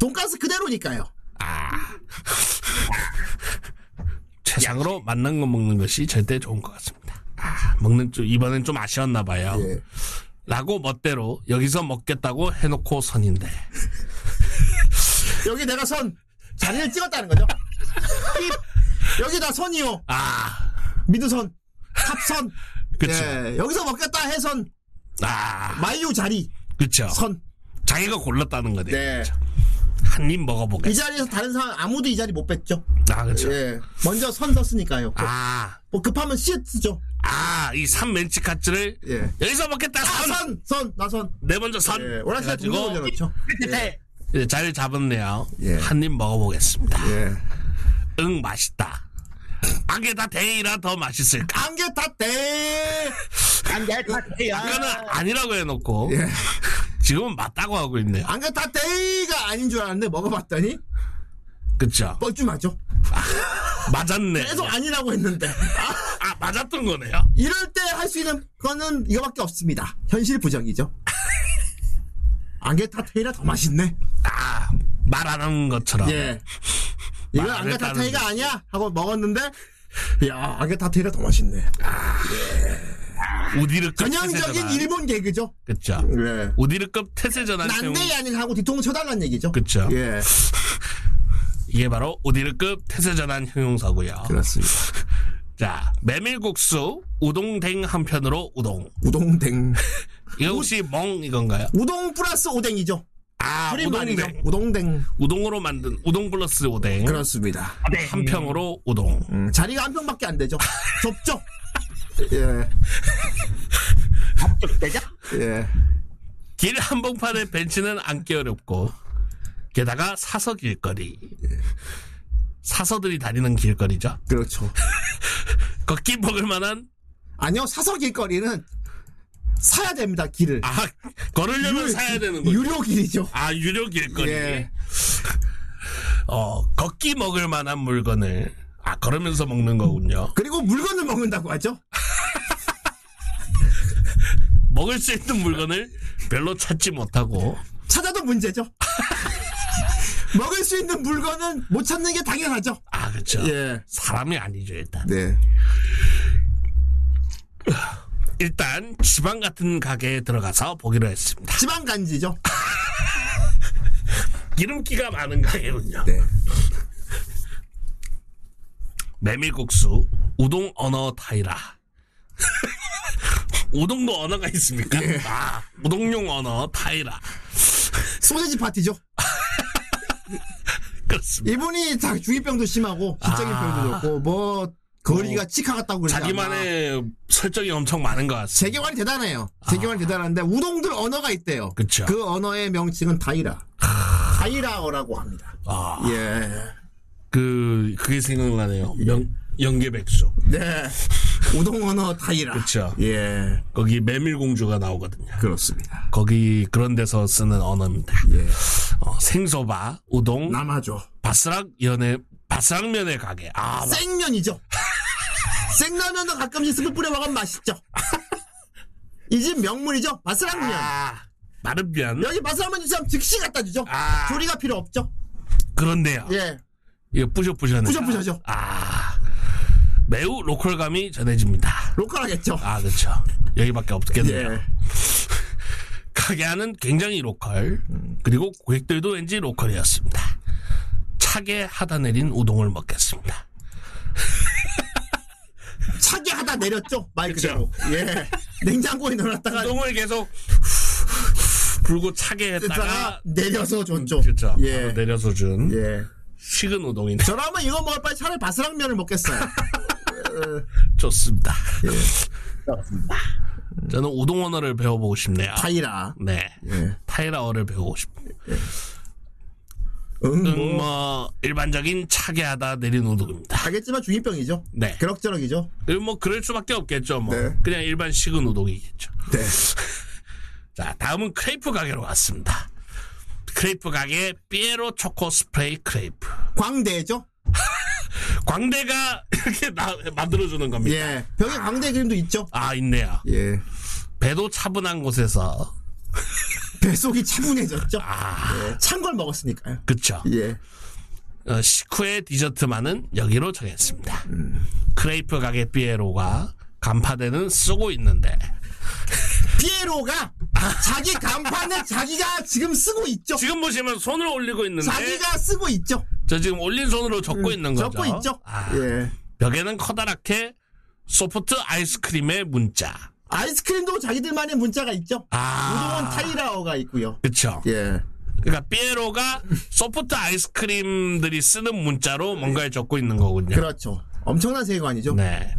돈가스 그대로니까요. 세상으로 만난 것 먹는 것이 절대 좋은 것 같습니다. 아, 먹는 쪽 이번엔 좀 아쉬웠나 봐요. 예. 라고 멋대로 여기서 먹겠다고 해놓고 선인데 여기 내가 선 자리를 찍었다는 거죠. 여기다 선이요. 아, 미드선. 탑선. 그쵸. 예. 여기서 먹겠다 해선 아, 마이오 자리 그쵸. 선. 자기가 골랐다는 거네. 네. 한 입 예, 이 먹어보겠다. 자리에서 다른 사람 아무도 이 자리 못 뺐죠. 아, 그쵸. 예. 먼저 선 썼으니까요. 아, 뭐 급하면 시트죠. 아, 이 삼면치 카츠를 예. 여기서 먹겠다. 아, 선! 선, 선, 나 선. 네 먼저 선. 예. 오락실 그래가지고 예. 동전 올려놓죠. 이제 자리를 잡았네요. 예. 한 입 먹어보겠습니다. 예. 응 맛있다. 안개 다 대이라 더 맛있을까? 안개 탓대. 안개 탓대. 아까는 아니라고 해놓고 예. 지금은 맞다고 하고 있네요. 아, 안개 탓대가 아닌 줄 알았는데 먹어봤더니 그쵸? 뻘쭘하죠. 맞았네. 계속 아니라고 했는데. 아, 아 맞았던 거네요. 이럴 때 할 수 있는 거는 이거밖에 없습니다. 현실 부정이죠. 안개 탓대이라 더 맛있네. 아 말 안 하는 것처럼. 예. 이건 안 아, 안개 했다는 탓대이가 거. 아니야 하고 먹었는데 야 안개 탓대이라 더 맛있네. 우디르급 전형적인 태세전환. 일본 개그죠. 그쵸? 예. 우디르급 태세 전환 세운 난데 야닝 하고 뒤통수 쳐달라는 얘기죠. 그 그쵸? 예. 이게 바로 우디르급 태세 전환 형용사고요. 그렇습니다. 자 메밀국수 우동댕 한 편으로 우동. 우동댕. 이거 혹시 멍 이건가요? 우동 플러스 오뎅이죠. 아, 우리 말이죠. 우동댕. 우동댕. 우동으로 만든 우동 플러스 오뎅. 그렇습니다. 한 평으로 우동. 음, 자리가 한 평밖에 안 되죠. 좁죠. 예. 앞쪽 되죠? 예. 길 한복판에 벤치는 앉기 어렵고 게다가 사서 길거리. 사서들이 다니는 길거리죠. 그렇죠. 걷기 먹을 만한 아니요, 사서 길거리는 사야 됩니다, 길을. 아 걸으려면 유- 사야 되는 거죠. 유료 길이죠. 아 유료 길거리. 예. 어 걷기 먹을 만한 물건을 아 걸으면서 먹는 거군요. 그리고 물건을 먹는다고 하죠. 먹을 수 있는 물건을 별로 찾지 못하고 찾아도 문제죠. 먹을 수 있는 물건은 못 찾는 게 당연하죠. 아 그렇죠. 예. 사람이 아니죠 일단. 네. 일단 지방 같은 가게에 들어가서 보기로 했습니다. 지방 간지죠. 기름기가 많은 가게군요. 네. 메밀국수, 우동 언어 타이라. 네. 우동도 언어가 있습니까? 아, 우동용 언어 타이라. 소세지 파티죠. 그렇습니다. 이분이 다 중이병도 심하고 신장인병도 아. 어. 좋고 뭐 거리가 치카 같다고 그러지 않나. 자기만의 설정이 엄청 많은 것 같습니다. 재경환이 대단해요. 재경환이 대단한데 우동들 언어가 있대요. 아. 그쵸. 그 언어의 명칭은 다이라. 다이라어라고 합니다. 아, 예. 그 그게 생각나네요. 명 영계백수. 네. 우동 언어 다이라. 그쵸. 예. 거기 메밀공주가 나오거든요. 그렇습니다. 거기 그런 데서 쓰는 언어입니다. 예. 어, 생소바, 우동, 남아죠. 바스락 연애 바스락 면의 가게. 아, 맞- 생면이죠. 생라면도 가끔씩 스프 뿌려 먹으면 맛있죠. 이 집 명물이죠. 바스락면. 아, 마른면. 여기 바스락면 주면 즉시 갖다 주죠. 아. 조리가 필요 없죠. 그런데요. 예. 이거 뿌셔뿌셔네. 부셔부셔죠. 아, 매우 로컬감이 전해집니다. 로컬하겠죠. 아, 그렇죠. 여기밖에 없겠네요. 예. 가게 안은 굉장히 로컬 그리고 고객들도 왠지 로컬이었습니다. 차게 하다 내린 우동을 먹겠습니다. 차게 하다 내렸죠. 말 그대로. 예. 냉장고에 넣어놨다가 우동을 계속 불고 차게 뜯다가 했다가 내려서 줬죠. 그렇죠. 예. 바로 내려서 준 예. 식은 우동인데 저라면 이거 먹을 바에 차라리 바스락면을 먹겠어요. 좋습니다. 예. 저는 우동 언어를 배워보고 싶네요. 다이라. 네, 예. 타이라어를 배우고 싶어요. 응, 음, 뭐. 뭐 일반적인 차게 하다 내린 우동입니다. 알겠지만 중이병이죠. 네. 그럭저럭이죠. 그리고 뭐 그럴 수밖에 없겠죠. 뭐 네. 그냥 일반 식은 우동이겠죠. 네. 자, 다음은 크레이프 가게로 왔습니다. 크레이프 가게 피에로 초코 스프레이 크레이프. 광대죠. 광대가 이렇게 나- 만들어주는 겁니다. 예. 벽에 광대 그림도 있죠. 아, 있네요. 예. 배도 차분한 곳에서. 뱃속이 차분해졌죠. 예. 아, 찬 걸 먹었으니까요. 그쵸. 예. 어, 식후의 디저트만은 여기로 정했습니다. 음. 크레이프 가게 피에로가 간파대는 쓰고 있는데. 피에로가 자기 간판을 자기가 지금 쓰고 있죠. 지금 보시면 손을 올리고 있는데. 자기가 쓰고 있죠. 저 지금 올린 손으로 적고 있는 거죠. 음, 적고 있죠. 아, 예. 벽에는 커다랗게 소프트 아이스크림의 문자. 아이스크림도 자기들만의 문자가 있죠. 아. 우동은 타이라어가 있고요. 그쵸. 예. 그러니까 피에로가 소프트 아이스크림들이 쓰는 문자로 뭔가에 적고 있는 거군요. 그렇죠. 엄청난 세계관이죠. 네.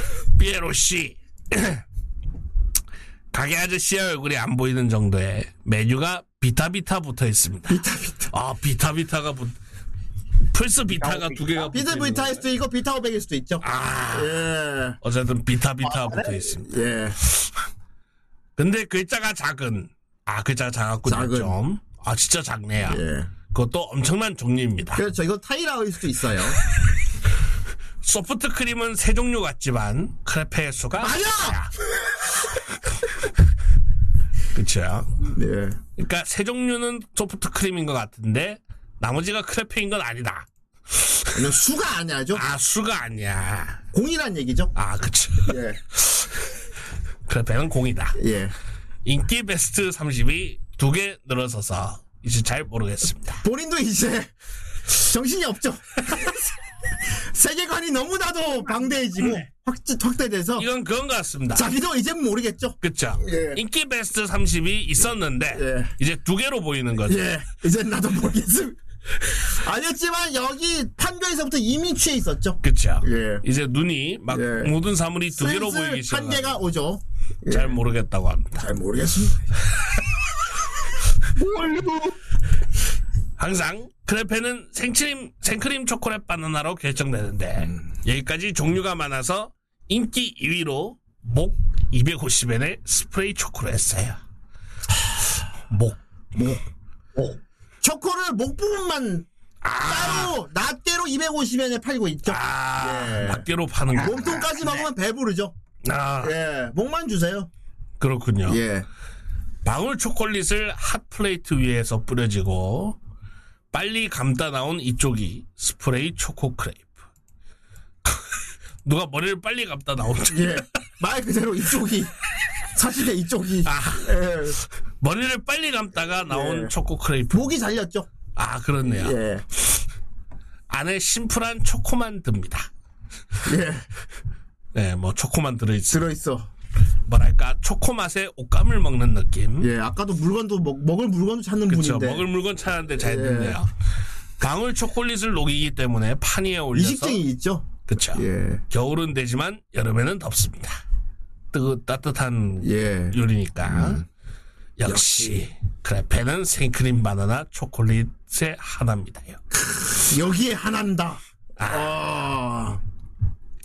피에로 씨. 가게 아저씨의 얼굴이 안 보이는 정도의 메뉴가 비타비타 붙어 있습니다. 비타비타. 아, 비타비타가 붙. 플스 비타가 두 개가 붙어 있는 아, 비타비타일 거예요. 수도 있고 비타오백일 수도 있죠. 아, 예. 어쨌든 아, 비타비타가 붙어 있습니다. 예. 근데 그 글자가 작은. 아, 글자가 작았군요. 작은. 좀. 아, 진짜 작네요. 예. 그것도 엄청난 종류입니다. 그렇죠. 이거 타이라어일 수도 있어요. 소프트 크림은 세 종류 같지만 크레페의 수가 아니야! 그렇죠. 예. 그러니까 세 종류는 소프트 크림인 것 같은데 나머지가 크레페인 건 아니다. 이건 수가 아니야죠. 아 수가 아니야. 공이란 얘기죠. 아 그치. 예. 크레페는 공이다. 예. 인기 베스트 30이 두 개 늘어서서 이제 잘 모르겠습니다. 본인도 이제 정신이 없죠. 세계관이 너무나도 방대해지고 확, 확대돼서 네. 이건 그런 것 같습니다. 자기도 이제 모르겠죠. 그쵸. 예. 인기 베스트 30이 있었는데 예. 이제 두 개로 보이는 거죠. 예, 이제 나도 모르겠음. 아니었지만 여기 판교에서부터 이미 취해 있었죠. 그쵸. 예. 이제 눈이 막 예. 모든 사물이 두 개로 슬슬 보이기 시작합니다. 판개가 오죠. 잘 모르겠다고 합니다. 잘 모르겠습니다. 항상 크레페는 생크림 생크림 초콜릿 바나나로 결정되는데 음. 여기까지 종류가 많아서 인기 2위로 목 250엔의 스프레이 초콜릿이에요. 목 초코를 목 부분만 따로 낱개로 250엔에 팔고 있죠. 아, 네. 예. 막대로 파는 거. 몸통까지 먹으면 배부르죠. 아, 예, 목만 주세요. 그렇군요. 예, 방울 초콜릿을 핫 플레이트 위에서 뿌려지고 빨리 감다 나온 이쪽이 스프레이 초코 크레이프. 누가 머리를 빨리 감다 나오죠. 예. 말 그대로 이쪽이 사실은 이쪽이 아. 예. 머리를 빨리 감다가 나온 예. 초코 크레이프. 목이 잘렸죠. 아 그렇네요. 예, 안에 심플한 초코만 듭니다. 예, 네, 뭐 초코만 들어있어. 들어 있어. 뭐랄까 초코 맛의 옷감을 먹는 느낌. 예, 아까도 물건도 먹, 먹을 물건도 찾는 그렇죠. 분인데 예. 먹을 물건 찾는데 잘 됐네요. 방울 초콜릿을 녹이기 때문에 판 위에 올려서 이식증이 있죠. 그렇죠. 예, 겨울은 되지만 여름에는 덥습니다. 뜨거 따뜻한 예. 요리니까 역시 크레페는 생크림 바나나 초콜릿의 하나입니다요. 여기에 하나다. 아.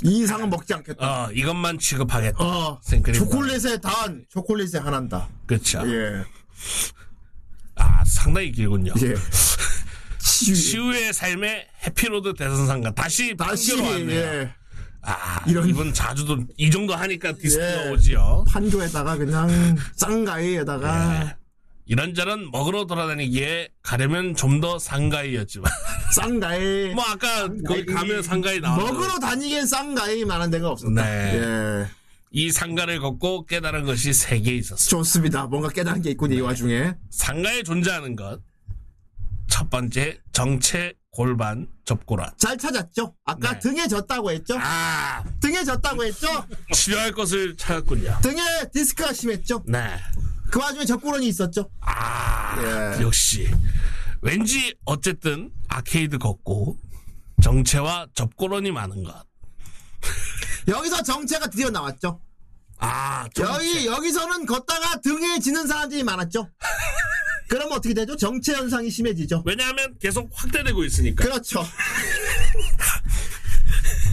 이 이상은 먹지 않겠다. 어 이것만 취급하겠다. 어, 생크림 초콜릿의 단, 초콜릿의 하나다. 그렇죠. 예, 아 상당히 길군요. 예. 치유. 시우의 삶의 해피로드 대선상과 다시 다시 반대로 왔네요. 예. 아 이런- 이번 자주도 이 정도 하니까 디스크가 예. 오지요. 판교에다가 그냥 쌍가이에다가 예. 이런저런 먹으러 돌아다니기에 가려면 좀 더 상가이였지만 쌍가이 뭐 아까 거기 가면 상가이 나와 먹으러 다니기엔 쌍가이만한 데가 없었다. 네. 예, 이 상가를 걷고 깨달은 것이 세 개 있었어. 좋습니다. 뭔가 깨달은 게 있군요 이 와중에. 상가에 존재하는 것. 첫 번째 정체 골반 접고란. 잘 찾았죠? 아까 네. 등에 졌다고 했죠? 아 등에 졌다고 했죠? 치료할 것을 찾았군요. 등에 디스크가 심했죠? 네. 그 와중에 적구런이 있었죠? 아 예. 역시 왠지 어쨌든 아케이드 걷고 정체와 접고론이 많은 것. 여기서 정체가 드디어 나왔죠? 아 여기, 여기서는 걷다가 등에 지는 사람들이 많았죠? 그럼 어떻게 되죠? 정체 현상이 심해지죠? 왜냐하면 계속 확대되고 있으니까. 그렇죠.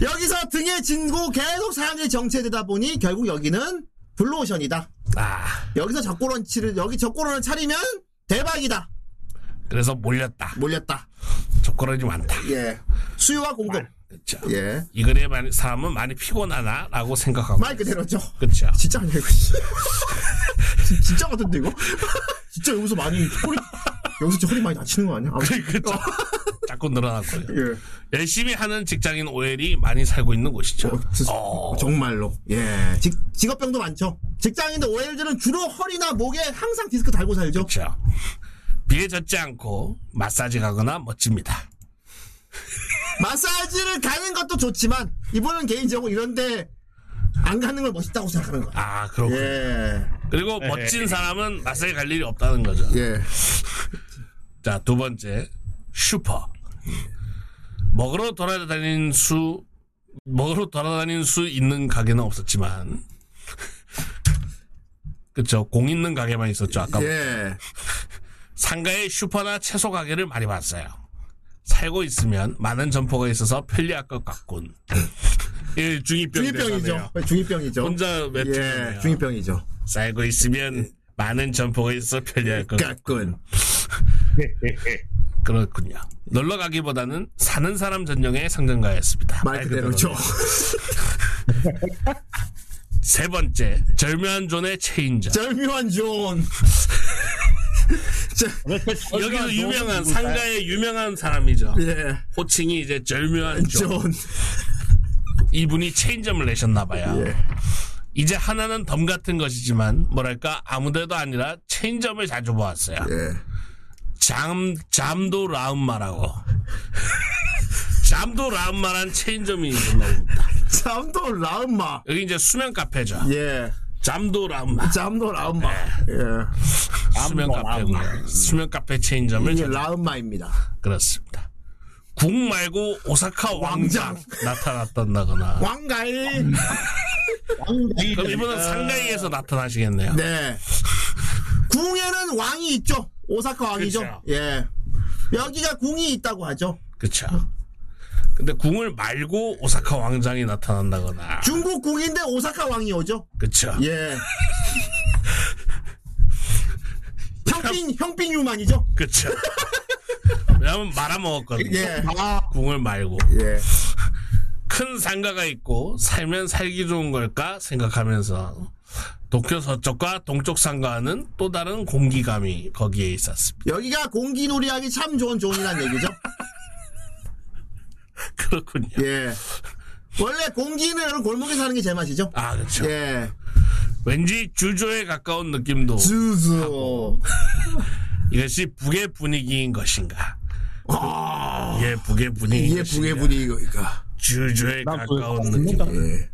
여기서 등에 진고 계속 사람들이 정체되다 보니 결국 여기는 블루오션이다. 아 여기서 적고런치를, 여기 적고런을 차리면 대박이다. 그래서 몰렸다. 몰렸다. 접고론이 많다. 예. 수요와 공급. 그렇죠. 예. 이 글에 많이 사람은 많이 피곤하나라고 생각하고. 말 그대로죠. 그렇죠. 진짜 아니야 이거 씨. 진- 진짜 같은데 이거 진짜 여기서 많이 허리 여기서 진짜 허리 많이 다치는 거 아니야? 아무튼 그렇죠. 자꾸 늘어났고요. 예. 열심히 하는 직장인 OL이 많이 살고 있는 곳이죠. 어, 저- 어, 정말로 예 직, 직업병도 많죠 직장인들 OL들은 주로 허리나 목에 항상 디스크 달고 살죠 그렇죠. 비에 젖지 않고 마사지 가거나 멋집니다. 마사지를 가는 것도 좋지만 이분은 개인적으로 이런데 안 가는 걸 멋있다고 생각하는 거야 아 그렇군. 요 예 그리고 멋진 사람은 마사지 갈 일이 없다는 거죠. 예. 자 두 번째 슈퍼 먹으러 돌아다닌 수 먹으러 돌아다닌 수 있는 가게는 없었지만 그쵸 공 있는 가게만 있었죠 아까 예. 상가에 슈퍼나 채소 가게를 많이 봤어요. 살고 있으면 많은 점포가 있어서 편리할 것 같군. 예, 중이병 중이병이죠. 중이병이죠. 혼자 예, 외투. 중 중이병이죠. 살고 있으면 많은 점포가 있어 편리할 그러니까. 것 같군. 깍군. 그렇군요. 놀러 가기보다는 사는 사람 전용의 상점가였습니다. 네. 말 그대로죠. 세 번째, 절묘한 존의 체인저. 절묘한 존. 여기서 유명한 상가의 유명한 사람이죠. 예. 호칭이 이제 절묘한 존. 존. 이분이 체인점을 내셨나 봐요. 예. 이제 하나는 덤 같은 것이지만 뭐랄까 아무데도 아니라 체인점을 자주 보았어요. 예. 잠 잠도 라운마라고. 잠도 라운마란 체인점이 있나 봅니다. 잠도 라음마. 여기 이제 수면 카페죠. 예. 잠도 라운마. 잠도 라음마. 네. 예. 수면 카페군요. 수면 카페 체인점을 이게 찾- 라음마입니다. 그렇습니다. 국 말고 오사카 왕장 나타났던다거나. 왕가일. 그럼 이분은 상가이에서 나타나시겠네요. 네. 궁에는 왕이 있죠. 오사카 왕이죠. 그쵸. 예. 여기가 궁이 있다고 하죠. 그렇죠. 근데 궁을 말고 오사카 왕장이 나타난다거나. 중국 궁인데 오사카 왕이 오죠. 그렇죠. 예. 형빈 형빈 유만이죠. 그렇죠. 왜냐면 말아먹었거든요. 예. 궁을 말고 예. 큰 상가가 있고 살면 살기 좋은 걸까 생각하면서 도쿄 서쪽과 동쪽 상가는 또 다른 공기감이 거기에 있었습니다. 여기가 공기놀이하기 참 좋은 존이란 얘기죠. 그렇군요. 예. 원래 공기는 이런 골목에 사는 게 제맛이죠. 아 그렇죠. 예. 왠지 주조에 가까운 느낌도 주주. 이것이 북의 분위기인 것인가? 예, 북의 분위기. 이게 북의 분위기가. 주조에 가까운 느낌. 예.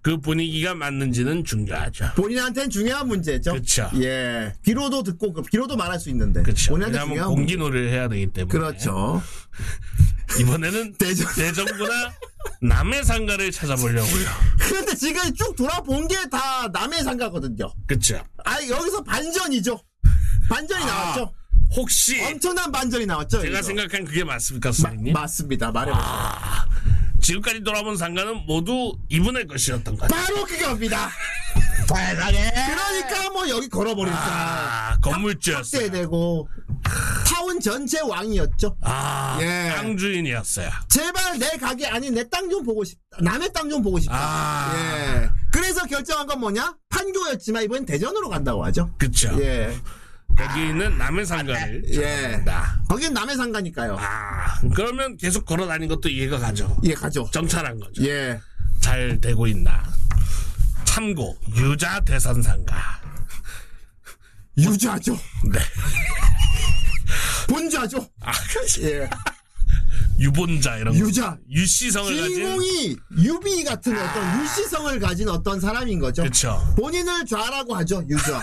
그 분위기가 맞는지는 중요하죠. 본인한테는 중요한 문제죠. 그쵸. 예. 귀로도 듣고, 그 귀로도 말할 수 있는데. 그렇죠. 본인한테 왜냐하면 네. 중요한 문제. 공기놀이를 해야 되기 때문에. 그렇죠. 이번에는 대전. 대전구나 남해 상가를 찾아보려고요. 근데 지금 쭉 돌아본 게 다 남의 상가거든요. 그렇죠. 아, 여기서 반전이죠. 반전이 나왔죠. 혹시 엄청난 반전이 나왔죠. 아. 제가 아. 여기서. 생각한 그게 맞습니까, 마- 선생님? 맞습니다. 말해보세요. 지금까지 돌아본 상가는 모두 이분의 것이었던 것 같아요. 바로 그겁니다. 그러니까 뭐 여기 걸어버린다. 아, 건물주였어요. 확대되고 타운 전체 왕이었죠. 아, 예. 땅 주인이었어요. 제발 내 가게 아닌 내 땅 좀 보고 싶다. 남의 땅 좀 보고 싶다. 아. 예. 그래서 결정한 건 뭐냐? 판교였지만 이번엔 대전으로 간다고 하죠. 그렇죠. 예. 거기 있는 남해 상가를 예. 찾는다. 거긴 남의 상가니까요. 아, 그러면 계속 걸어 다닌 것도 이해가 가죠. 예, 가죠. 정찰한 거죠. 예. 잘 되고 있나. 참고 유자 대산 상가. 유자죠. 네. 본자죠. 아, 그렇지. 예. 유본자 이런 거. 유자. 유씨성을 가진 주인공이 유비 같은 어떤 유시성을 가진 어떤 사람인 거죠. 아. 그쵸. 본인을 좌라고 하죠. 유좌.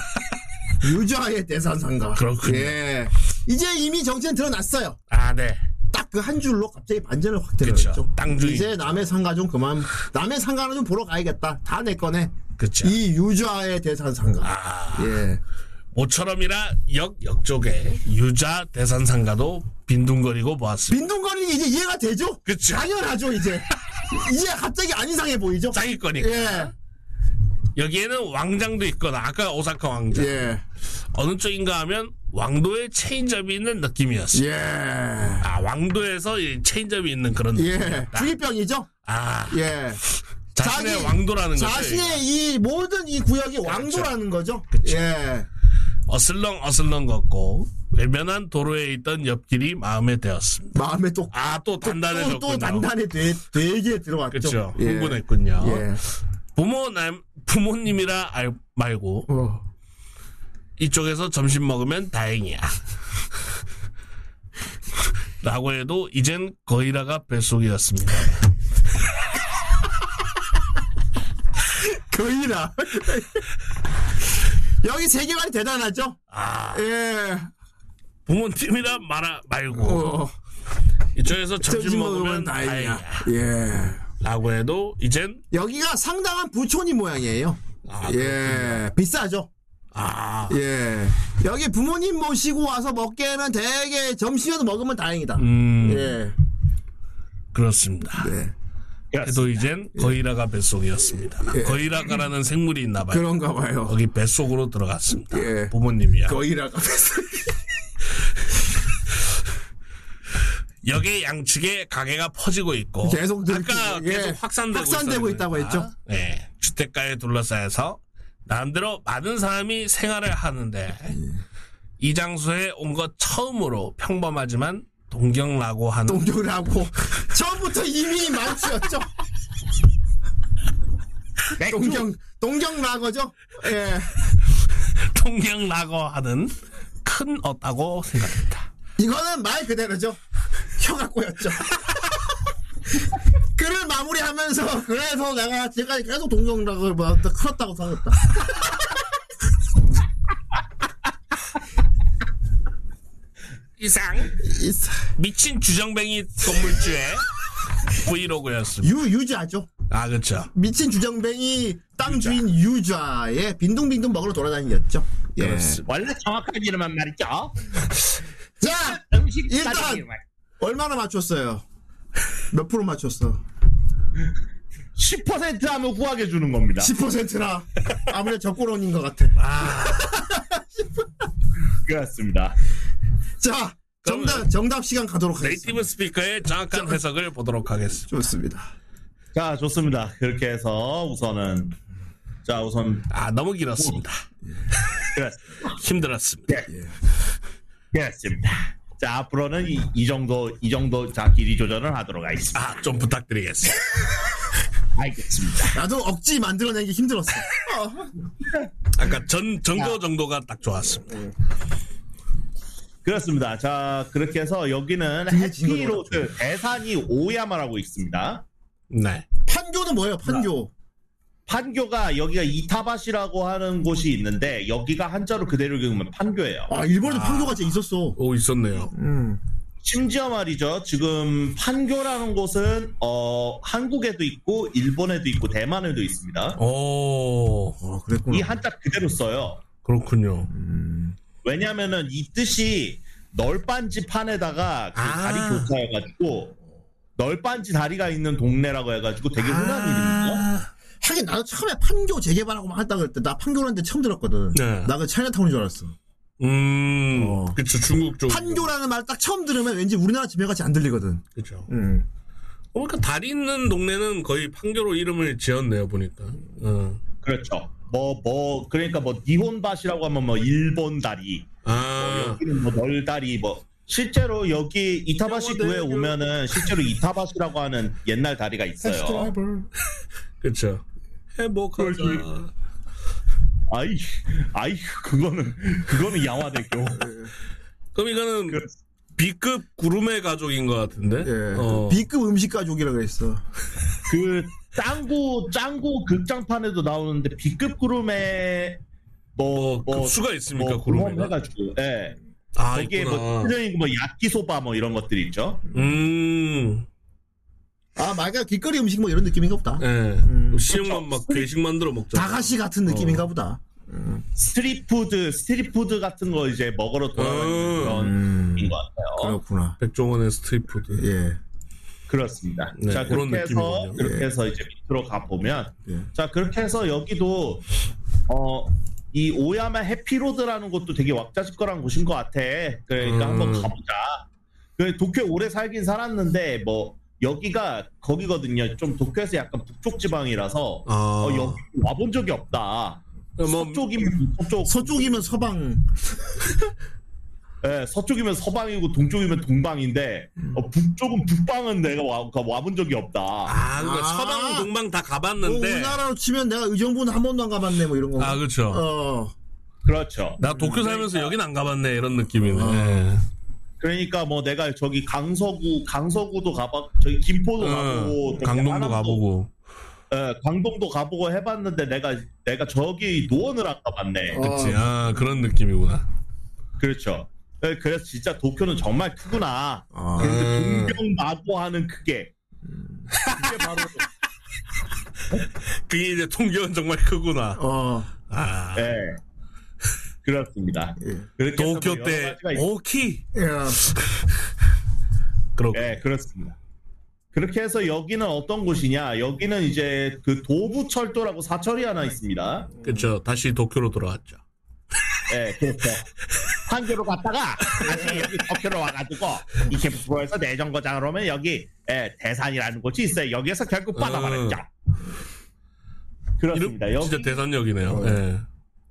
유좌의 대산상가. 그렇군요. 예. 이제 이미 정체는 드러났어요. 아, 네. 딱 그 한 줄로 갑자기 반전을 확 그쵸. 드러냈죠. 땅 주인. 이제 남의 상가 좀 그만, 남의 상가는 좀 보러 가야겠다. 다 내 거네. 그쵸. 아. 이 유좌의 대산상가. 예. 모처럼이라 역 역쪽에 유자 대산 상가도 빈둥거리고 보았습니다. 빈둥거리는 게 이제 이해가 되죠? 그쵸. 당연하죠, 이제. 이제 갑자기 안 이상해 보이죠? 짱일 거니까. 예. 여기에는 왕장도 있거나 아까 오사카 왕장 예. 어느 쪽인가 하면 왕도에 체인점이 있는 느낌이었어요. 예. 아 왕도에서 이 체인점이 있는 그런 예. 느낌이었다. 주기병이죠? 아 예. 자신의 자기- 왕도라는 거죠. 그렇죠, 이거. 자신의 이 모든 이 구역이 왕도라는 거죠? 그렇죠. 예. 어슬렁 어슬렁 걷고 외면한 도로에 있던 옆길이 마음에 들었습니다. 마음에 또, 아 또 또, 단단해졌군요. 또 단단히 되, 되게 들어왔죠. 그렇죠. 예. 흥분했군요. 예. 부모 남 부모님이라 알, 말고 어. 이쪽에서 점심 먹으면 다행이야. 라고 해도 이젠 거이라가 뱃속이었습니다. 거의라. 여기 세계관이 대단하죠? 아 예. 부모님이라 말아 말고 어. 이쪽에서 점심 먹으면 다행이야. 다행이야. 예. 라고 해도 이젠 여기가 상당한 부촌이 모양이에요. 아, 예. 비싸죠? 아 예. 여기 부모님 모시고 와서 먹기에는 되게 점심이라도 먹으면 다행이다. 음, 예. 그렇습니다. 네. 그래도 이젠 거이라가 뱃속이었습니다. 거이라가라는 생물이 있나 봐요. 예. 그런가 봐요. 거기 뱃속으로 들어갔습니다. 예. 부모님이야. 거의라고. 역의 양측에 가게가 퍼지고 있고 계속 들키고, 어. 아까 예. 계속 확산되고, 확산되고 있었는데, 있다고 했죠. 예. 주택가에 둘러싸여서 나름대로 많은 사람이 생활을 하는데 예. 이 장소에 온 것 처음으로 평범하지만 동경라고 하는 동경을 하고 처음부터 이미 만취였죠. 동경 동경라거죠. 예. 동경라고 하는 큰 어다고 생각했다. 이거는 말 그대로죠. 혀가 꼬였죠. 글을 마무리하면서 그래서 내가 지금까지 계속 동경락을 막 컸다고 생각했다. 이상 미친 주정뱅이 건물주의 브이로그였습니다. 유 유자죠. 아 그렇죠. 미친 주정뱅이 땅 주인 유자의 빈둥빈둥 먹으러 돌아다니였죠. 예. 그렇습니다. 원래 정확한 이름만 말이죠. 자 음식 일단! 따지는 이름은 얼마나 맞췄어요? 몇 프로 맞췄어? 10% 하면 후하게 주는 겁니다. 10%나 아무래도 적고론인 것 같아. 그렇습니다. 자 정답 정답 시간 가도록 하겠습니다. 네이티브 스피커의 정확한 해석을 보도록 하겠습니다. 좋습니다. 자, 좋습니다. 그렇게 해서 우선은 자, 우선 아 너무 길었습니다. 그렇습니다. 힘들었습니다. 예. 그렇습니다. 자, 앞으로는 이, 이 정도 이 정도 자 길이 조절을 하도록 하겠습니다. 아 좀 부탁드리겠습니다. 알겠습니다. 나도 억지 만들어내기 힘들었어. 아까 전 정도 정도가 딱 좋았습니다. 그렇습니다. 자, 그렇게 해서 여기는 뒤에 진거리 해피로드 대산이 오야마라고 있습니다. 네. 판교는 뭐예요? 판교. 판교가 여기가 이타바시라고 하는 곳이 있는데 여기가 한자로 그대로 읽으면 판교예요. 아, 일본에도 판교가 진짜 있었어. 오 있었네요. 음. 심지어 말이죠. 지금 판교라는 곳은 어, 한국에도 있고 일본에도 있고 대만에도 있습니다. 오 아, 그랬구나. 이 한자 그대로 써요. 그렇군요. 음. 왜냐면은 이 뜻이 널빤지 판에다가 그 아. 다리 교차해가지고 널빤지 다리가 있는 동네라고 해가지고 되게 흔한 아. 일입니다. 하긴 나도 처음에 판교 재개발하고 막 했다 그럴 때 나 판교라는 데 처음 들었거든. 네. 나 그 차이나타운인 줄 알았어. 음, 어. 그쵸 중국 쪽. 판교라는 말 딱 처음 들으면 왠지 우리나라 지명같이 안 들리거든. 그쵸. 음. 그러니까 다리 있는 동네는 거의 판교로 이름을 지었네요 보니까. 어. 그렇죠. 뭐 뭐 그러니까 뭐 니혼밭이라고 하면 뭐 일본 다리, 아, 여기는 뭐 널다리 뭐 실제로 여기 이타바시 구에 오면은 실제로 이타바시라고 하는 옛날 다리가 있어요. 그쵸. 행복하자. 아이 아이 그거는 그거는 양화대교. 그럼 이거는 B급 구름의 가족인 것 같은데. 예. 어. B급 음식 가족이라 그랬어. 그 짱구 짱구 극장판에도 나오는데 B급 구름에 뭐 뭐뭐 급수가 있습니까 구름 구름에가? 해가지고 예 아 거기에 있구나. 뭐 트레인 뭐 야끼소바 뭐 이런 것들 있죠 음, 아, 말가 길거리 음식 뭐 이런 느낌인가 보다. 예. 음, 시흥만 막 괴식 만들어 먹자. 다가시 같은 느낌인가 어. 보다. 스트리푸드 스트리푸드 같은 거 이제 먹으러 돌아다니는 음. 그런 인것 같아요 그렇구나. 백종원의 스트리트푸드. 예. 그렇습니다 네, 자 그런 그렇게 해서 느낌이군요. 예. 그렇게 해서 이제 밑으로 가 보면 예. 자 그렇게 해서 여기도 어 이 오야마 해피로드라는 곳도 되게 왁자지껄한 곳인 것 같아. 그러니까 음. 한번 가보자. 그 도쿄에 오래 살긴 살았는데 뭐 여기가 거기거든요. 좀 도쿄에서 약간 북쪽 지방이라서 아, 어, 여기 와본 적이 없다. 뭐 서쪽이면 북쪽, 서쪽이면 서방. 뭐 예, 서쪽이면 서방이고 동쪽이면 동방인데 음. 어, 북쪽은 북방은 내가 와, 그러니까 와본 적이 없다. 아, 그러니까 아. 서방 동방 다 뭐 가봤는데. 우리나라로 치면 내가 의정부는 한 번도 안 가봤네 뭐 이런 거. 아, 그렇죠. 어. 그렇죠. 나 도쿄 살면서 여긴 안 가봤네 이런 느낌이네. 어. 예. 그러니까 뭐 내가 저기 강서구 강서구도 가봐 저기 김포도 가보고 어, 되게 강동도 하남도, 가보고. 예, 강동도 가보고 해봤는데 내가 내가 저기 노원을 안 가봤네 그치. 아 그런 느낌이구나. 그렇죠 예, 그래서 진짜 도쿄는 정말 크구나 아. 음. 그런데 동경마도하는 크게 그게 바로 그게 이제 통계는 정말 크구나. 어. 아, 예 그렇습니다 예. 그렇게 해서 뭐 도쿄 여러 때 어? 가지가 있- 오키. 야. 그렇고. 예, 그렇습니다. 그렇게 해서 여기는 어떤 곳이냐? 여기는 이제 그 도부철도라고 사철이 하나 있습니다. 그쵸. 다시 도쿄로 돌아왔죠. 예, 그렇죠. 판교로 갔다가 다시 여기 도쿄로 와가지고 이렇게 부에서 내정거장으로 오면 여기 예, 대산이라는 곳이 있어요. 여기에서 결국 빠져버렸죠. 그렇습니다. 이름- 여기 진짜 대산역이네요. 어. 예.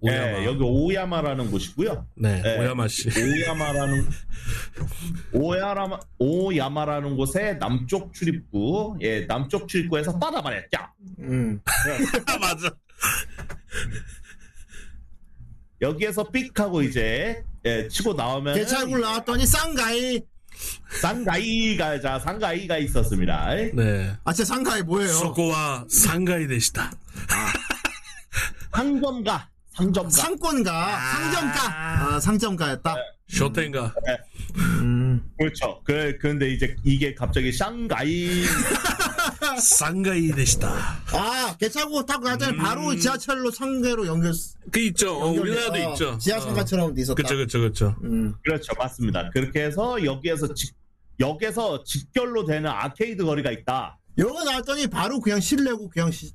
오야마. 예, 여기 오야마라는 곳이고요. 네, 예. 오야마 씨. 오야마라는 오야라마 오야마라는 곳의 남쪽 출입구, 예, 남쪽 출입구에서 빠져버렸죠. 음. 아, 맞아. 여기에서 삑 하고 이제 예, 치고 나오면 대찰굴 나왔더니 쌍가이. 상가이가 자 상가이가 있었습니다. 네. 아, 제 쌍가이 뭐예요? 소고와 상가이 되시다. 상점가 상점가 상권가, 상점가. 아, 상점가였다. 쇼텐가. 음. 그렇죠. 그 그런데 이제 이게 갑자기 상가이 상가이 되시다. 아, 개차고 타고 갔더니 바로 지하철로 상계로 연결. 그 있죠. 어, 음. 우리나라도 있죠. 어. 지하 상가처럼 돼 있었다. 그쵸, 그쵸, 그쵸. 음. 그렇죠 맞습니다. 그렇게 해서 여기에서 직 역에서 직결로 되는 아케이드 거리가 있다. 여기 나왔더니 바로 그냥 실내고 그냥 시,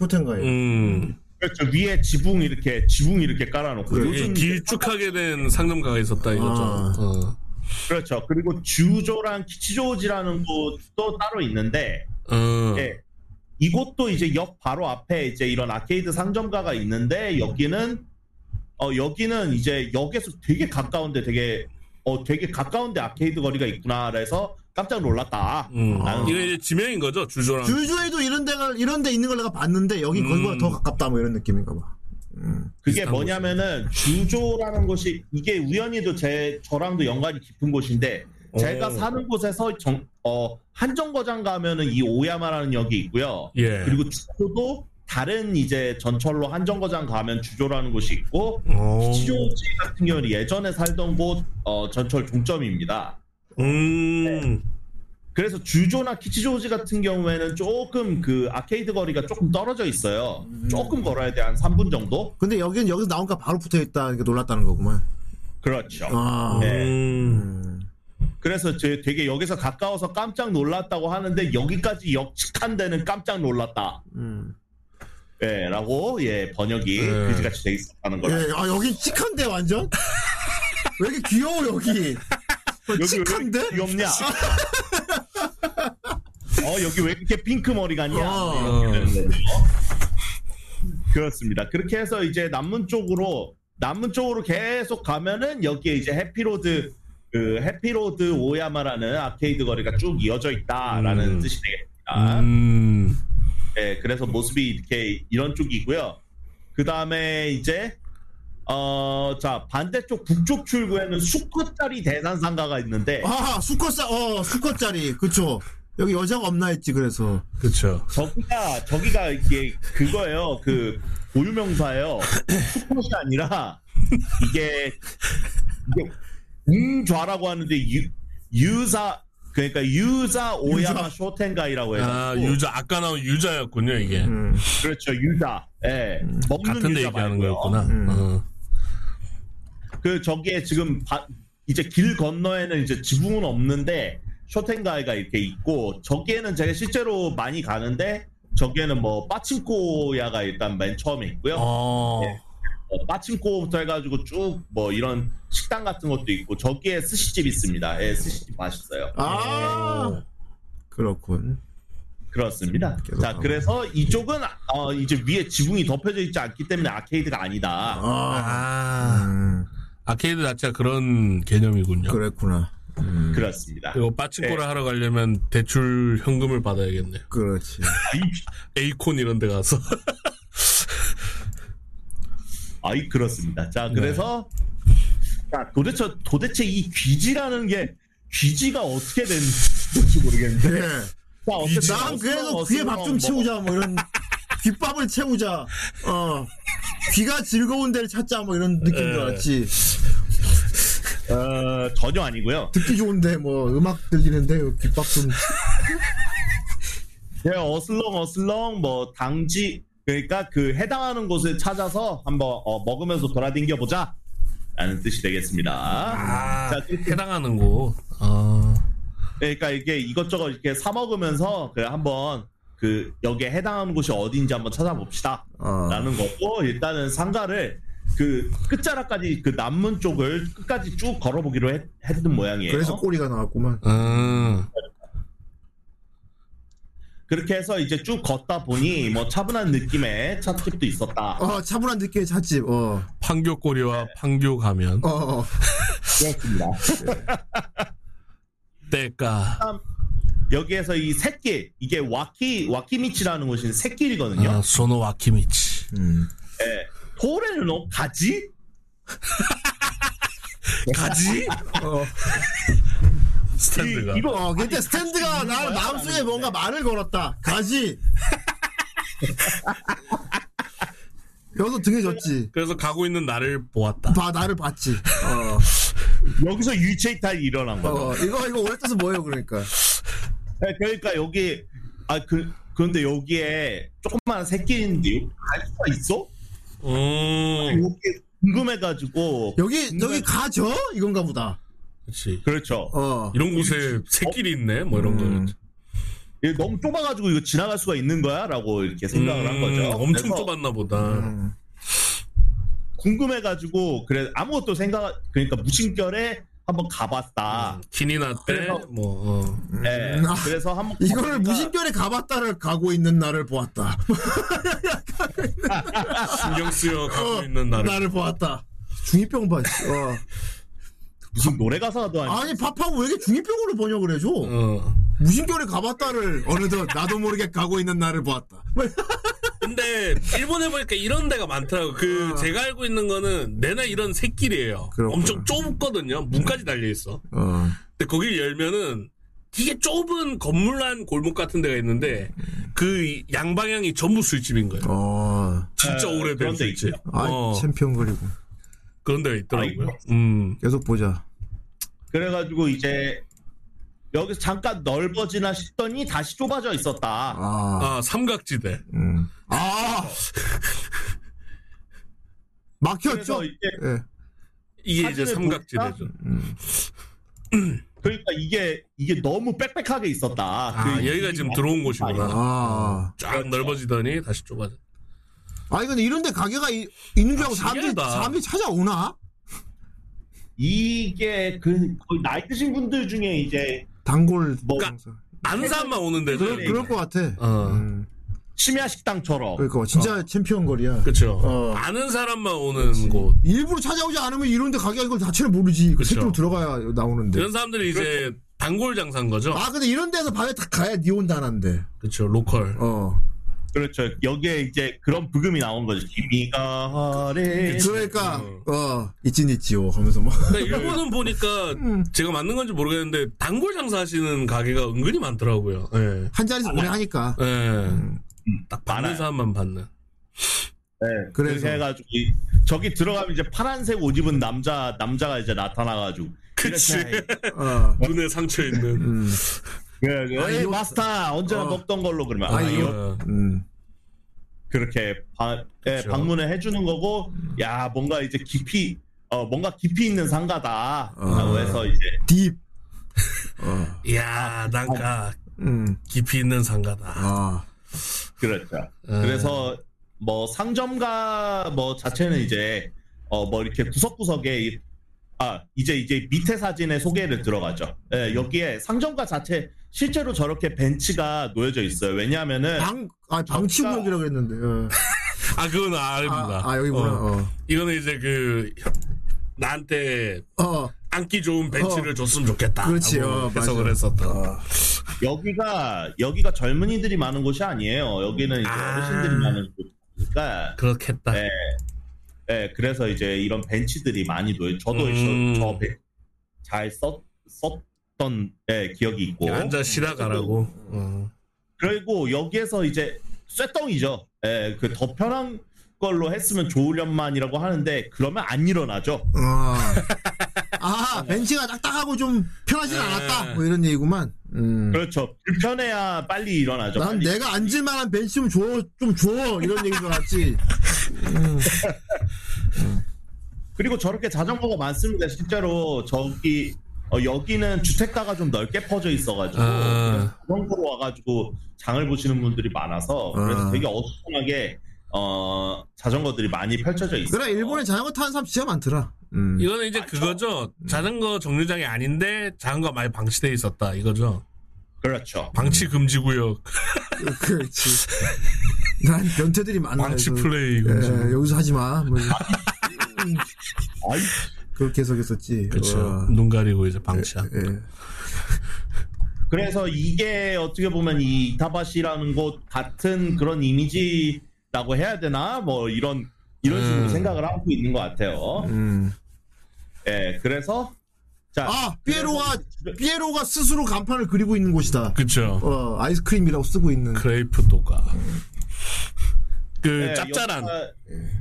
호텔 네. 거예요. 음. 그렇죠 위에 지붕 이렇게 지붕 이렇게 깔아놓고 그렇죠. 이게 길쭉하게 된 상점가가 있었다 이거죠. 아. 어. 그렇죠. 그리고 주조랑 키치조지라는 곳도 따로 있는데 어. 예. 이곳도 이제 역 바로 앞에 이제 이런 아케이드 상점가가 있는데 여기는 어 여기는 이제 역에서 되게 가까운데 되게 어 되게 가까운데 아케이드 거리가 있구나 그래서 깜짝 놀랐다. 음. 나는 이거 이제 지명인 거죠 음. 주조랑. 주주에도 이런 데가 이런 데 있는 걸 내가 봤는데 여기 거기보다 음. 더 가깝다 뭐 이런 느낌인가 봐. 음. 그게 뭐냐면은 주조라는 곳이 이게 우연히도 제 저랑도 연관이 깊은 곳인데 제가 오. 사는 곳에서 정, 어 한정거장 가면은 이 오야마라는 역이 있고요. 예. 그리고 주조도 다른 이제 전철로 한정거장 가면 주조라는 곳이 있고 오. 시조지 같은 경우는 예전에 살던 곳 어, 전철 종점입니다. 네. 음. 그래서 주조나 키치조지 같은 경우에는 조금 그 아케이드 거리가 조금 떨어져 있어요. 조금 걸어야 돼 한 3분 정도. 근데 여긴 여기서 나온까 바로 붙어있다 이게 놀랐다는 거구만. 그렇죠. 아, 네. 음. 그래서 제 되게 여기서 가까워서 깜짝 놀랐다고 하는데 여기까지 역측한 데는 깜짝 놀랐다. 음. 예, 라고 예 번역이 네. 그지같이 돼 있었다는 거예요. 예, 아 여기 칙한데 완전. 왜 이렇게 귀여워 여기? 여기 왜 칙한데? 이렇게 귀엽냐? 어 여기 왜 이렇게 핑크 머리 같냐? 어. 이렇게 되는 거죠. 그렇습니다. 그렇게 해서 이제 남문 쪽으로 남문 쪽으로 계속 가면은 여기에 이제 해피로드 그 해피로드 오야마라는 아케이드 거리가 쭉 이어져 있다라는 음. 뜻이 되겠습니다. 음. 예, 그래서 모습이 이렇게 이런 쪽이고요. 그 다음에 이제 어, 자 반대쪽 북쪽 출구에는 수컷짜리 대산상가가 있는데 아 수컷사 어 수컷짜리 그쵸. 여기 여자가 없나 했지 그래서. 그쵸. 저기가 저기가 이게 그거예요. 그 고유명사예요. 수컷이 아니라 이게 이게 웅좌라고 하는데 유, 유사 그러니까 유사 오야마 쇼텐가이라고 해요. 아, 유자. 아까 나온 유자였군요, 이게. 음. 그렇죠, 유자. 예, 먹는 같은 데 유자 얘기하는 말고요. 거였구나. 음. 어. 그 저기에 지금 바- 이제 길 건너에는 이제 지붕은 없는데 쇼텐가이가 이렇게 있고 저기에는 제가 실제로 많이 가는데 저기에는 뭐 빠칭코야가 일단 맨 처음에 있고요. 어. 어, 빠칭코부터 해가지고 쭉 뭐 이런 식당 같은 것도 있고 저기에 스시집 있습니다. 예, 스시집 맛있어요. 아 그렇군. 그렇습니다. 자, 그래서 이쪽은 어, 이제 위에 지붕이 덮여져 있지 않기 때문에 아케이드가 아니다. 아, 아. 음, 아케이드 자체가 그런 개념이군요. 그랬구나. 그렇습니다. 그리고 빠친코를 하러 가려면 대출 현금을 받아야겠네요. 그렇지. 에이콘 이런 데 가서. 아이 그렇습니다. 자 네. 그래서 자 도대체 도대체 이 귀지라는 게 귀지가 어떻게 된지 모르겠는데. 예. 자 어쨌든 난 그래도 어스렁 귀에 밥 좀 어스렁 채우자 뭐 이런 귓밥을 채우자. 어 귀가 즐거운 데를 찾자 뭐 이런 느낌인 네. 예. 줄 알았지. 먹어. 어, 전혀 아니고요. 듣기 좋은데 뭐 음악 들리는데 귓밥 좀. 예, 어슬렁 어슬렁 뭐 당지 그러니까 그 해당하는 곳을 찾아서 한번 어, 먹으면서 돌아댕겨 보자. 라는 뜻이 되겠습니다. 아, 자, 그렇게 해당하는 곳. 어. 그러니까 이게 이것저것 이렇게 사 먹으면서 그 한번 그 여기에 해당하는 곳이 어디인지 한번 찾아봅시다. 어. 라는 거고 일단은 상가를 그 끝자락까지 그 남문 쪽을 끝까지 쭉 걸어보기로 했, 던 모양이에요. 그래서 꼬리가 나왔구만. 음. 그렇게 해서 이제 쭉 걷다 보니 뭐 차분한 느낌의 찻집도 있었다. 어 차분한 느낌의 찻집. 어. 판교꼬리와 판교 가면. 어, 어. 그렇습니다. 때까. 어. 여기에서 이 새길 이게 와키 와키미치라는 곳이 새길이거든요. 아, 소노 와키미치. 음. 도레는 어 가지? 가지? 어. 스탠드가. 이, 이거 어, 그때 스탠드가 나 거야? 네. 마음속에 뭔가 말을 걸었다. 가지. 여기서 등해졌지. 그래서 가고 있는 나를 보았다. 봐, 나를 봤지. 어. 여기서 유체 이탈이 일어난 거죠. 어, 이거, 이거 원래 뜻은 뭐예요, 그러니까. 네, 그러니까 여기 아 그 그런데 여기에 조그만 새끼인데 여기 갈 수가 있어? 음. 여기 궁금해가지고 여기, 여기 가죠? 이건가 보다. 그렇지. 그렇죠. 어. 이런 곳에 새끼리 있네? 뭐 이런 음. 거. 이게 너무 좁아가지고 이거 지나갈 수가 있는 거야라고 이렇게 생각을 한 거죠. 음, 엄청 그래서 좁았나 보다. 음. 궁금해가지고 그래 아무것도 생각 그러니까 무심결에 한번 아. 가봤다. 음, 기니나 때, 그래서- 뭐, 어. 네, 음. 아, 그래서 한번 이거를 가보니까 무심결에 가봤다를 가고 있는 나를 보았다. 신경 어. 쓰여 가고 있는 나를. 나를 보았다. 중이병 반. 어. 무슨 노래 가사도 아니. 아니, 밥하고 왜 이렇게 중이병으로 번역을 해줘? 어. 무심결에 가봤다를 어느덧 나도 모르게 가고 있는 나를 보았다. 근데 일본에 보니까 이런 데가 많더라고. 어. 그 제가 알고 있는 거는 내내 이런 새끼리예요. 그렇구나. 엄청 좁거든요. 문까지 달려 있어. 어. 근데 거길 열면은 되게 좁은 건물 한 골목 같은 데가 있는데 그 그 양방향이 전부 술집인 거예요. 어, 진짜 어, 오래된 그런 데 술집. 아, 어, 챔피언 그리고 그런 데가 있더라고요. 아이고. 음. 계속 보자. 그래가지고 이제 여기서 잠깐 넓어지나 싶더니 다시 좁아져 있었다. 아, 아, 삼각지대. 음. 아, 막혔죠. 그래서 이제 예, 이게 이제 사진을 삼각지대죠. 음. 그러니까 이게 이게 너무 빽빽하게 있었다. 아, 그 여기가 이- 지금 들어온 곳이구나. 아, 쫙 넓어지더니 다시 좁아져. 아니 근데 이런데 가게가 이- 있는 줄 알고 아, 사람들이 신기하다. 사람들이 찾아오나? 이게 그 거의 나이 드신 분들 중에 이제 단골 뭐 장사. 안 사만 오는 데죠. 그럴, 그럴 것 같아. 어. 음. 심야 식당처럼 그러니까 진짜 챔피언 거리야. 그쵸. 어. 아는 사람만 오는 곳. 일부러 찾아오지 않으면 이런데 가게가 이걸 자체를 모르지. 그 그쵸. 새로 들어가야 나오는데. 이런 사람들이 이제 단골 장사인 거죠. 아 근데 이런 데서 밤에 다 가야 니온다나인데. 그쵸, 로컬. 어. 그렇죠. 여기에 이제 그런 부금이 나오는 거죠. 김이가 아래 그러니까 음. 어 이찌니찌오 하면서 뭐. 그러니까 일본은 보니까 제가 맞는 건지 모르겠는데 단골 장사하시는 가게가 은근히 많더라고요. 예. 한 자리에서 오래 하니까. 예. 음. 딱 받는 사람만 받는. 네. 그래서. 그래서 해가지고 이- 저기 들어가면 이제 파란색 옷 입은 남자 남자가 이제 나타나가지고 그치. 어. 눈에 상처 있는. 음. 그래가지고 에이 아, 이거- 예, 마스타 언제나 어. 먹던 걸로 그러면 아, 아, 이거- 이거 어. 음. 그렇게 바- 예, 그쵸. 방문을 해주는 거고 야 뭔가 이제 깊이 어 뭔가 깊이 있는 상가다라고 아. 어. 해서 이제 딥. 어. 네. 이야, 난가 음. 깊이 있는 상가다. 아. 그렇죠. 아. 그래서 뭐 상점가 뭐 자체는 이제 어 뭐 이렇게 구석구석에 이- 아 이제 이제 밑에 사진에 소개를 들어가죠. 음. 예, 여기에 상점가 자체 실제로 저렇게 벤치가 놓여져 있어요. 왜냐하면은 방, 아, 방치구역이라 그랬는데. 어. 아, 그건 아닙니다. 아, 아, 여기구나. 어. 어. 이거는 이제 그 나한테 어. 앉기 좋은 벤치를 줬으면 좋겠다. 그렇지, 라고 어, 해석을 맞아. 했었다. 여기가 여기가 젊은이들이 많은 곳이 아니에요. 여기는 이제 아. 어르신들이 많은 곳이니까 그렇겠다. 네. 예, 그래서 이제 이런 벤치들이 많이 놓여. 저도 음. 저잘 썼 던 예, 기억이 있고 앉아 쉬다 가라고. 어. 그리고 여기에서 이제 쇠덩이죠. 예, 그 더 편한 걸로 했으면 좋으련만이라고 하는데 그러면 안 일어나죠. 음. 아. 아, 벤치가 딱딱하고 좀 편하진 네. 않았다. 뭐 이런 얘기구만. 음. 그렇죠. 불편해야 빨리 일어나죠. 난 빨리. 내가 앉을 만한 벤치 좀 줘, 좀 줘. 이런 얘기인 줄 알았지. 그리고 저렇게 자전거가 많습니다. 실제로 저기 어, 여기는 주택가가 좀 넓게 퍼져 있어가지고 아. 자전거로 와가지고 장을 보시는 분들이 많아서 그래서 아. 되게 어수선하게 어, 자전거들이 많이 펼쳐져 있어요. 그래, 일본에 자전거 타는 사람 진짜 많더라. 음. 이거는 이제 그거죠. 자전거 정류장이 아닌데 자전거 많이 방치돼 있었다 이거죠. 그렇죠. 음. 방치 그 금지 구역, 그렇지. 난 변태들이 많아. 방치 그래서, 플레이 금지. 구역. 음. 예, 여기서 하지 마. 뭐, 아이, 그렇게 해석했었지. 그렇죠. 와. 눈 가리고 이제 방치한. 예. 그래서 이게 어떻게 보면 이 이타바시라는 곳 같은 그런 이미지라고 해야 되나 뭐 이런 이런 식으로 음. 생각을 하고 있는 것 같아요. 음. 예, 그래서 자 아, 피에로가, 피에로가 스스로 간판을 그리고 있는 곳이다. 그렇죠. 어, 아이스크림이라고 쓰고 있는. 크레이프 도가. 그 예, 짭짤한 여기가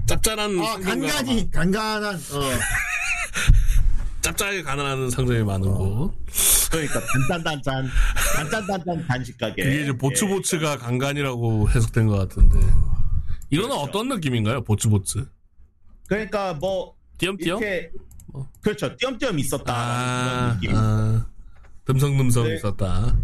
짭짤한 아, 상점과 간간히, 간간한, 어. 막 짭짤하게 가난한 상점이 많은 어. 곳. 그러니까 단짠단짠 단짠단짠 간식 가게. 이게 이제 예. 그렇죠. 보츠보츠가 간간이라고 해석된 것 같은데. 어. 이거는 어떤 느낌인가요? 보츠보츠. 그러니까 뭐 띄엄띄엄? 이렇게 뭐. 그렇죠. 띄엄띄엄 있었다. 아, 그런 느낌. 아, 듬성듬성 네. 있었다.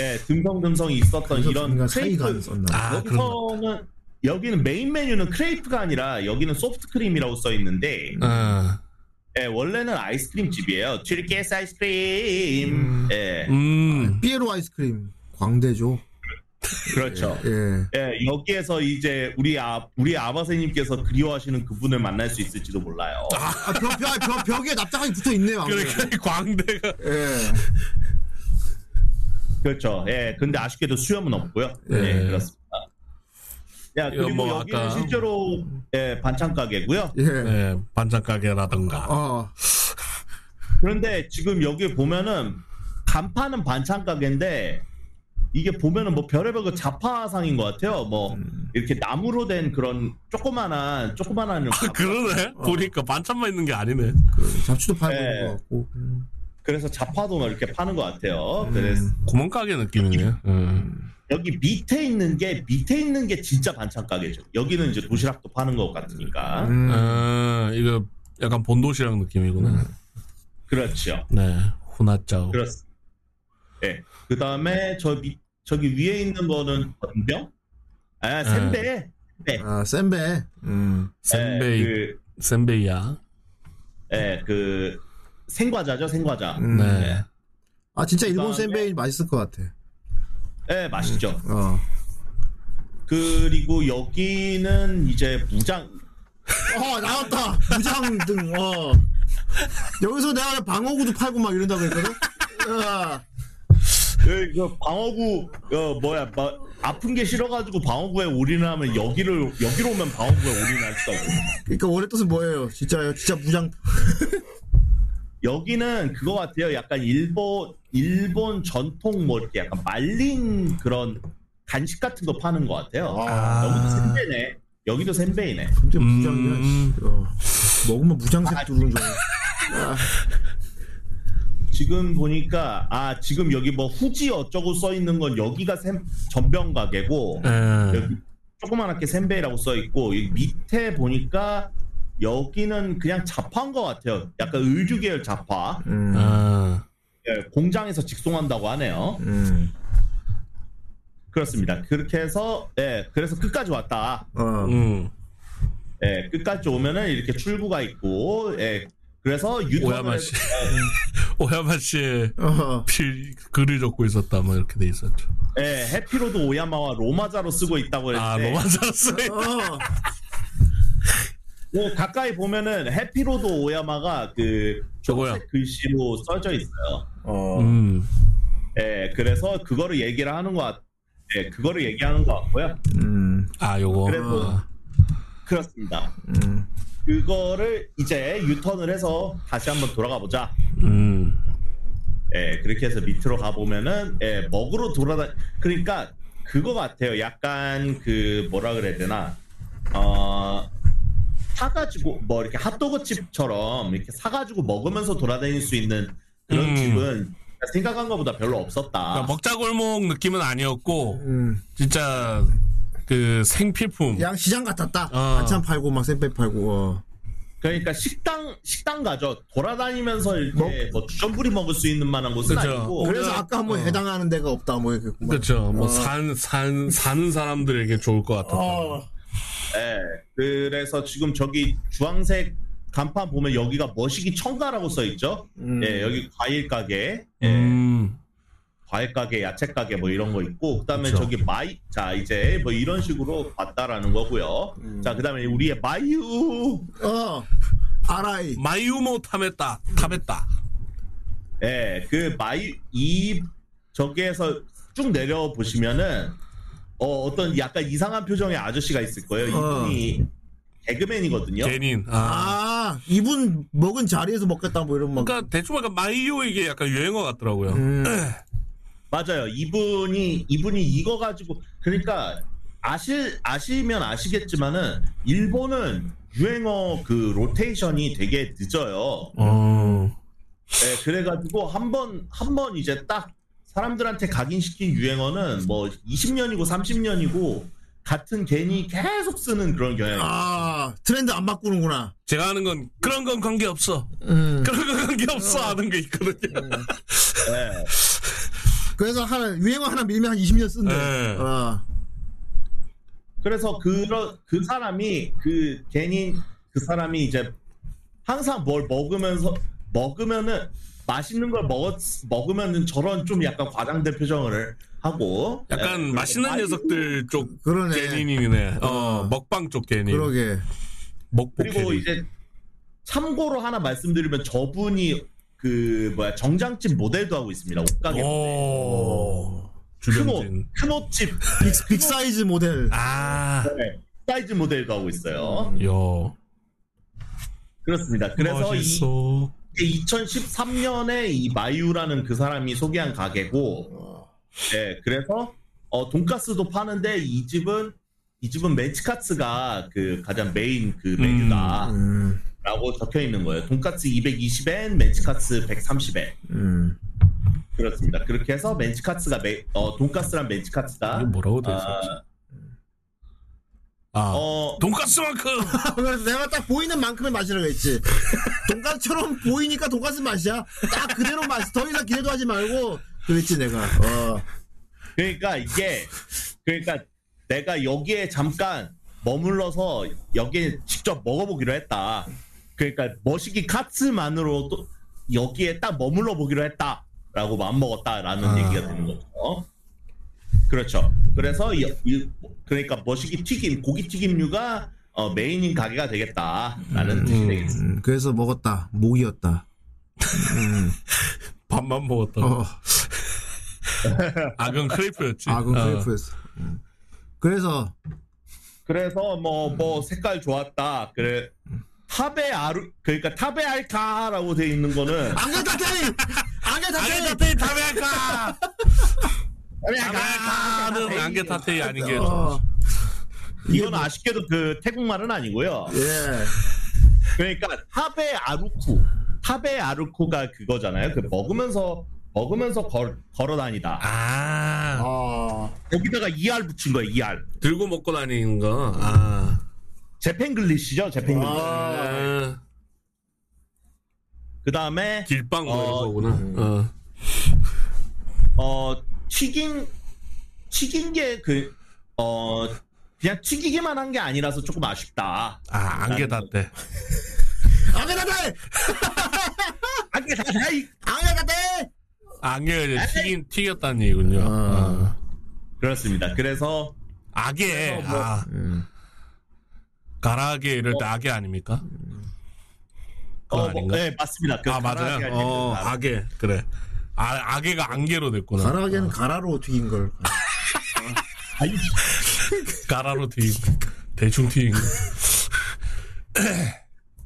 예, 듬성듬성이 있었던 이런 이런 사이가 크레이프. 있었나. 아, 그런 여기서는 여기는 메인 메뉴는 크레이프가 아니라 여기는 소프트 크림이라고 써 있는데 아, 예, 원래는 아이스크림 집이에요. 튀르키스 아이스크림. 예, 음, 피에로 아이스크림, 광대죠. 그렇죠. 예. 예, 여기에서 이제 우리 아 우리 아바세님께서 그리워하시는 그분을 만날 수 있을지도 몰라요. 아, 벽, 벽, 벽, 벽에 납작하게 붙어 있네요. 그러니까 이 광대가 예. 그렇죠. 예, 근데 아쉽게도 수염은 없고요. 예, 네. 그렇습니다. 야, 이거 그리고 뭐 여기는 아까- 실제로 예, 반찬 가게고요. 예. 네, 반찬 가게라던가 어. 그런데 지금 여기 보면은 간판은 반찬 가게인데 이게 보면은 뭐 별의별 그 자파상인 것 같아요. 뭐 이렇게 나무로 된 그런 조그만한 조그만한 그러네. 보니까 반찬만 있는 게 아니네. 그 잡초도 팔고 네. 있는 것 같고. 그래서 자파도 막 이렇게 파는 것 같아요. 그래서 구멍가게 느낌이네요. 음. 여기 밑에 있는 게 밑에 있는 게 진짜 반찬 가게죠. 여기는 이제 도시락도 파는 것 같으니까 음. 아, 이거 약간 본도시락 느낌이구나. 그렇죠. 네. 호나짜오. 그렇습니다. 예. 그 다음에 저 밑, 저기 위에 있는 거는 건병? 아, 샌베. 샌베. 아, 센베. 음. 센베이. 예, 그, 센베이야. 예, 그, 생과자죠, 생과자. 음. 네. 아, 진짜 일본 그다음에- 센베이 맛있을 것 같아. 예, 맛있죠. 어. 그리고 여기는 이제 무장, 어, 나왔다. 무장등, 어. 여기서 내가 방어구도 팔고 막 이런다고 했거든? 어. 야, 그, 그 방어구, 어, 뭐야, 마- 아픈 게 싫어가지고 방어구에 올인하면 여기를, 여기로 오면 방어구에 올인할 수가 없고. 그러니까 원래 뜻은 뭐예요? 진짜요? 진짜 무장. 여기는 그거 같아요. 약간 일본 일본 전통 뭐 이렇게 약간 말린 그런 간식 같은 거 파는 것 같아요. 너무 센베네. 여기도 센베이네. 근데 음. 무장이야. 씨. 어. 먹으면 무장색 두른 줄. 알아. 지금 보니까 아 지금 여기 뭐 후지 어쩌고 써 있는 건 여기가 센 전병 가게고 예. 여기 조그만하게 센베이라고 써 있고 이 밑에 보니까 여기는 그냥 자파인 것 같아요. 약간 의류 계열 자파. 음. 아, 예, 공장에서 직송한다고 하네요. 음. 그렇습니다. 그렇게 해서 예 그래서 끝까지 왔다. 어. 음. 예, 끝까지 오면은 이렇게 출구가 있고, 예, 그래서 오야마 유턴을 씨. 오야마 씨의 어. 필, 글을 적고 있었다. 뭐 이렇게 돼 있었죠. 예, 해피로드 오야마와 로마자로 쓰고 있다고 아, 했는데, 로마자스. 어. 뭐 가까이 보면은 해피로드 오야마가 그 저거야. 초록색 글씨로 써져 있어요. 어. 음. 예, 그래서 그거를 얘기를 하는 것, 같, 예, 그거를 얘기하는 것 같고요. 음. 아, 요거. 그래도- 아, 그렇습니다. 음. 그거를 이제 유턴을 해서 다시 한번 돌아가 보자. 음. 예, 그렇게 해서 밑으로 가보면은, 예, 먹으로 돌아다, 그러니까 그거 같아요. 약간 그, 뭐라 그래야 되나, 어, 사가지고, 뭐 이렇게 핫도그 집처럼 이렇게 사가지고 먹으면서 돌아다닐 수 있는 그런 음. 집은 생각한 것보다 별로 없었다. 그러니까 먹자골목 느낌은 아니었고, 음. 진짜 그 생필품. 양 시장 같았다. 어. 반찬 팔고 막 샌베이 팔고. 어. 그러니까 식당, 식당 가죠. 돌아다니면서 이렇게 뭐 주전부리 먹을 수 있는 만한 곳은 그죠. 아니고. 그래서 오늘- 아까 뭐 어. 해당하는 데가 없다 뭐 이렇게. 그렇죠. 뭐 산, 산, 사는 사람들에게 좋을 것 같았다. 어. 예, 그래서 지금 저기 주황색 간판 보면 여기가 머시기 청가라고 써 있죠. 예, 여기 과일 가게, 예, 음. 과일 가게, 야채 가게 뭐 이런 거 있고, 그다음에 그쵸. 저기 마이, 자 이제 뭐 이런 식으로 봤다라는 거고요. 자 그다음에 우리의 마유, 어. 아라이. 마이우모 탐했다. 탐했다. 예, 그 마유 이 저기에서 쭉 내려 보시면은 어 어떤 약간 이상한 표정의 아저씨가 있을 거예요. 어. 이분이 개그맨이거든요. 개닌. 아. 아, 이분 먹은 자리에서 먹겠다 뭐 이런 막. 그러니까 대충 약간 마이오 이게 약간 유행어 같더라고요. 음. 맞아요. 이분이 이분이 이거 가지고 그러니까 아실 아시면 아시겠지만은 일본은 유행어 그 로테이션이 되게 늦어요. 어. 네, 그래가지고 한번한번 이제 딱 사람들한테 각인시킨 유행어는 뭐 20년이고 30년이고 같은 괜히 계속 쓰는 그런 경향. 이 아, 트렌드 안 바꾸는구나. 제가 하는 건 그런 건 관계 없어. 음. 그런 건 관계 없어 하는 게 있거든요. 네. 그래서 하나, 유행어 하나 밀면 한 20년 쓴대. 네. 아, 그래서 그런 그 사람이 그 괜히 그 사람이 이제 항상 뭘 먹으면서 먹으면은 맛있는 걸 먹었 먹으면은 저런 좀 약간 과장된 표정을 하고 약간 예, 맛있는 그리고 녀석들 쪽 그러네. 개닌이네. 어, 먹방 쪽 개닌. 그러게. 먹보 그리고 개닌. 이제 참고로 하나 말씀드리면 저분이 그 뭐야 정장집 모델도 하고 있습니다 옷가게 뭐, 오. 어, 주변진. 큰옷큰 옷집 그 빅, 빅사이즈 모델. 아. 사이즈 모델도 하고 음. 있어요 요. 그렇습니다 그래서 이 멋있어. 2013년에 이 마유라는 그 사람이 소개한 가게고 네, 그래서 어, 돈가스도 파는데 이 집은 이 집은 멘치카츠가 그 가장 메인 그 메뉴다라고 음, 적혀 있는 거예요. 돈가스 220엔, 멘치카츠 130엔. 음. 그렇습니다. 그렇게 해서 멘치카츠가 메, 어, 돈가스랑 멘치카츠다. 이게 뭐라고 돼 있어? 아, 아, 어, 돈가스만큼 그래서 내가 딱 보이는 만큼의 맛이라고 했지. 돈가스처럼 보이니까 돈가스 맛이야. 딱 그대로 맛. 더 이상 기대도 하지 말고. 그랬지 내가. 어. 그러니까 이게 그러니까 내가 여기에 잠깐 머물러서 여기에 직접 먹어보기로 했다. 그러니까 머시기 카츠만으로 또 여기에 딱 머물러 보기로 했다라고 마음 먹었다라는 아. 얘기가 되는 거죠. 어? 그렇죠. 그래서 이- 이- 그러니까 머시기 튀김 고기 튀김류가 어, 메인인 가게가 되겠다라는 뜻이 되겠습니다. 음, 그래서 먹었다. 목이었다. 밥만 먹었다. 어. 아, 그건 크레이프였지. 아, 그건 어. 크레프였어. 그래서 그래서 뭐 뭐 색깔 좋았다. 그래 타베 아루 그러니까 타베 알카라고 돼 있는 거는 안개타테이 안개타테이 안개타테이 타메아카! 아, 타메아카는 아, 안개타테이 아닌 게. 어, 이건 아쉽게도 그 태국말은 아니고요. 예. 그러니까 타베 아루쿠 타베 아루쿠가 그거잖아요. 그 먹으면서 먹으면서 걸, 걸어 다니다. 아, 어. 거기다가 ER 붙인 거예요. ER 들고 먹고 다니는 거. 아. 재팬글리시죠. 재팬글리시. 아, 그 다음에 길빵 뭐 어, 이런 거구나. 어. 어 튀긴 튀긴 게그어 그냥 튀기기만 한 게 아니라서 조금 아쉽다. 아, 안개타테. 안개타테이 아니 다이 안개타테이 아, 안개가 이제 튀긴, 튀겼다는 얘기군요. 아. 어. 그렇습니다. 그래서 악에, 뭐- 아. 가라게 이럴 때 악에 아닙니까? 어, 그거 뭐, 아닌가? 네 맞습니다. 그 아, 가라아게 맞아요. 할 때는 어, 아, 악에. 그래. 아, 악에가 안개로 됐구나. 가라기는 가라로 튀긴 걸. 아니, 가라로 튀김 대충 튀김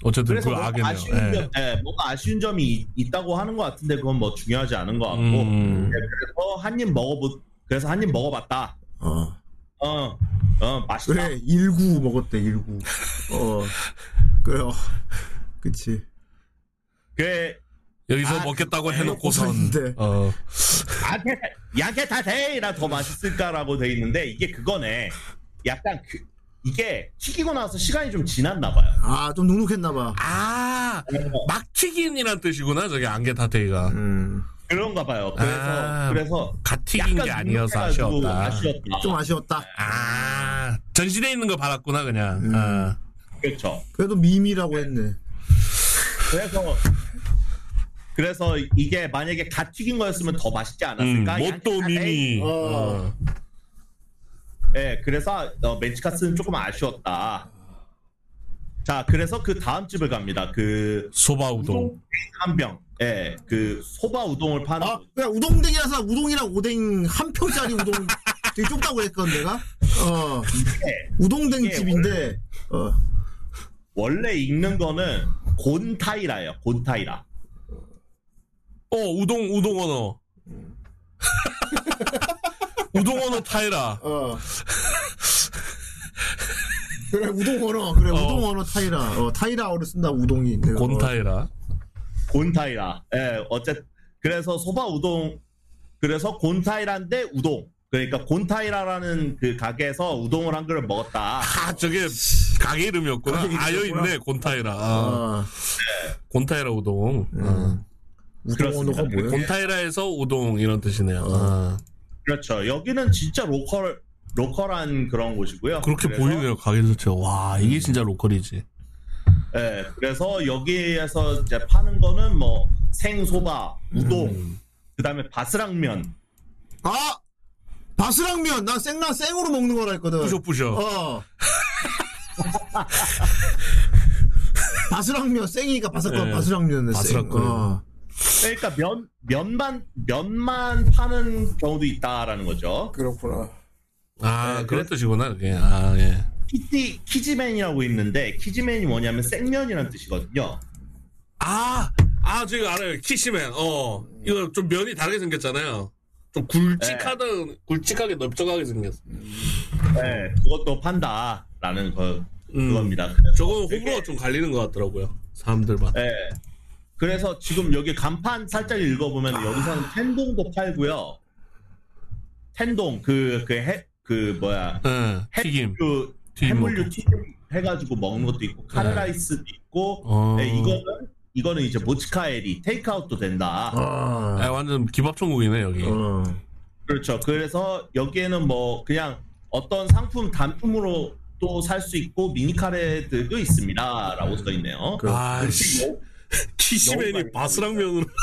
어쨌든 그래서 그 뭔가 악이네요 아쉬운 점, 예, 뭔가 아쉬운 점이 있- 있다고 하는 것 같은데 그건 뭐 중요하지 않은 것 같고 음. 예, 그래서 한 입 먹어보 그래서 한 입 먹어봤다. 어. 어, 어 맛있다. 그래 일구 먹었대 일구. 어. 그래. 어. 그치. 그래 여기서 아, 먹겠다고 해놓고선 먹었는데. 어, 야게 야게 그 다세이라 더 맛있을까라고 돼 있는데 이게 그거네. 약간 그 이게 튀기고 나서 시간이 좀 지났나 봐요. 아, 좀 눅눅했나봐. 아 막튀김이란 뜻이구나 저게 안개타테이가 음. 그런가 봐요. 그래서 아, 그래서 갓 튀긴 약간 게 아니어서 눅눅해가지고 아쉬웠다 아쉬웠다. 좀 아쉬웠다. 아 전시돼 있는 거 받았구나 그냥 음. 아. 그렇죠. 그래도 미미라고 했네. 그래서 그래서 이게 만약에 갓 튀긴 거였으면 더 맛있지 음, 않았을까? 모또 양치카레. 미미 어. 어. 네, 그래서 어, 멘치카스는 조금 아쉬웠다. 자, 그래서 그 다음 집을 갑니다. 그 소바 우동 우동 한 병. 예, 그 소바 우동을 파는 아, 그냥 우동댕이라서 우동이랑 오뎅 한 평짜리 우동 되게 좁다고 했건 내가. 어. 우동댕 이게 집인데. 어. 원래 읽는 거는 곤타이라예요. 곤타이라. 어 우동 우동 언어 우동 언어 타이라 어. 그래 우동 언어 그래 어. 우동 언어 타이라 어 타이라어를 쓴다 우동이 내가. 곤타이라 곤타이라. 예, 어쨌 그래서 소바 우동 그래서 곤타이라인데 우동. 그러니까 곤타이라라는 그 가게에서 우동을 한 그릇 먹었다. 아 저게 가게 이름이었구나 가게 아여 이름이었구나. 있네 곤타이라 어. 어. 아. 곤타이라 우동. 어. 음. 우동 그렇습니다. 언어가 뭐야? 곤타이라에서 우동 이런 뜻이네요. 아, 그렇죠. 여기는 진짜 로컬 로컬한 그런 곳이고요. 그렇게 그래서, 보이네요. 가게 자체. 와 이게 진짜 로컬이지. 예. 그래서 여기에서 이제 파는 거는 뭐 생소바, 우동, 그다음에 바스락면. 아 바스락면 나 생나 생으로 먹는 거라 했거든. 부셔 부셔. 어. 바스락면 생이니까 바삭거려 예. 바스락면에 생. 바스락거려. 어. 그러니까 면 면만 면만 파는 경우도 있다라는 거죠. 그렇구나. 아 네, 그런 뜻이구나 그게. 아 예. 키티 키즈맨이라고 있는데 키즈맨이 뭐냐면 생면이라는 뜻이거든요. 아, 아아 저기 알아요. 키시맨. 어 이거 좀 면이 다르게 생겼잖아요. 좀 굵직하던 굵직하게 넓적하게 생겼어. 네, 그것도 판다라는 거, 음. 그겁니다. 저건 호불호가 좀 갈리는 것 같더라고요. 사람들마다. 네. 그래서 지금 여기 간판 살짝 읽어보면 여기서는 텐동도 팔고요. 텐동 그그 해 그 뭐야 예, 튀김. 해물류 튀김 해물류 먹고. 네. 튀김 해가지고 먹는 것도 있고 카레라이스도 있고 어. 네, 이거는 이거는 이제 모츠카에리 테이크아웃도 된다. 아, 아, 완전 기밥 천국이네 여기. 어. 그렇죠. 그래서 여기에는 뭐 그냥 어떤 상품 단품으로 또 살 수 있고 미니 카레들도 있습니다라고 써 있네요. 아, 씨. 어? 너무 키시맨이 바스락면으로.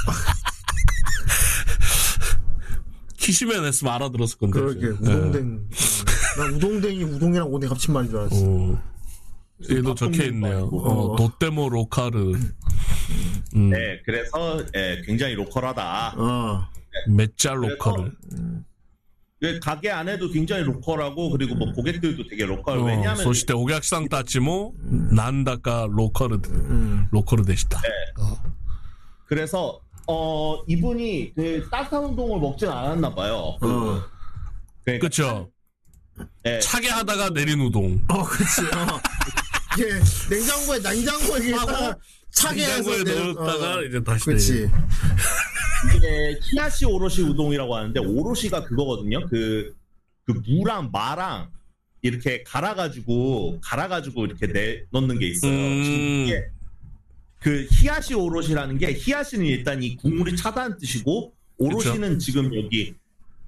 키시맨 했으면 알아들었을 건데. 그러게 지금. 예. 우동댕. 어. 나 우동댕이 우동이랑 오뎅 합친 말인 줄 알았어. 오. 얘도 적혀 있네요. 아니고. 어, 어. 도떼모 로카르. 음, 네, 그래서 예, 굉장히 로컬하다. 어. 메짜 로카르. 어, 왜 가게 안에도 굉장히 로컬하고 그리고 뭐 고객들도 되게 로컬. 어, 왜냐하면 そしてお客さんたちも 음. なんだかローカルで、ローカルでした。 네. 그래서 어 이분이 그 따뜻한 운동을 먹진 않았나 봐요. 그, 어. 그러니까, 그쵸? 예, 차게 하다가 내린 우동. 어, 그치. 어. 이게 냉장고에 냉장고에 이게 하고 딱 차게 해서 냉장고에 내려- 넣었다가 어. 이제 네. 다시 그치. 그 이게 히나시 오로시 우동이라고 하는데 오로시가 그거거든요. 그, 그 무랑 마랑 이렇게 갈아가지고 갈아가지고 이렇게 내 넣는 게 있어요. 음. 예. 이게 그 히야시 오롯이라는 게 히야시는 일단 이 국물이 차다는 뜻이고 오롯이는 지금 여기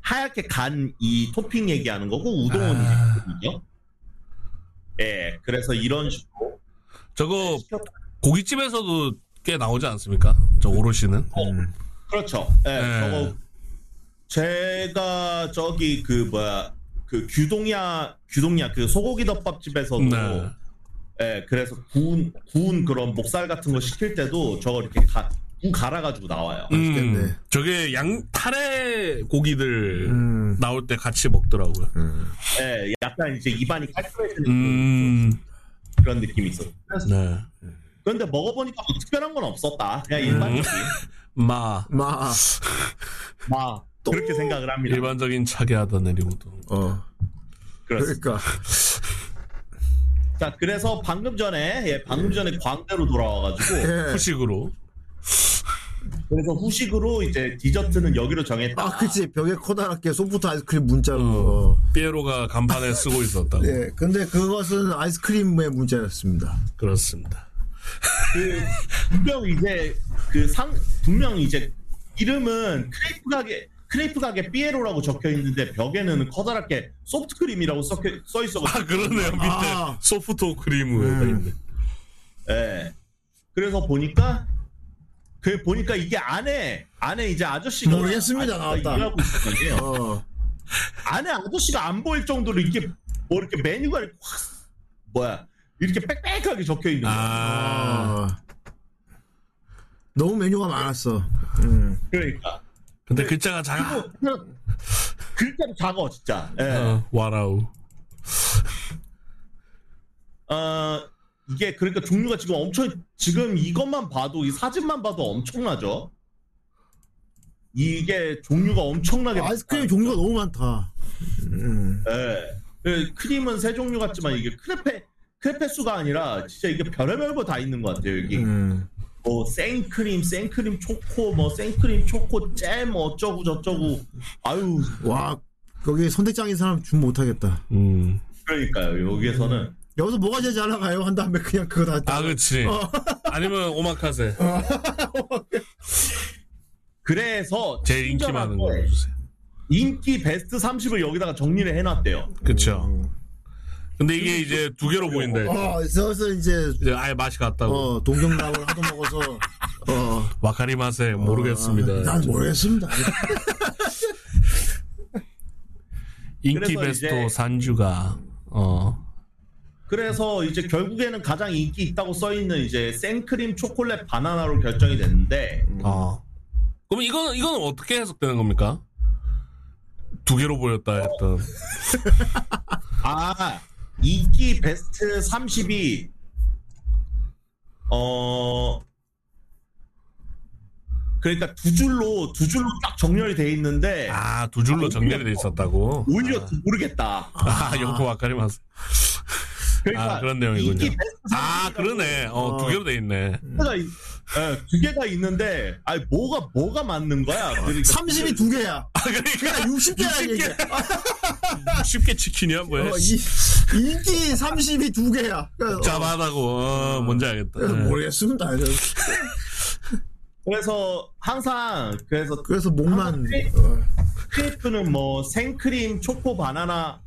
하얗게 간 이 토핑 얘기하는 거고 우동은 아. 이거든요. 예, 그래서 이런 식으로 저거 시켰- 고깃집에서도 꽤 나오지 않습니까? 저 오롯이는. 그렇죠. 예, 예. 저거 제가 저기 그 뭐야 그 규동야 규동야 그 소고기 덮밥집에서도 네. 예, 그래서 구운 구운 그런 목살 같은 거 시킬 때도 저거 이렇게 가, 무 갈아가지고 나와요. 음, 맛있겠네. 저게 양, 탈의 고기들 음. 나올 때 같이 먹더라고요. 예, 약간 이제 입안이 깔끔해지는 음, 그런 느낌이 있었어요. 네. 그런데 먹어보니까 뭐 특별한 건 없었다. 그냥 일반적인. 마, 마. 아, 막 아, 그렇게 생각을 합니다. 일반적인 차게 하다 내린 우동. 어. 그렇습니다. 그러니까. 자, 그래서 방금 전에, 예, 방금 전에 광대로 돌아와가지고, 예. 후식으로. 그래서 후식으로 이제 디저트는 여기로 정했다. 아, 그치. 벽에 커다랗게 소프트 아이스크림 문자로. 어. 피에로가 간판에 쓰고 있었다고. 예. 근데 그것은 아이스크림의 문자였습니다. 그렇습니다. 그, 분명 이제, 그 상, 분명 이제, 이름은 크레이프 가게, 크레이프 가게 삐에로라고 적혀 있는데 벽에는 커다랗게 소프트크림이라고 써, 써 있어가지고. 아 그러네요 밑에 아. 음. 소프트 크림으로 돼 있네. 예. 그래서 보니까 그 보니까 이게 안에 안에 이제 아저씨가 모르겠습니다, 아저씨가 음, 나왔다. 일하고 있을 거 아니에요. 어. 안에 아저씨가 안 보일 정도로 이게 뭐 이렇게 메뉴가 이렇게 확 뭐야 이렇게 빽빽하게 적혀 있는 거야. 아 어. 너무 메뉴가 많았어. 그러니까 근데 글자가 작아. 또 그냥 글자도 작아 진짜. 예. 어, 와라우. 어, 이게 그러니까 종류가 지금 엄청 지금 이것만 봐도 이 사진만 봐도 엄청나죠. 이게 종류가 엄청나게 아이스크림 많다. 종류가 너무 많다. 음. 예. 그 크림은 세 종류 같지만 이게 크레페 크레페 수가 아니라 진짜 이게 별의별 거 다 있는 것 같아요 여기 음. 뭐 생크림 생크림 초코 뭐 생크림 초코 잼 어쩌고 저쩌고 아유 와, 거기 선택장인 사람 준 못하겠다. 음. 그러니까요 여기에서는 여기서 뭐가 제일 잘 나가요? 한 다음에 그냥 그거 다. 아 그치. 아니면 오마카세. 그래서 제일 인기 많은 친절하게 걸로 주세요. 인기 베스트 30을 여기다가 정리를 해놨대요 그쵸. 근데 이게 이제 두 개로 보인다. 어, 그래서 이제 이제 아예 맛이 같다고. 어 동경남을 하도 먹어서 어 와카리 맛에 모르겠습니다. 아, 난 모르겠습니다. 인기 그래서 베스트 이제- 산주가 어. 그래서 이제 결국에는 가장 인기 있다고 써있는 이제 생크림 초콜릿 바나나로 결정이 됐는데 어. 그럼 이건 이건 어떻게 해석되는 겁니까? 두 개로 보였다 했던. 아 인기 베스트 30이 어 그러니까 두 줄로 두 줄로 딱 정렬이 돼 있는데 아, 두 줄로 정렬이 돼 있었다고. 오히려 모르겠다. 아, 요코 와카리마스. 그러니까 아, 그런 내용이군요. 인기 베스트 아, 그러네. 어, 두 개로 돼 있네. 가두 예, 개가 있는데 아 뭐가 뭐가 맞는 거야? 그러니까 30이 두 개야. 아, 그러니까 60개야, 이게. 쉽게 치킨이야, 뭐야. 어, 이, 인기 30이 두 개야. 그러니까, 복잡하다고. 어, 뭔지 알겠다. 그래서 네. 모르겠습니다. 그래서 항상 그래서 그래서 목만. 어. 크레이프는 뭐 생크림, 초코, 바나나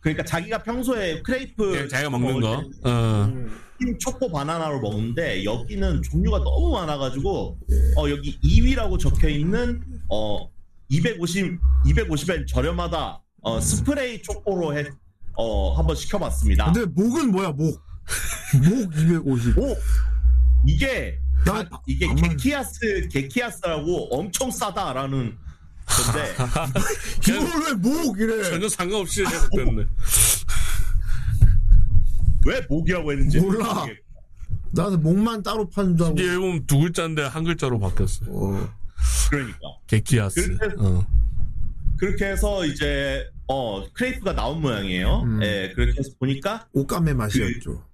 그러니까 자기가 평소에 크레이프 뭐 그냥 네, 자기가 먹는 거. 먹을 때 어. 음. 생크림, 초코, 바나나로 먹는데 여기는 종류가 너무 많아가지고 예. 어, 여기 2위라고 적혀 있는 어 250, 250엔 저렴하다 어, 스프레이 초코로 해, 어, 한번 시켜봤습니다. 근데 목은 뭐야, 목. 목 250. 오 이게 나 아, 이게 게키아스 게키아스라고 엄청 싸다라는 건데 이걸 왜 목, 이래. 전혀 상관없이 해석됐네. 왜 목이라고 했는지 몰라. 모르겠고. 나는 목만 따로 파는 줄 알고. 이 앨범 뭐 두 글자인데 한 글자로 바뀌었어요. 어. 그러니까 게키아스. 그래서- 어. 그렇게 해서 이제 어 크레이프가 나온 모양이에요. 음. 예, 그렇게 해서 보니까 옷감의 맛이었죠.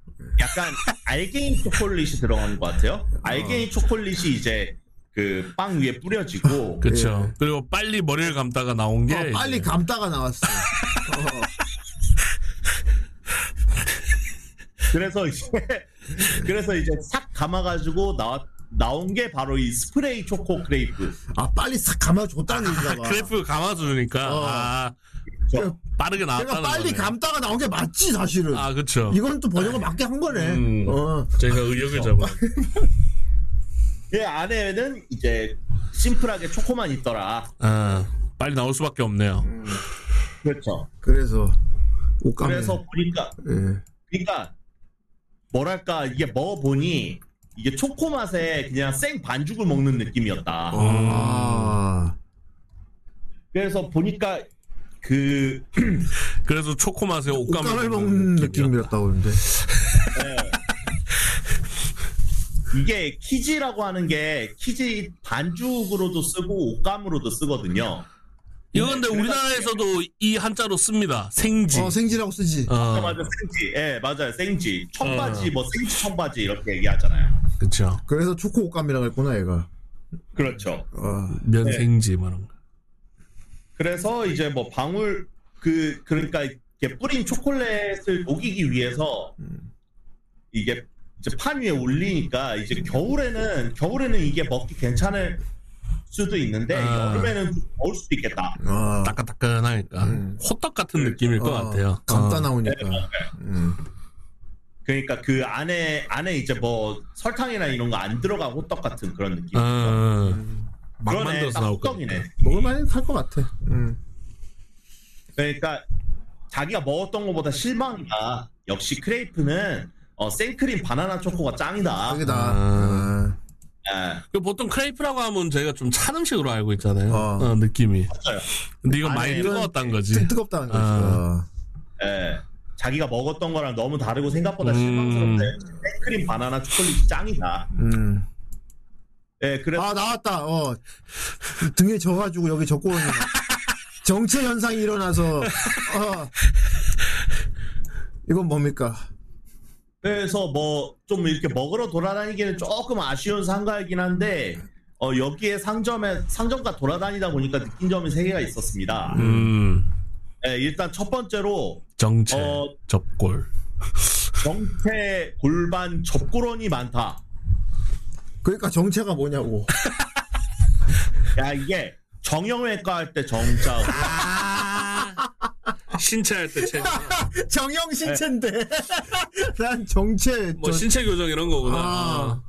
약간 알갱이 초콜릿이 들어간 것 같아요. 알갱이 초콜릿이 이제 그 빵 위에 뿌려지고 그렇죠. 그리고 빨리 머리를 감다가 나온 게 예. 어, 빨리 이제 감다가 나왔어. 어. 그래서 이제 그래서 이제 싹 감아가지고 나 나온 게 바로 이 스프레이 초코 크레이프. 아, 빨리 싹 감아줬다는 얘기가 봐. 크래프 감아주니까 어. 아, 저- 빠르게 내가 나왔다는 그러니까 빨리 거네. 감다가 나온 게 맞지, 사실은. 아 그렇죠. 이건 또 번역을 맞게 한 거네. 음. 어. 제가 의역을 잡아. 그 안에는 이제 심플하게 초코만 있더라. 아, 빨리 나올 수밖에 없네요. 그렇죠. 그래서 옷감에. 그래서 보니까 예. 그러니까 뭐랄까 이게 먹어보니 이게 초코 맛에 그냥 생 반죽을 먹는 느낌이었다. 어. 아. 그래서 보니까 그 그래서 초코 맛에 옷감을, 옷감을 먹는 느낌이었다고 하는데. 이게 키지라고 하는 게 키지 반죽으로도 쓰고 옷감으로도 쓰거든요. 이거 근데 우리나라에서도 이 한자로 씁니다. 생지. 어, 생지라고 쓰지. 아, 어, 맞아 생지, 예 맞아요 생지, 청바지 뭐 생지 청바지 이렇게 얘기하잖아요. 그렇죠. 그래서 초코 옷감이라고 했구나, 얘가. 그렇죠. 아. 면생지 뭐 말은. 그래서 이제 뭐 방울 그 그러니까 이렇게 뿌린 초콜릿을 녹이기 위해서 이게 이제 판 위에 올리니까 이제 겨울에는 겨울에는 이게 먹기 괜찮을 수도 있는데 아. 여름에는 좀 더울 수도 있겠다. 아. 따끈따끈하니까 음. 호떡 같은 느낌일 것 어, 같아요. 감다 어. 나오니까. 음. 그러니까 그 안에 안에 이제 뭐 설탕이나 이런 거 안 들어간 호떡 같은 그런 느낌. 어, 막 그러네, 만들어서 딱 나올 호떡이네. 거니까. 먹을만 할것 같아. 음. 그러니까 자기가 먹었던 것보다 실망이다. 역시 크레이프는 어, 생크림 바나나 초코가 짱이다. 여기다. 아. 예. 그 보통 크레이프라고 하면 저희가 좀 찬 음식으로 알고 있잖아요. 어. 어, 느낌이. 맞아요. 근데 이건 아니, 많이 이건 뜨거웠다는 좀 거지. 뜨겁다는 거지. 아. 예, 자기가 먹었던 거랑 너무 다르고 생각보다 음. 실망스럽대. 생크림 바나나 초콜릿 짱이다. 어. 음. 예, 그래서 아 나왔다. 어 등에 져가지고 여기 젖고 오는 거. 정체 현상이 일어나서 어. 이건 뭡니까? 그래서 뭐 좀 이렇게 먹으러 돌아다니기는 조금 아쉬운 상가이긴 한데 어, 여기에 상점에 상점가 돌아다니다 보니까 느낀 점이 세 개가 있었습니다. 음, 예, 일단 첫 번째로 정체, 어. 접골. 정체 골반 접고론이 많다. 그러니까 정체가 뭐냐고. 야 이게 정형외과 할 때 정자 아, 신체 할 때, 체, 정형 신체인데 난 정체 뭐 저- 신체 교정 이런 거구나. 아.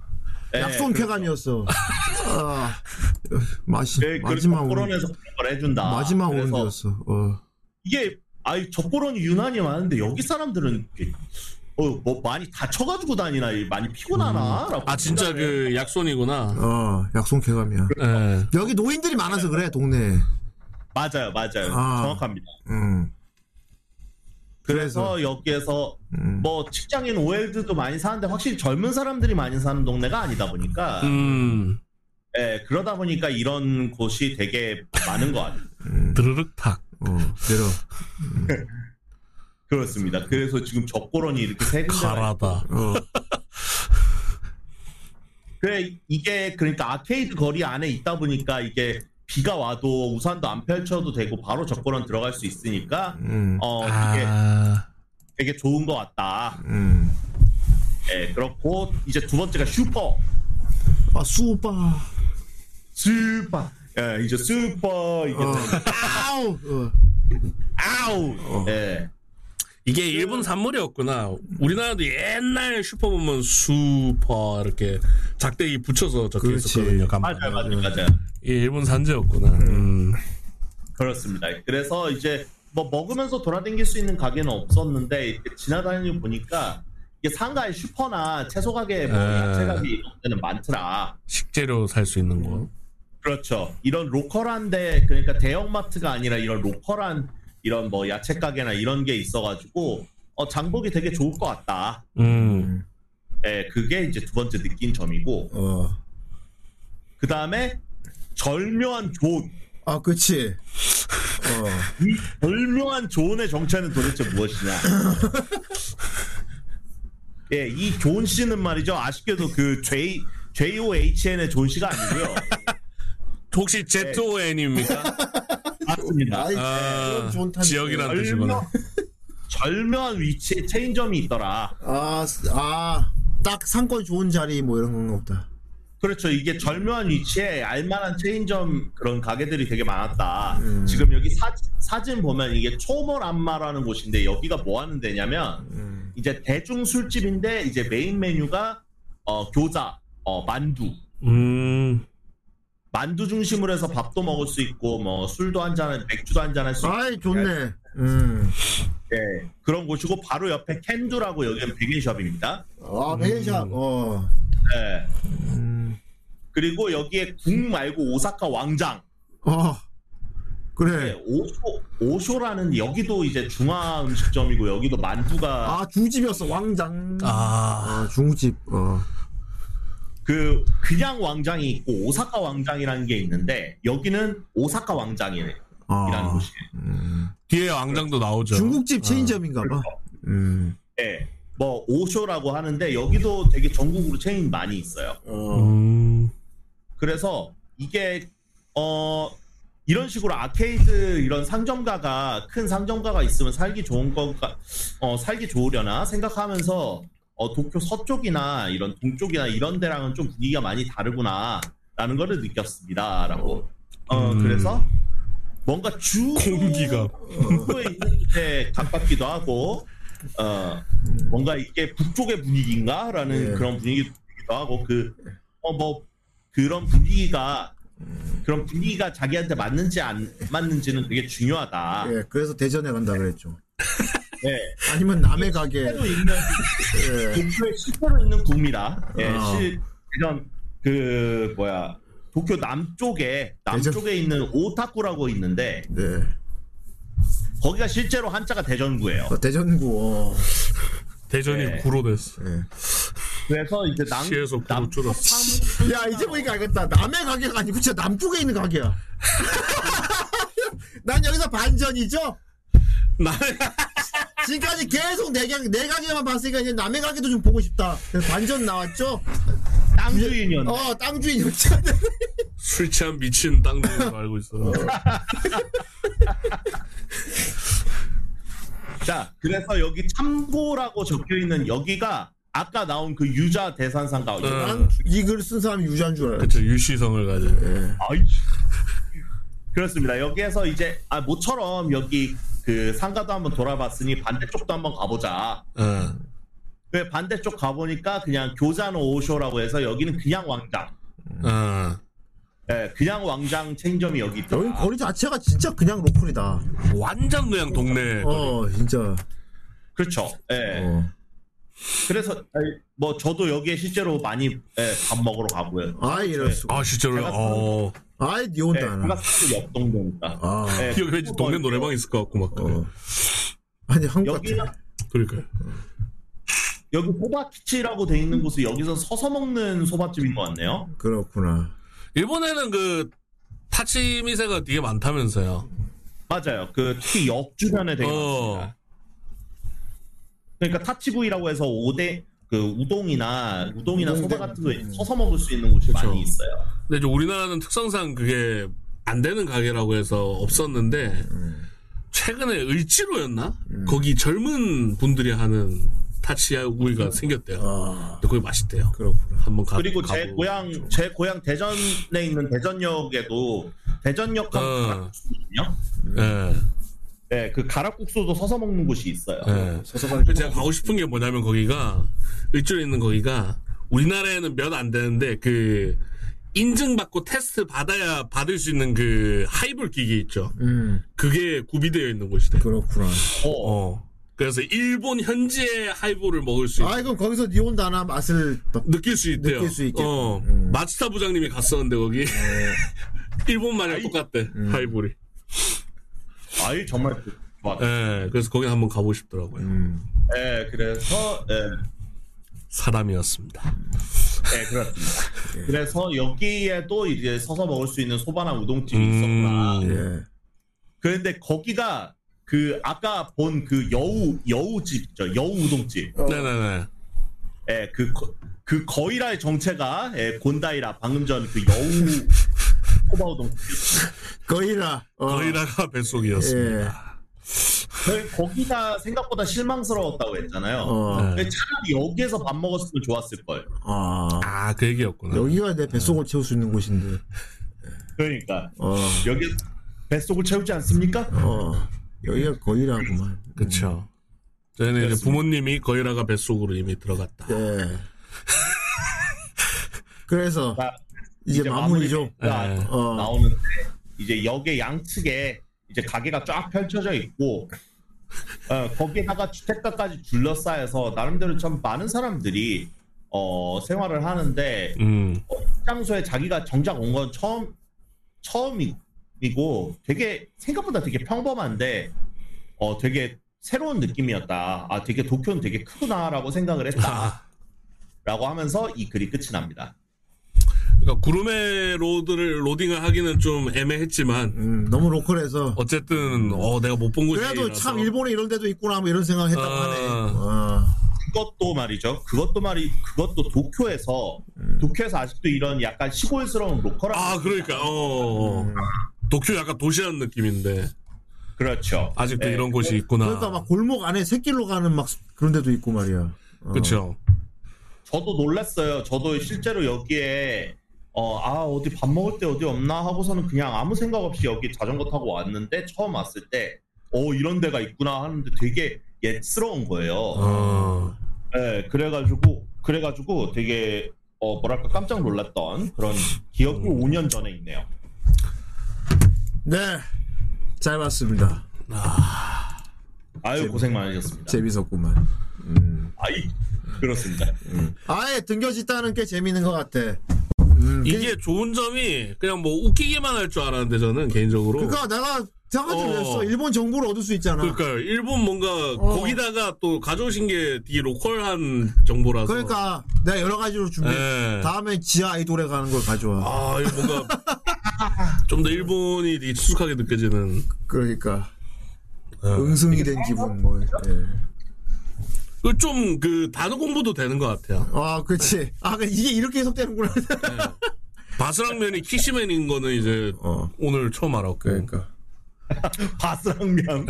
예, 약손 쾌감이었어. 아, 마시, 그- 그 마지막 오른 접고론에서 그런 걸 해준다. 마지막 오른 그래서 데였어. 어. 이게 아이 접고론이 유난히 많은데 여기 사람들은 이렇게 어뭐 많이 다쳐가지고 다니나 이 많이 음. 피곤하나라고 아, 진짜 그 약손이구나. 어 약손 쾌감이야. 예. 여기 노인들이 많아서 그래 동네. 맞아요 맞아요 아. 정확합니다 음. 그래서 여기에서 음. 뭐 직장인 OL들도 많이 사는데 확실히 젊은 사람들이 많이 사는 동네가 아니다 보니까 음, 예, 그러다 보니까 이런 곳이 되게 많은 것 같아요. 드르륵 탁. 어, 내려. 그렇습니다. 그래서 지금 적고론이 이렇게 세 군데가 가라다. 어, 그래 이게 그러니까 아케이드 거리 안에 있다 보니까 이게 비가 와도 우산도 안 펼쳐도 되고 바로 접근원 들어갈 수 있으니까 음, 어 이게 아, 되게 좋은 것 같다. 음. 예 그렇고 이제 두 번째가 슈퍼 아, 수오빠. 슈퍼 예 이제 슈퍼 이게 어. 아우! 어. 아우 예 이게 일본 산물이었구나. 우리나라도 옛날 슈퍼 보면 슈퍼 이렇게 작대기 붙여서 적혀 그렇지. 있었거든요. 간판에. 맞아요 맞아요 맞아요 이게 일본 산재였구나. 음. 그렇습니다. 그래서 이제 뭐 먹으면서 돌아다닐 수 있는 가게는 없었는데 이렇게 지나다니고 보니까 이게 상가에 슈퍼나 채소 가게 뭐 에. 야채 가게 이런 데는 많더라. 식재료 살 수 있는 거. 그렇죠. 이런 로컬한데 그러니까 대형마트가 아니라 이런 로컬한 이런 뭐 야채 가게나 이런 게 있어가지고 어, 장보기 되게 좋을 것 같다. 음. 예, 그게 이제 두 번째 느낀 점이고 어. 그 다음에 절묘한 조언. 아, 그치. 어. 이 절묘한 조언의 정체는 도대체 무엇이냐? 예, 이 존 씨는 말이죠. 아쉽게도 그 J J O H N의 존 씨가 아니고요. 혹시 ZON입니까? 맞습니다. 아이, 아, 그건 좋은 탄- 지역이란 뜻이구나. 절묘, 절묘한 위치에 체인점이 있더라. 아, 스- 아, 딱 상권 좋은 자리 뭐 이런 건가 보다. 그렇죠. 이게 절묘한 위치에 알만한 체인점 그런 가게들이 되게 많았다. 지금 여기 사, 사진 보면 이게 초모란마라는 곳인데 여기가 뭐 하는 데냐면 이제 대중 술집인데 이제 메인 메뉴가 어, 교자, 어, 만두, 음. 만두 중심으로 해서 밥도 먹을 수 있고 뭐 술도 한잔 맥주도 한잔 할 수 있고 아이, 좋네. 음. 예, 그런 곳이고 바로 옆에 캔두라고 여기는 백인숍입니다. 아, 음. 베일샵. 어. 예. 그리고 여기에 궁 말고 오사카 왕장 어. 예, 그래. 오쇼, 오쇼라는 여기도 이제 중화 음식점이고 여기도 만두가 아, 중집이었어. 왕장. 아. 아, 중국집. 어. 그 그냥 왕장이 있고 오사카 왕장이라는 게 있는데 여기는 오사카 왕장이라는 아. 곳이에요. 음. 어. 뒤에 왕장도 나오죠. 중국집 체인점인가 봐. 그러니까. 음. 예. 뭐 오쇼라고 하는데 여기도 되게 전국으로 체인 많이 있어요. 음. 그래서 이게 어 이런 식으로 아케이드 이런 상점가가 큰 상점가가 있으면 살기 좋은 건가 어 살기 좋으려나 생각하면서 어 도쿄 서쪽이나 이런 동쪽이나 이런 데랑은 좀 분위기가 많이 다르구나라는 거를 느꼈습니다라고 어 음. 그래서 뭔가 주 공기가. 북부에 있는 데 가깝기도 하고 어 뭔가 이게 북쪽의 분위기인가라는 예. 그런 분위기도 하고 그어 뭐 그런 분위기가 그런 분위기가 자기한테 맞는지 안 맞는지는 되게 중요하다. 예, 그래서 대전에 간다 그랬죠. 예. 아니면 남의 가게. 실제로 있는 예. 도쿄에 실제로 있는 구미라. 예, 어. 실 이런 그 뭐야 도쿄 남쪽에 남쪽에 있는 오타쿠라고 있는데 네. 거기가 실제로 한자가 대전구예요. 어, 대전구. 어. 대전이 네. 구로 됐어. 예. 그래서 이제 남 시에서 구로 남- 줄었어. 야 이제 보니까 알겠다. 남의 가게가 아니고 진짜 남쪽에 있는 가게야. 난 여기서 반전이죠. 남의 지금까지 계속 내, 가- 내 가게만 봤으니까 이제 남의 가게도 좀 보고 싶다. 그래서 반전 나왔죠. 땅 주인이었는데 어, 땅 주인이었잖아. 술 취한 미친 땅둥이로 알고 있어. 자, 그래서 여기 참고라고 적혀 있는 여기가 아까 나온 그 유자 대산상가. 어. 응. 난이글 쓴 사람이 유자인 줄 알아요. 그쵸 유시성을 가진. 아이씨. 그렇습니다. 여기에서 이제 아 모처럼 여기 그 상가도 한번 돌아봤으니 반대쪽도 한번 가보자. 응. 그 반대쪽 가보니까 그냥 교자노 오쇼라고 해서 여기는 그냥 왕장. 응. 예, 그냥 왕장 체인점이 여기 있다. 여기 거리 자체가 진짜 그냥 로컬이다. 완전 그냥 동네. 어, 진짜. 그렇죠. 예. 어. 그래서 아이, 뭐 저도 여기에 실제로 많이 예, 밥 먹으러 가고요. 아이, 이럴 수가. 아 진짜로. 제가 어. 아이, 니 예, 혼자 제가 알아. 사실 옆 동네니까. 아. 예, 여기 왠지 동네 노래방 있을 것 같고 막 그래. 어. 아니, 한국 여기는 같아. 그러니까. 여기 소바키치라고 돼 있는 곳이 여기서 서서 먹는 소바집인 것 같네요. 그렇구나. 일본에는 그 타치미세가 되게 많다면서요. 맞아요. 그 특히 역 주변에 되게 어. 많습니다. 그러니까 타치부이라고 해서 오대 그 우동이나 우동이나 소바 같은 거 서서 먹을 수 있는 곳이 많이 있어요. 근데 이제 우리나라는 특성상 그게 안 되는 가게라고 해서 없었는데 음. 최근에 을지로였나? 거기 젊은 분들이 하는 타치야구이가 생겼대요. 아, 근데 거기 맛있대요. 그렇구나. 한번 가. 어. 그리고 제 가보고 고향 좀. 제 고향 대전에 있는 대전역에도 대전역 어. 하면 가락국수거든요. 예. 네, 그 가락국수도 서서 먹는 곳이 있어요. 예. 서서 가는 제가 가고 싶은 게 뭐냐면 거기가 을지로 있는 거기가 우리나라에는 몇 안 되는데 그 인증받고 테스트 받아야 받을 수 있는 그 하이볼 기기 있죠. 음, 그게 구비되어 있는 곳이다. 그렇구나. 어. 그래서 일본 현지의 하이볼을 먹을 수 있, 아, 그럼 거기서 니온다나 맛을 또- 느낄 수 있대요. 느낄 수 있겠다. 어. 음. 네. 마츠타 부장님이 갔었는데 거기 일본 마냥 똑같대 음. 하이볼이. 아이 정말 그- 좋아. 예. 그래서 거기 한번 가보고 싶더라고요. 음. 네, 그래서 네, 사람이었습니다. 네, 그렇습니다. 예. 그래서 여기에도 이제 서서 먹을 수 있는 소바나 우동집이 있었구나. 음. 예. 그런데 거기가 그 아까 본 그 여우 여우집 있죠 여우 우동집 네네네. 예, 그, 거- 그 거이라의 정체가 예, 곤다이라 방금 전 그 여우 코바우동 거이라. 어. 예. 거의다가 뱃속이었습니다. 저희 그 거기가 생각보다 실망스러웠다고 했잖아요 어. 네. 근데 차라리 여기에서 밥 먹었으면 좋았을 걸 아. 아, 그 얘기였구나. 여기가 내 뱃속을 채울 수 있는 곳인데. 그러니까 어. 여기 뱃속을 채우지 않습니까? 어. 여기가 거이라구만. 그쵸. 저희는 이제 부모님이 거의라가 뱃속으로 이미 들어갔다. 예. 그래서 자, 이제, 마무리죠. 마무리가 예. 어. 나오는데 이제 역의 양측에 이제 가게가 쫙 펼쳐져 있고 어, 거기다가 주택가까지 둘러싸여서 나름대로 참 많은 사람들이 어, 생활을 하는데 음. 어, 장소에 자기가 정작 온 건 처음 처음이고 되게 생각보다 되게 평범한데 어 되게 새로운 느낌이었다. 아 되게 도쿄는 되게 크구나라고 생각을 했다라고 아, 하면서 이 글이 끝이 납니다. 그러니까 구름의 로드를 로딩을 하기는 좀 애매했지만 음, 너무 로컬해서. 어쨌든 어 내가 못 본 곳이 그래도 참 일본에 이런 데도 있구나 뭐 이런 생각 했다고 아. 하네. 어. 그것도 말이죠. 그것도 말이 그것도 도쿄에서 도쿄에서 아직도 이런 약간 시골스러운 로컬한 음. 아 그러니까 어 음. 어. 도쿄 약간 도시한 느낌인데 그렇죠. 아직도 예, 이런 곳이 있구나. 네. 그러니까 막 골목 안에 새길로 가는 막 그런 데도 있고 말이야. 어. 그쵸. 저도 놀랐어요. 저도 실제로 여기에 어, 아, 어디 밥 먹을 때 어디 없나 하고서는 그냥 아무 생각 없이 여기 자전거 타고 왔는데 처음 왔을 때, 어, 이런 데가 있구나 하는데 되게 옛스러운 거예요. 음. 어. 네, 그래가지고, 그래가지고 되게, 어, 뭐랄까 깜짝 놀랐던 그런 기억이 음. 5년 전에 있네요. 네. 잘 봤습니다. 아유, 고생 많으셨습니다. 재밌었구만. 아이, 그렇습니다. 아예 등겨짓다는 게 재밌는 것 같아. 음. 이게 좋은 점이 그냥 뭐 웃기기만 할 줄 알았는데 저는 개인적으로 그러니까 내가 생각하지 어. 못했어. 일본 정보를 얻을 수 있잖아. 그러니까 일본 뭔가 어. 거기다가 또 가져오신 게 되게 로컬한 정보라서 그러니까 내가 여러 가지로 준비해. 예. 다음에 지하 아이돌에 가는 걸 가져와. 아 이거 뭔가 좀 더 일본이 되게 친숙하게 느껴지는 그러니까 예. 응승이 된 기분 뭐. 예. 좀 그 단어 공부도 되는 것 같아요. 아, 그렇지. 아, 그 이게 이렇게 해석되는구나. 바스락면이 키시맨인 거는 이제 어. 오늘 처음 알았고 그러니까 바스락면.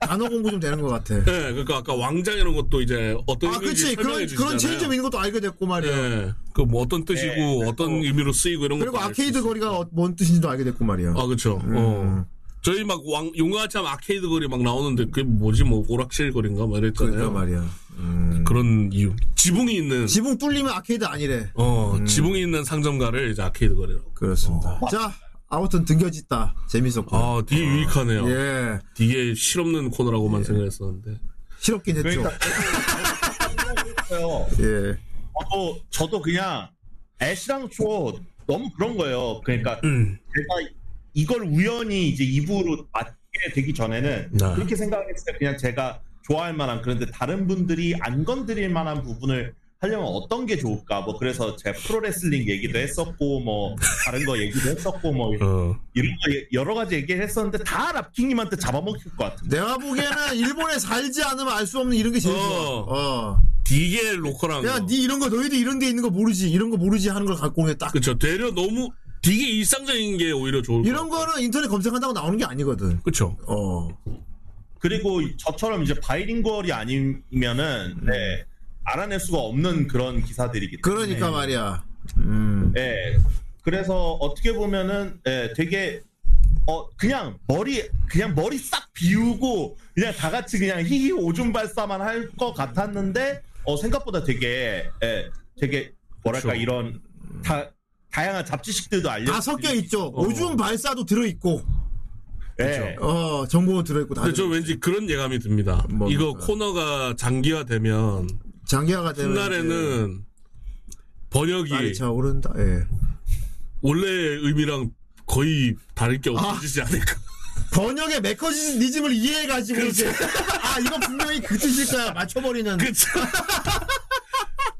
단어 공부 좀 되는 것 같아. 네, 그러니까 아까 왕자 이런 것도 이제 어떤 아, 의미인지 그렇지. 설명해 그런 주시잖아요. 그런 체인점 있는 것도 알게 됐고 말이야. 예. 그뭐 어떤 뜻이고 네, 어떤 그리고- 의미로 쓰이고 이런 그리고 것도 알수 아케이드 있어요. 거리가 어- 뭔 뜻인지도 알게 됐고 말이야. 아 그렇죠. 음, 어. 저희 막 왕 용가참 아케이드 거리 막 나오는데 그게 뭐지 뭐 오락실 거리인가 막 그러니까 이랬잖아요. 말이야. 그런 이유. 지붕이 있는 지붕 뚫리면 아케이드 아니래. 어 지붕이 있는 상점가를 이제 아케이드 거리라고. 그렇습니다. 어. 자, 아무튼 등겨짓다. 재밌었고. 아 되게 유익하네요. 예. 되게 실없는 코너라고만 생각했었는데. 싫었긴 했죠. 그러니까. 그래요. 예. 저도, 저도 그냥 애쉬랑 초 너무 그런 거예요. 그러니까 음. 제가 이걸 우연히 이제 2부로 맞게 되기 전에는 네. 그렇게 생각했어요. 그냥 제가 좋아할 만한 그런데 다른 분들이 안 건드릴 만한 부분을 하려면 어떤 게 좋을까? 뭐 그래서 제 프로레슬링 얘기도 했었고 뭐 다른 거 얘기도 했었고 뭐 어. 이런 거 예, 여러 가지 얘기를 했었는데 다 랍킹님한테 잡아먹힐 것 같은데. 내가 보기에는 일본에 살지 않으면 알 수 없는 이런 게 제일 어. 좋아. 어. 되게 로컬한 거. 야, 니 이런 거 너희도 이런 데 있는 거 모르지. 이런 거 모르지 하는 걸 갖고 오는 게 딱. 그쵸. 되려 너무 되게 일상적인 게 오히려 좋을 것 이런 거는 인터넷 검색한다고 나오는 게 아니거든. 그쵸. 어. 그리고 저처럼 이제 바이링구얼이 아니면은 네, 알아낼 수가 없는 그런 기사들이기 때문에. 음. 네. 그러니까 말이야. 음. 예. 그래서 어떻게 보면은 예, 되게 어 그냥 머리 그냥 머리 싹 비우고 그냥 다 같이 그냥 히히 오줌 발사만 할 것 같았는데 어 생각보다 되게 예, 되게 뭐랄까 그쵸. 이런 다 다양한 잡지식들도 알려 네. 다 섞여 있죠. 어. 오줌 발사도 들어 있고, 예. 어 정보 들어 있고 다. 근데 저 그렇죠. 왠지 그런 예감이 듭니다. 뭡니까? 이거 코너가 네, 장기화되면 장기화가 되는. 옛날에는 번역이 날이 차 오른다. 예. 원래 의미랑 거의 다를 게 없어지지 아. 않을까. 번역의 메커니즘을 이해해가지고 이제 아 이거 분명히 그 뜻일 거야 맞춰버리는. 그렇죠. 그쵸.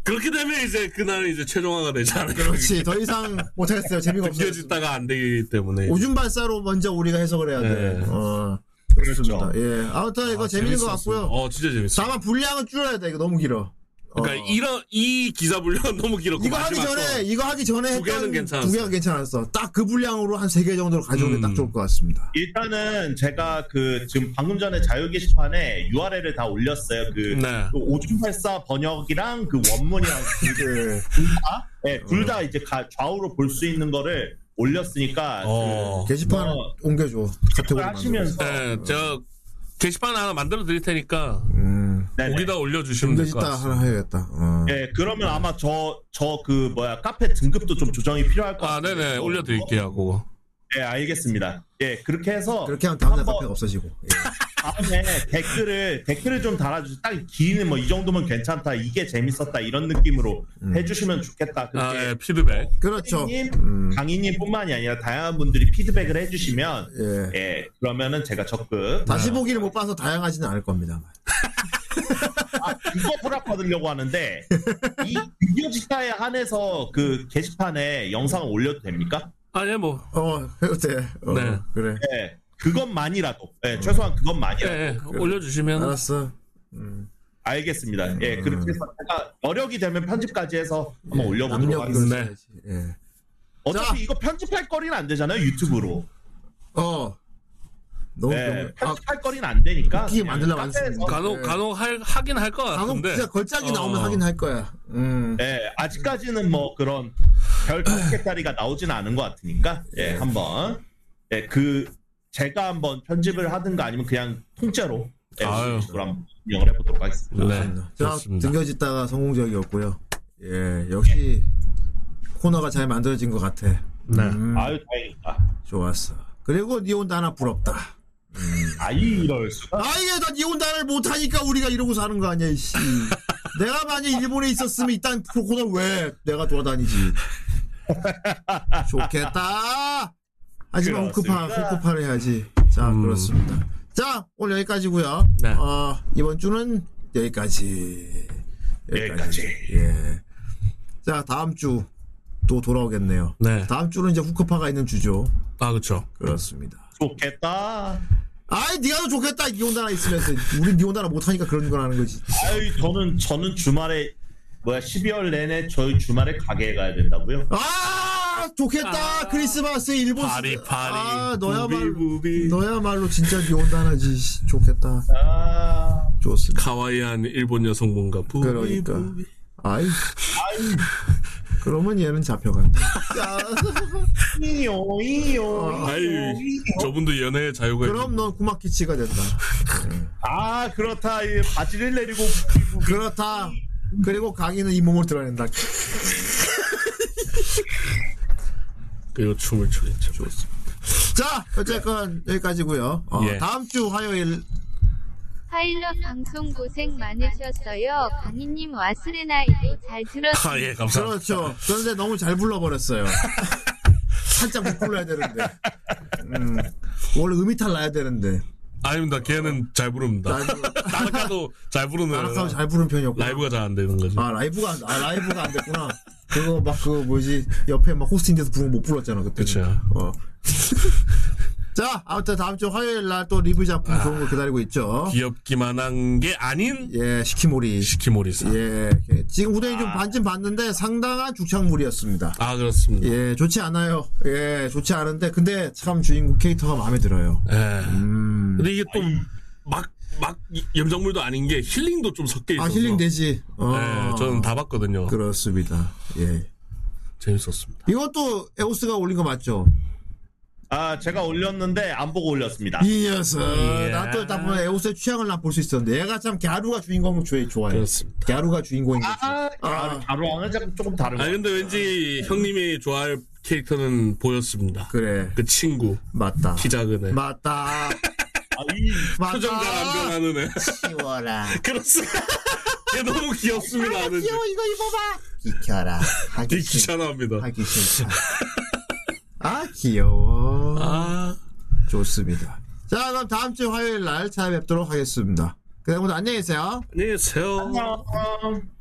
그렇게 되면 이제 그날은 이제 최종화가 되지 않을까. 그렇지. 더 이상 못하겠어요. 재미가 없어요. 이어지다가 안 되기 때문에. 오줌 발사로 먼저 우리가 해석을 해야 돼. 네. 어. 그렇죠. 예. 아무튼 이거 재밌는 것 재밌었어요. 같고요. 어, 진짜 재밌어. 다만 분량은 줄여야 돼. 이거 너무 길어. 어. 그러니까 이런 이 기사 분량 너무 길었고 이거 하기 마지막 전에 거. 이거 하기 전에 두 개는 했던 괜찮았어. 두 개가 괜찮았어. 딱 그 분량으로 한 세 개 정도로 가져오는 게 음. 딱 좋을 것 같습니다. 일단은 제가 그 지금 방금 전에 자유 게시판에 URL을 다 올렸어요. 그 네. 그 오줌팔사 번역이랑 그 원문이랑 네. 어. 둘다 예, 둘 다 이제 가- 좌우로 볼 수 있는 거를 올렸으니까 어. 게시판 뭐, 옮겨줘. 카테고리 그걸 하시면서 네, 제가 게시판 하나 만들어 드릴 테니까 음. 네네. 거기다 올려주시면 될 것 옮겨졌다 같습니다. 하나 해야겠다. 어. 예, 그러면 아마 저 저 그 뭐야 카페 등급도 좀 조정이 필요할 것 아, 같아요. 네네, 올려드릴게요, 그거. 예, 알겠습니다. 예, 그렇게 해서 그렇게 하면 다음날 한번- 카페가 없어지고. 예. 다음에 댓글을 댓글을 좀 달아주세요. 딱 기는 뭐 이 정도면 괜찮다, 이게 재밌었다 이런 느낌으로 해주시면 좋겠다. 아, 예, 그렇게 피드백. 음. 그렇죠. 님 음. 강의님뿐만이 아니라 다양한 분들이 피드백을 해주시면 예. 예, 그러면은 제가 적극 다시 보기를 못 봐서 다양하지는 않을 겁니다. 아, 그거 허락받으려고 하는데 이 유교지사에 한해서 그 게시판에 영상을 올려도 됩니까? 아, 예, 뭐. 어, 해도 돼. 어, 네. 그래. 네, 그것만이라도 네, 최소한 예, 그것만이라도 예, 올려주시면. 네. 알았어. 알겠습니다. 예, 그렇게 해서 제가 여력이 되면 편집까지 해서 한번 올려보도록 압력을 하겠습니다. 네. 써야지. 예. 어차피 이거 편집할 거리는 안 되잖아요 유튜브로. 어. 너무 예, 네. 아, 편집할 거리는 안 되니까. 웃기게 그냥 만들려고 안 카페에서, 쓰는 거야. 간혹, 예. 간혹 할, 하긴 할 것 방금 같은데. 진짜 걸작이 어. 나오면 하긴 할 거야. 음. 예, 아직까지는 뭐 그런 별 캐릭터리가 나오진 않은 것 같으니까 예, 네. 한번 예, 그 제가 한번 편집을 하든가 아니면 그냥 통째로 예, 아유. 식으로 한번 운영을 해보도록 하겠습니다. 네, 자, 좋습니다. 등겨짓다가 성공적이었고요. 예, 역시 코너가 잘 만들어진 것 같아. 네. 음, 아유 다행이다. 좋았어. 그리고 니 혼자 하나 부럽다. 아 이럴 수가. 아 이게 다니 혼자를 못하니까 우리가 이러고 사는 거 아니야, 이씨. 내가 만약 일본에 있었으면 일단 그 코너 왜 내가 돌아다니지? 좋겠다. 하지만 그렇습니다. 후크파, 후크파를 해야지. 자, 음. 그렇습니다. 자, 오늘 여기까지고요. 네. 어, 이번 주는 여기까지. 여기까지. 예. 자, 다음 주 또 돌아오겠네요. 네. 다음 주는 이제 후크파가 있는 주죠. 아, 그쵸. 그렇습니다. 좋겠다. 아이, 니가 더 좋겠다. 니 혼자나 있으면서. 우리 니 혼자나 못하니까 그런 걸 하는 거지. 아유 저는 저는 주말에 뭐야 12월 내내 저희 주말에 가게에 가야 된다고요? 아, 좋겠다. 크리스마스 일본. 파리, 파리. 아, 너야말로. 부비, 부비. 너야말로 진짜 니 혼자나지. 씨, 좋겠다. 아, 좋습니다. 카와이한 일본 여성분과 부비. 그러니까. 부비. 아이. 그러면 얘는 잡혀간다. 야, 이요 이요. 아유, 저분도 연애의 자유가 그럼 넌 구마키치가 된다. 아 그렇다. 이 바지를 내리고 그렇다. 그리고 강의는 이 몸으로 들어낸다. 그리고 춤을 추겠죠. 자, 어쨌건 여기까지고요. 어, 예. 다음 주 화요일 파일럿 방송 고생 많으셨어요. 강희님 와스레나이도 잘 들었습니다. 아, 예, 감사합니다. 그렇죠. 그런데 너무 잘 불러버렸어요. 살짝 못 불러야 되는데. 음, 원래 음이탈 나야 되는데. 아닙니다. 걔는 잘 부릅니다. 나라카도 잘 부르는 나락하고 잘 부른 편이었고. 라이브가 잘 안 되는 거지. 아, 라이브가, 안- 아, 라이브가 안 됐구나. 그거 막, 그거 뭐지, 옆에 막 호스팅 돼서 부른 거 못 불렀잖아, 그때. 그쵸. 어. 자, 아무튼 다음 주 화요일 날 또 리뷰 작품 좋은 거 기다리고 있죠. 아. 귀엽기만 한 게 아닌 예, 시키모리. 시키모리사. 예, 예. 지금 후대인 좀 반쯤 봤는데 상당한 죽창물이었습니다. 아 그렇습니다. 예, 좋지 않아요. 예, 좋지 않은데, 근데 참 주인공 캐릭터가 마음에 들어요. 예. 음. 근데 이게 또 막 막 염장물도 아닌 게 힐링도 좀 섞여 있어서. 아, 힐링 되지. 어. 예, 저는 다 봤거든요. 그렇습니다. 예. 재밌었습니다. 이것도 에오스가 올린 거 맞죠? 아 제가 올렸는데 안 보고 올렸습니다. 이 녀석. 예. 나 또 딱 보면 에오스의 취향을 나 볼 수 있었는데. 얘가 참 갸루가 주인공을 좋아해- 좋아해. 그렇습니다. 갸루가 주인공인 거지. 아, 아, 다루왕은 조금- 조금 다른 아 거. 근데 왠지 형님이 좋아할 캐릭터는 보였습니다. 그, 그래. 친구 맞다. 키 작은 애. 맞다. 아, 맞다. 표정 잘 안 아, 변하는 애. 치워라. 아, 그렇습니다. 걔 너무 귀엽습니다. 하는 중. 귀여워, 이거 입어봐. 비켜라. 되게 하기 싫다. 귀찮아합니다. 하기 싫다. 아, 귀여워. 아 좋습니다. 자, 그럼 다음 주 화요일 날 찾아뵙도록 하겠습니다. 그럼 오늘 안녕히 계세요. 안녕히 계세요. 안녕.